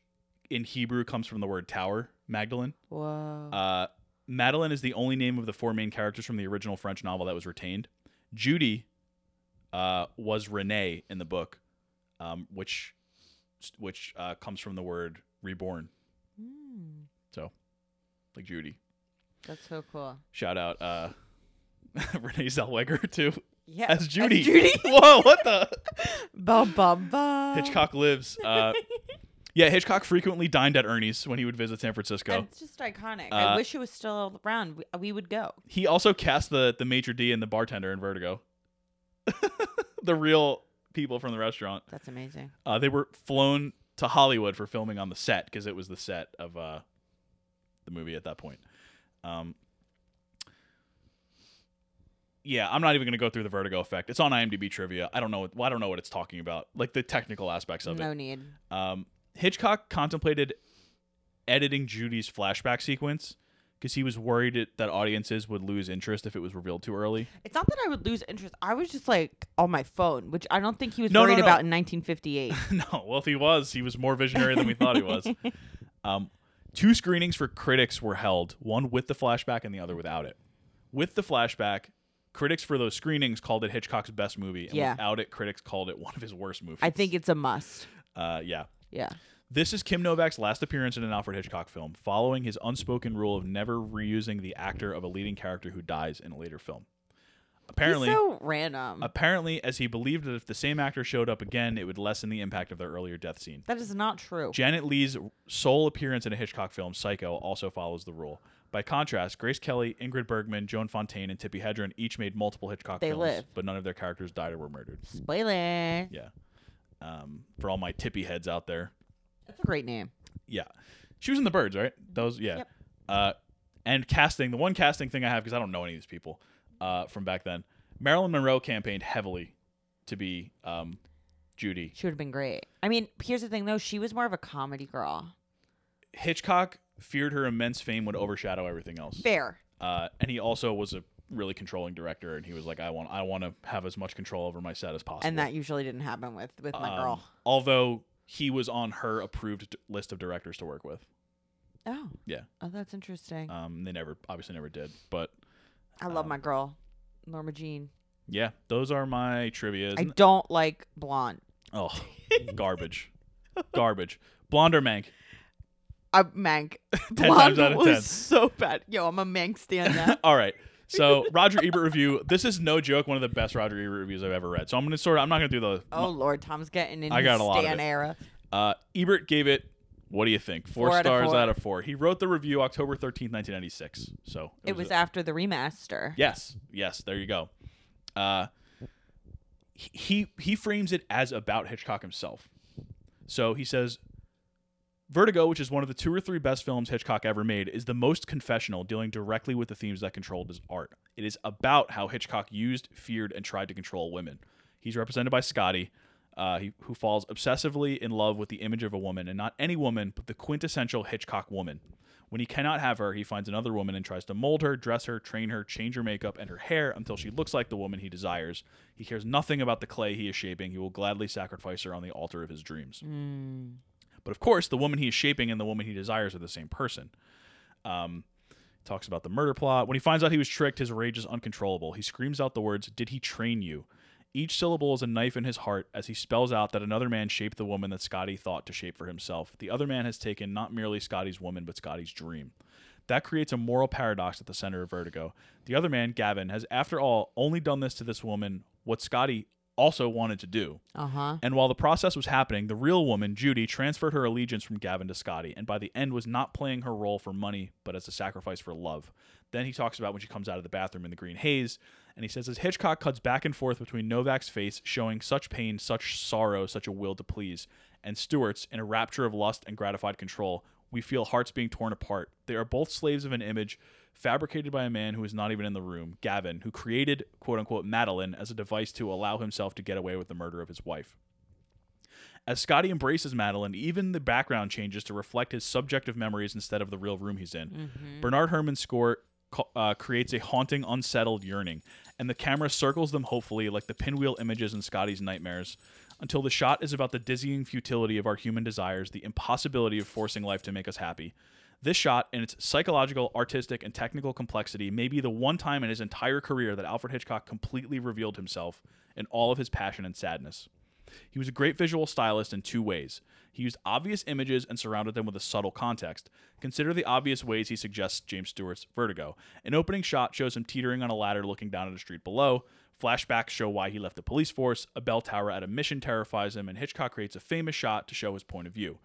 Speaker 2: in Hebrew comes from the word tower, Magdalene.
Speaker 1: Whoa.
Speaker 2: Uh, Madeline is the only name of the four main characters from the original French novel that was retained. Judy uh, was Renee in the book, um, which which uh, comes from the word reborn.
Speaker 1: Mm,
Speaker 2: So, like Judy,
Speaker 1: that's so cool.
Speaker 2: shout out uh, Renee Zellweger too
Speaker 1: Yeah.
Speaker 2: as Judy.
Speaker 1: Judy.
Speaker 2: Whoa, what the
Speaker 1: bum bum bum.
Speaker 2: Hitchcock lives. Uh, yeah, Hitchcock frequently dined at Ernie's when he would visit San Francisco.
Speaker 1: It's just iconic.
Speaker 2: Uh,
Speaker 1: I wish it was still around. We, we would go.
Speaker 2: He also cast the the maitre d and the bartender in Vertigo. the real people from the restaurant.
Speaker 1: That's amazing.
Speaker 2: Uh, they were flown to Hollywood for filming on the set because it was the set of uh, the movie at that point. Um, yeah, I'm not even going to go through the Vertigo effect. It's on IMDb trivia. I don't know. What, well, I don't know what it's talking about, like the technical aspects of
Speaker 1: No
Speaker 2: it.
Speaker 1: need.
Speaker 2: Um, Hitchcock contemplated editing Judy's flashback sequence because he was worried it, that audiences would lose interest if it was revealed too early.
Speaker 1: It's not that I would lose interest. I was just like on my phone, which I don't think he was
Speaker 2: No, no,
Speaker 1: worried
Speaker 2: no.
Speaker 1: about in 1958.
Speaker 2: no, well, if he was, he was more visionary than we thought he was. Um, two screenings for critics were held, one with the flashback and the other without it. With the flashback, critics for those screenings called it Hitchcock's best movie, and
Speaker 1: Yeah.
Speaker 2: without it, critics called it one of his worst movies.
Speaker 1: I think it's a must.
Speaker 2: uh, yeah.
Speaker 1: Yeah.
Speaker 2: This is Kim Novak's last appearance in an Alfred Hitchcock film, following his unspoken rule of never reusing the actor of a leading character who dies in a later film. Apparently,
Speaker 1: He's so random.
Speaker 2: apparently, as he believed that if the same actor showed up again, it would lessen the impact of their earlier death scene.
Speaker 1: that is not true.
Speaker 2: Janet Lee's sole appearance in a Hitchcock film, Psycho, also follows the rule. By contrast, Grace Kelly, Ingrid Bergman, Joan Fontaine, and Tippi Hedren each made multiple Hitchcock
Speaker 1: They
Speaker 2: films,
Speaker 1: live.
Speaker 2: but none of their characters died or were murdered.
Speaker 1: Spoiler.
Speaker 2: Yeah. Um, for all my Tippy heads out there.
Speaker 1: That's a great name.
Speaker 2: Yeah. She was in The Birds, right? That was, yeah.
Speaker 1: Yep.
Speaker 2: Uh, and casting, the one casting thing I have, because I don't know any of these people uh, from back then, Marilyn Monroe campaigned heavily to be um, Judy.
Speaker 1: She would have been great. I mean, here's the thing though. She was more of a comedy girl.
Speaker 2: Hitchcock feared her immense fame would overshadow everything else.
Speaker 1: Fair.
Speaker 2: uh, and he also was a really controlling director and he was like i want i want to have as much control over my set as possible
Speaker 1: And that usually didn't happen with with my
Speaker 2: Um,
Speaker 1: girl.
Speaker 2: although he was on her approved d- list of directors to work with
Speaker 1: Oh.
Speaker 2: yeah.
Speaker 1: Oh, that's interesting.
Speaker 2: um they never obviously never did but
Speaker 1: I love
Speaker 2: um,
Speaker 1: my girl, Norma Jean.
Speaker 2: yeah those are my trivia
Speaker 1: I don't like blonde.
Speaker 2: oh garbage garbage blonde or mank
Speaker 1: I mank.
Speaker 2: times
Speaker 1: Blonde
Speaker 2: out of
Speaker 1: was
Speaker 2: 10.
Speaker 1: so bad. Yo, I'm a mank stand up.
Speaker 2: all right So Roger Ebert review. This is no joke. One of the best Roger Ebert reviews I've ever read. So I'm gonna sort of. I'm not gonna do the.
Speaker 1: Oh Lord, Tom's getting in
Speaker 2: I
Speaker 1: his
Speaker 2: got a lot of
Speaker 1: Stan
Speaker 2: it.
Speaker 1: era.
Speaker 2: Uh, Ebert gave it. What do you think? Four,
Speaker 1: Four out of
Speaker 2: stars
Speaker 1: four.
Speaker 2: out of four. He wrote the review October 13th, 1996. So
Speaker 1: It was after the remaster.
Speaker 2: Yes, yes, there you go. Uh, he- he he frames it as about Hitchcock himself. So he says, "Vertigo, which is one of the two or three best films Hitchcock ever made, is the most confessional, dealing directly with the themes that controlled his art. It is about how Hitchcock used, feared, and tried to control women. He's represented by Scotty." Uh, he, who falls obsessively in love with the image of a woman, and not any woman, but the quintessential Hitchcock woman. When he cannot have her, he finds another woman and tries to mold her, dress her, train her, change her makeup and her hair until she looks like the woman he desires. He cares nothing about the clay he is shaping. He will gladly sacrifice her on the altar of his dreams. But of course, the woman he is shaping and the woman he desires are the same person. Um, talks about the murder plot. When he finds out he was tricked, his rage is uncontrollable. He screams out the words, Did he train you? Each syllable is a knife in his heart as he spells out that another man shaped the woman that Scotty thought to shape for himself. The other man has taken not merely Scotty's woman, but Scotty's dream. That creates a moral paradox at the center of Vertigo. The other man, Gavin, has after all only done this to this woman, what Scotty also wanted to do.
Speaker 1: Uh huh.
Speaker 2: And while the process was happening, the real woman, Judy, transferred her allegiance from Gavin to Scotty, and by the end was not playing her role for money, but as a sacrifice for love. Then he talks about when she comes out of the bathroom in the green haze, and he says, as Hitchcock cuts back and forth between Novak's face, showing such pain, such sorrow, such a will to please, and Stewart's, in a rapture of lust and gratified control, we feel hearts being torn apart. They are both slaves of an image fabricated by a man who is not even in the room, Gavin, who created quote unquote Madeline as a device to allow himself to get away with the murder of his wife. As Scotty embraces Madeline, even the background changes to reflect his subjective memories instead of the real room he's in. Bernard Herrmann's score co- uh, creates a haunting, unsettled yearning, and the camera circles them hopefully like the pinwheel images in Scotty's nightmares until the shot is about the dizzying futility of our human desires, the impossibility of forcing life to make us happy. This shot, in its psychological, artistic, and technical complexity, may be the one time in his entire career that Alfred Hitchcock completely revealed himself in all of his passion and sadness. He was a great visual stylist in two ways. He used obvious images and surrounded them with a subtle context. Consider the obvious ways he suggests James Stewart's Vertigo. An opening shot shows him teetering on a ladder looking down at a street below. Flashbacks show why he left the police force. A bell tower at a mission terrifies him, and Hitchcock creates a famous shot to show his point of view.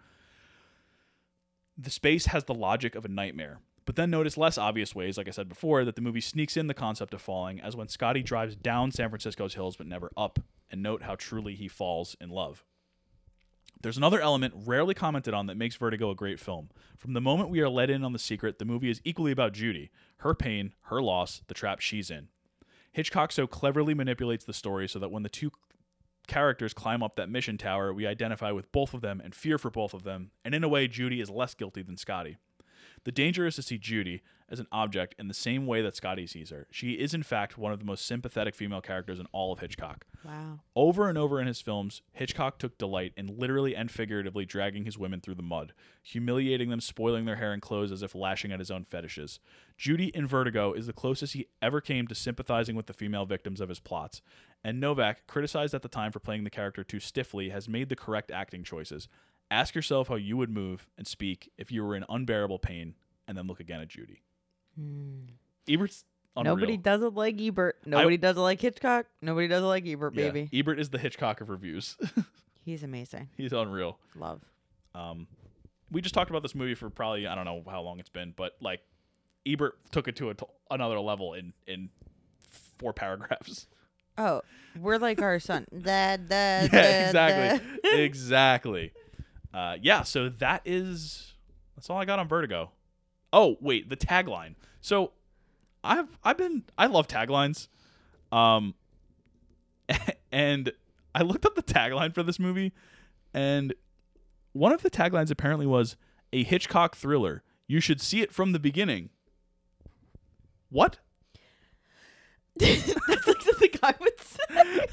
Speaker 2: The space has the logic of a nightmare. But then notice less obvious ways, like I said before, that the movie sneaks in the concept of falling, as when Scotty drives down San Francisco's hills but never up, and note how truly he falls in love. There's another element rarely commented on that makes Vertigo a great film. From the moment we are let in on the secret, the movie is equally about Judy, her pain, her loss, the trap she's in. Hitchcock so cleverly manipulates the story so that when the two characters climb up that mission tower, we identify with both of them and fear for both of them, and in a way, Judy is less guilty than Scotty. The danger is to see Judy as an object in the same way that Scotty sees her. She is, in fact, one of the most sympathetic female characters in all of Hitchcock.
Speaker 1: Wow.
Speaker 2: Over and over in his films, Hitchcock took delight in literally and figuratively dragging his women through the mud, humiliating them, spoiling their hair and clothes as if lashing at his own fetishes. Judy in Vertigo is the closest he ever came to sympathizing with the female victims of his plots, and Novak, criticized at the time for playing the character too stiffly, has made the correct acting choices. Ask yourself how you would move and speak if you were in unbearable pain, and then look again at Judy. Ebert's unreal.
Speaker 1: Nobody doesn't like Ebert. Nobody doesn't like Hitchcock. Nobody doesn't like Ebert,
Speaker 2: Yeah,
Speaker 1: baby.
Speaker 2: Ebert is the Hitchcock of reviews.
Speaker 1: He's amazing.
Speaker 2: He's unreal.
Speaker 1: Love.
Speaker 2: Um, we just talked about this movie for probably I don't know how long it's been, but like Ebert took it to a t- another level in in four paragraphs.
Speaker 1: Oh, we're like our son. Da, da,
Speaker 2: yeah, exactly, exactly. Uh, yeah, so that is that's all I got on Vertigo. Oh wait, the tagline. So I've I've been I love taglines, um, and I looked up the tagline for this movie, and one of the taglines apparently was a Hitchcock thriller. You should see it from the beginning. What?
Speaker 1: That's like something I would say.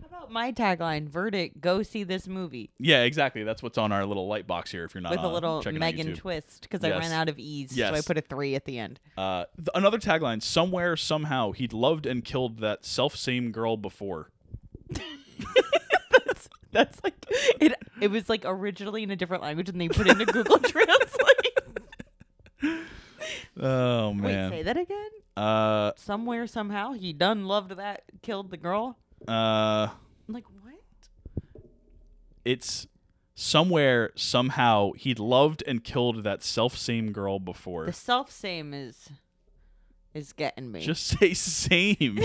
Speaker 1: How about my tagline? Verdict: Go see this movie
Speaker 2: Yeah, exactly. That's what's on our little light box here. If you're not
Speaker 1: with a
Speaker 2: on-
Speaker 1: little
Speaker 2: checking out
Speaker 1: Megan
Speaker 2: YouTube.
Speaker 1: twist because I
Speaker 2: Yes.
Speaker 1: ran out of e's, so I
Speaker 2: Yes.
Speaker 1: put a three at the end.
Speaker 2: Uh, th- another tagline: "Somewhere, somehow, he'd loved and killed that self same girl before."
Speaker 1: That's like it. It was like originally in a different language, and they put it into Google Translate.
Speaker 2: Oh
Speaker 1: Wait, say that again.
Speaker 2: Uh,
Speaker 1: Somewhere, somehow, he done loved that, killed the girl.
Speaker 2: uh,
Speaker 1: I'm like, what?
Speaker 2: it's somewhere somehow he loved and killed that self same girl before.
Speaker 1: The self same is is getting me.
Speaker 2: Just say same.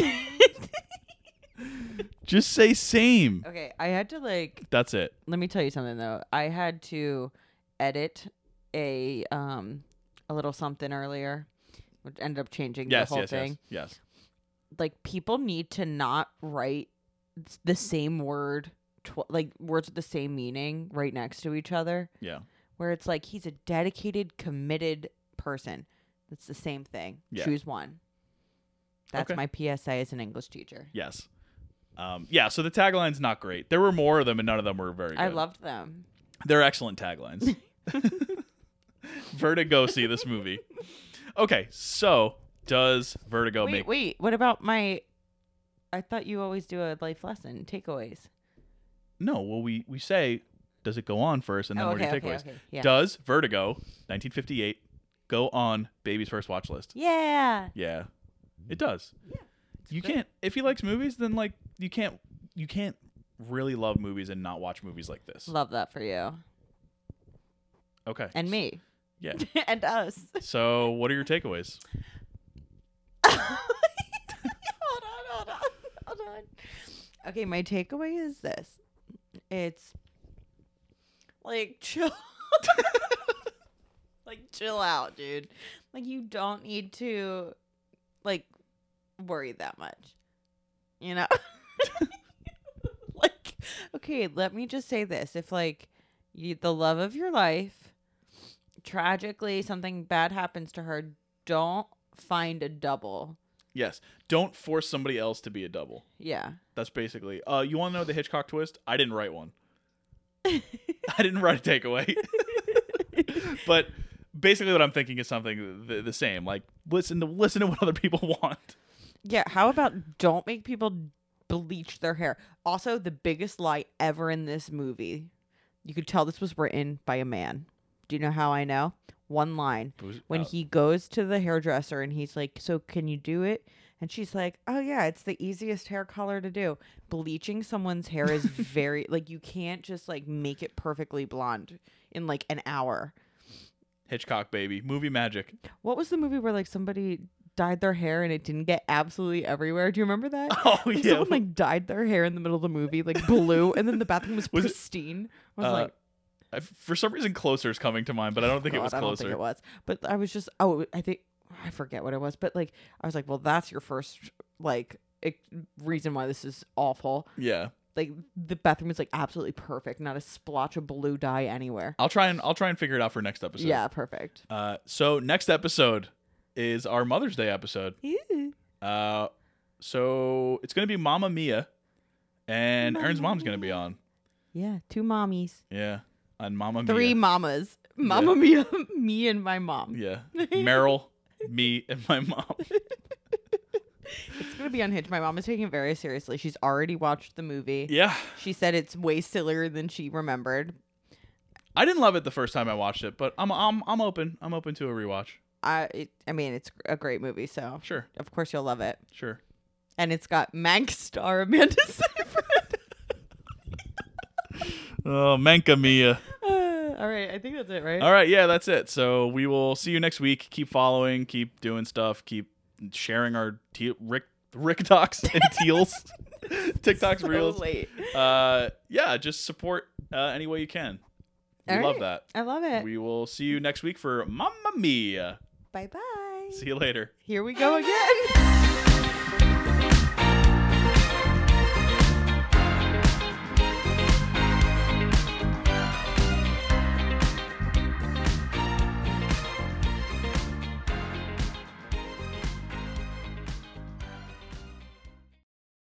Speaker 2: Just say same.
Speaker 1: okay, I had to like
Speaker 2: That's it.
Speaker 1: let me tell you something though. I had to edit a um a little something earlier, which ended up changing
Speaker 2: Yes,
Speaker 1: the whole
Speaker 2: yes,
Speaker 1: thing.
Speaker 2: yes, yes.
Speaker 1: Like people need to not write s- the same word, tw- like words with the same meaning right next to each other.
Speaker 2: Yeah.
Speaker 1: Where it's like he's a dedicated, committed person. It's the same thing.
Speaker 2: Yeah.
Speaker 1: Choose one. That's
Speaker 2: Okay.
Speaker 1: my PSA as an English teacher.
Speaker 2: Yes. Um, yeah, so the tagline's not great. There were more of them and none of them were very good.
Speaker 1: I loved them.
Speaker 2: They're excellent taglines. Vertigo see this movie. Okay, so does Vertigo
Speaker 1: wait,
Speaker 2: make
Speaker 1: wait. What about my? I thought you always do a life lesson takeaways.
Speaker 2: No, well we we say does it go on first and then
Speaker 1: oh,
Speaker 2: we're
Speaker 1: okay,
Speaker 2: gonna
Speaker 1: okay,
Speaker 2: take takeaways.
Speaker 1: okay. Yeah.
Speaker 2: Does Vertigo 1958 go on baby's first watch list?
Speaker 1: Yeah.
Speaker 2: Yeah. It does. Yeah. You
Speaker 1: great.
Speaker 2: can't if he likes movies then like you can't you can't really love movies and not watch movies like this.
Speaker 1: Love that for you
Speaker 2: Okay.
Speaker 1: and me
Speaker 2: Yeah.
Speaker 1: and us.
Speaker 2: So, what are your takeaways?
Speaker 1: hold on, hold on, hold on. Okay, my takeaway is this: it's like chill, like chill out, dude. Like you don't need to like worry that much, you know. like, okay, let me just say this: if like you, the love of your life, tragically something bad happens to her, don't find a double.
Speaker 2: Yes. Don't force somebody else to be a double.
Speaker 1: Yeah.
Speaker 2: That's basically. Uh, you want to know the Hitchcock twist? I didn't write one. I didn't write a takeaway. but basically, what I'm thinking is something the, the same. Like listen to listen to what other people want.
Speaker 1: Yeah, how about don't make people bleach their hair? Also, the biggest lie ever in this movie. You could tell this was written by a man. Do you know how I know? One line. When
Speaker 2: Uh,
Speaker 1: he goes to the hairdresser and he's like, So can you do it? And she's like, Oh, yeah, it's the easiest hair color to do. Bleaching someone's hair is very, like, you can't just, like, make it perfectly blonde in, like, an hour.
Speaker 2: Uh, Hitchcock baby movie magic.
Speaker 1: What was the movie where, like, somebody dyed their hair and it didn't get absolutely everywhere? Do you remember that?
Speaker 2: Oh
Speaker 1: Like
Speaker 2: yeah.
Speaker 1: Someone like dyed their hair in the middle of the movie, like blue, and then the bathroom was,
Speaker 2: Was it-
Speaker 1: pristine. I was
Speaker 2: uh,
Speaker 1: like,
Speaker 2: I- for some reason, closer is coming to mind, but I don't think it
Speaker 1: God,
Speaker 2: was
Speaker 1: I don't
Speaker 2: closer.
Speaker 1: think it was. But I was just, oh, I think I forget what it was, but like I was like, well, that's your first like ex- reason why this is awful.
Speaker 2: Yeah.
Speaker 1: Like the bathroom is like absolutely perfect, not a splotch of blue dye anywhere.
Speaker 2: I'll try and I'll try and figure it out for next episode.
Speaker 1: Yeah, perfect.
Speaker 2: Uh, so next episode is our Mother's Day episode. Uh, so it's gonna be Mama Mia, and
Speaker 1: Mamma
Speaker 2: Ern's mom's gonna be on.
Speaker 1: Yeah, two mommies,
Speaker 2: Yeah, on Mama
Speaker 1: three
Speaker 2: Mia.
Speaker 1: mamas, Mama Mia, me and my mom.
Speaker 2: Yeah, Meryl, me, and my mom.
Speaker 1: It's gonna be unhinged. My mom is taking it very seriously. She's already watched the movie.
Speaker 2: Yeah,
Speaker 1: She said it's way sillier than she remembered.
Speaker 2: I didn't love it the first time I watched it, but I'm I'm I'm open. I'm open to a rewatch.
Speaker 1: I it, I mean, it's a great movie, so
Speaker 2: Sure,
Speaker 1: of course you'll love it.
Speaker 2: sure.
Speaker 1: And it's got Mank star Amanda Seyfried.
Speaker 2: Oh, Manka Mia.
Speaker 1: Uh, all right, I think that's it, right?
Speaker 2: All right, yeah, that's it. So we will see you next week. Keep following. Keep doing stuff. Keep sharing our te- Rick Rick Docs and Teals, TikToks,
Speaker 1: So
Speaker 2: Reels.
Speaker 1: late.
Speaker 2: Uh, yeah, just support uh, any way you can. We
Speaker 1: All
Speaker 2: love
Speaker 1: right. Uh,
Speaker 2: that.
Speaker 1: I love it.
Speaker 2: We will see you next week for Mamma Mia.
Speaker 1: bye bye.
Speaker 2: See you later.
Speaker 1: Here we go again.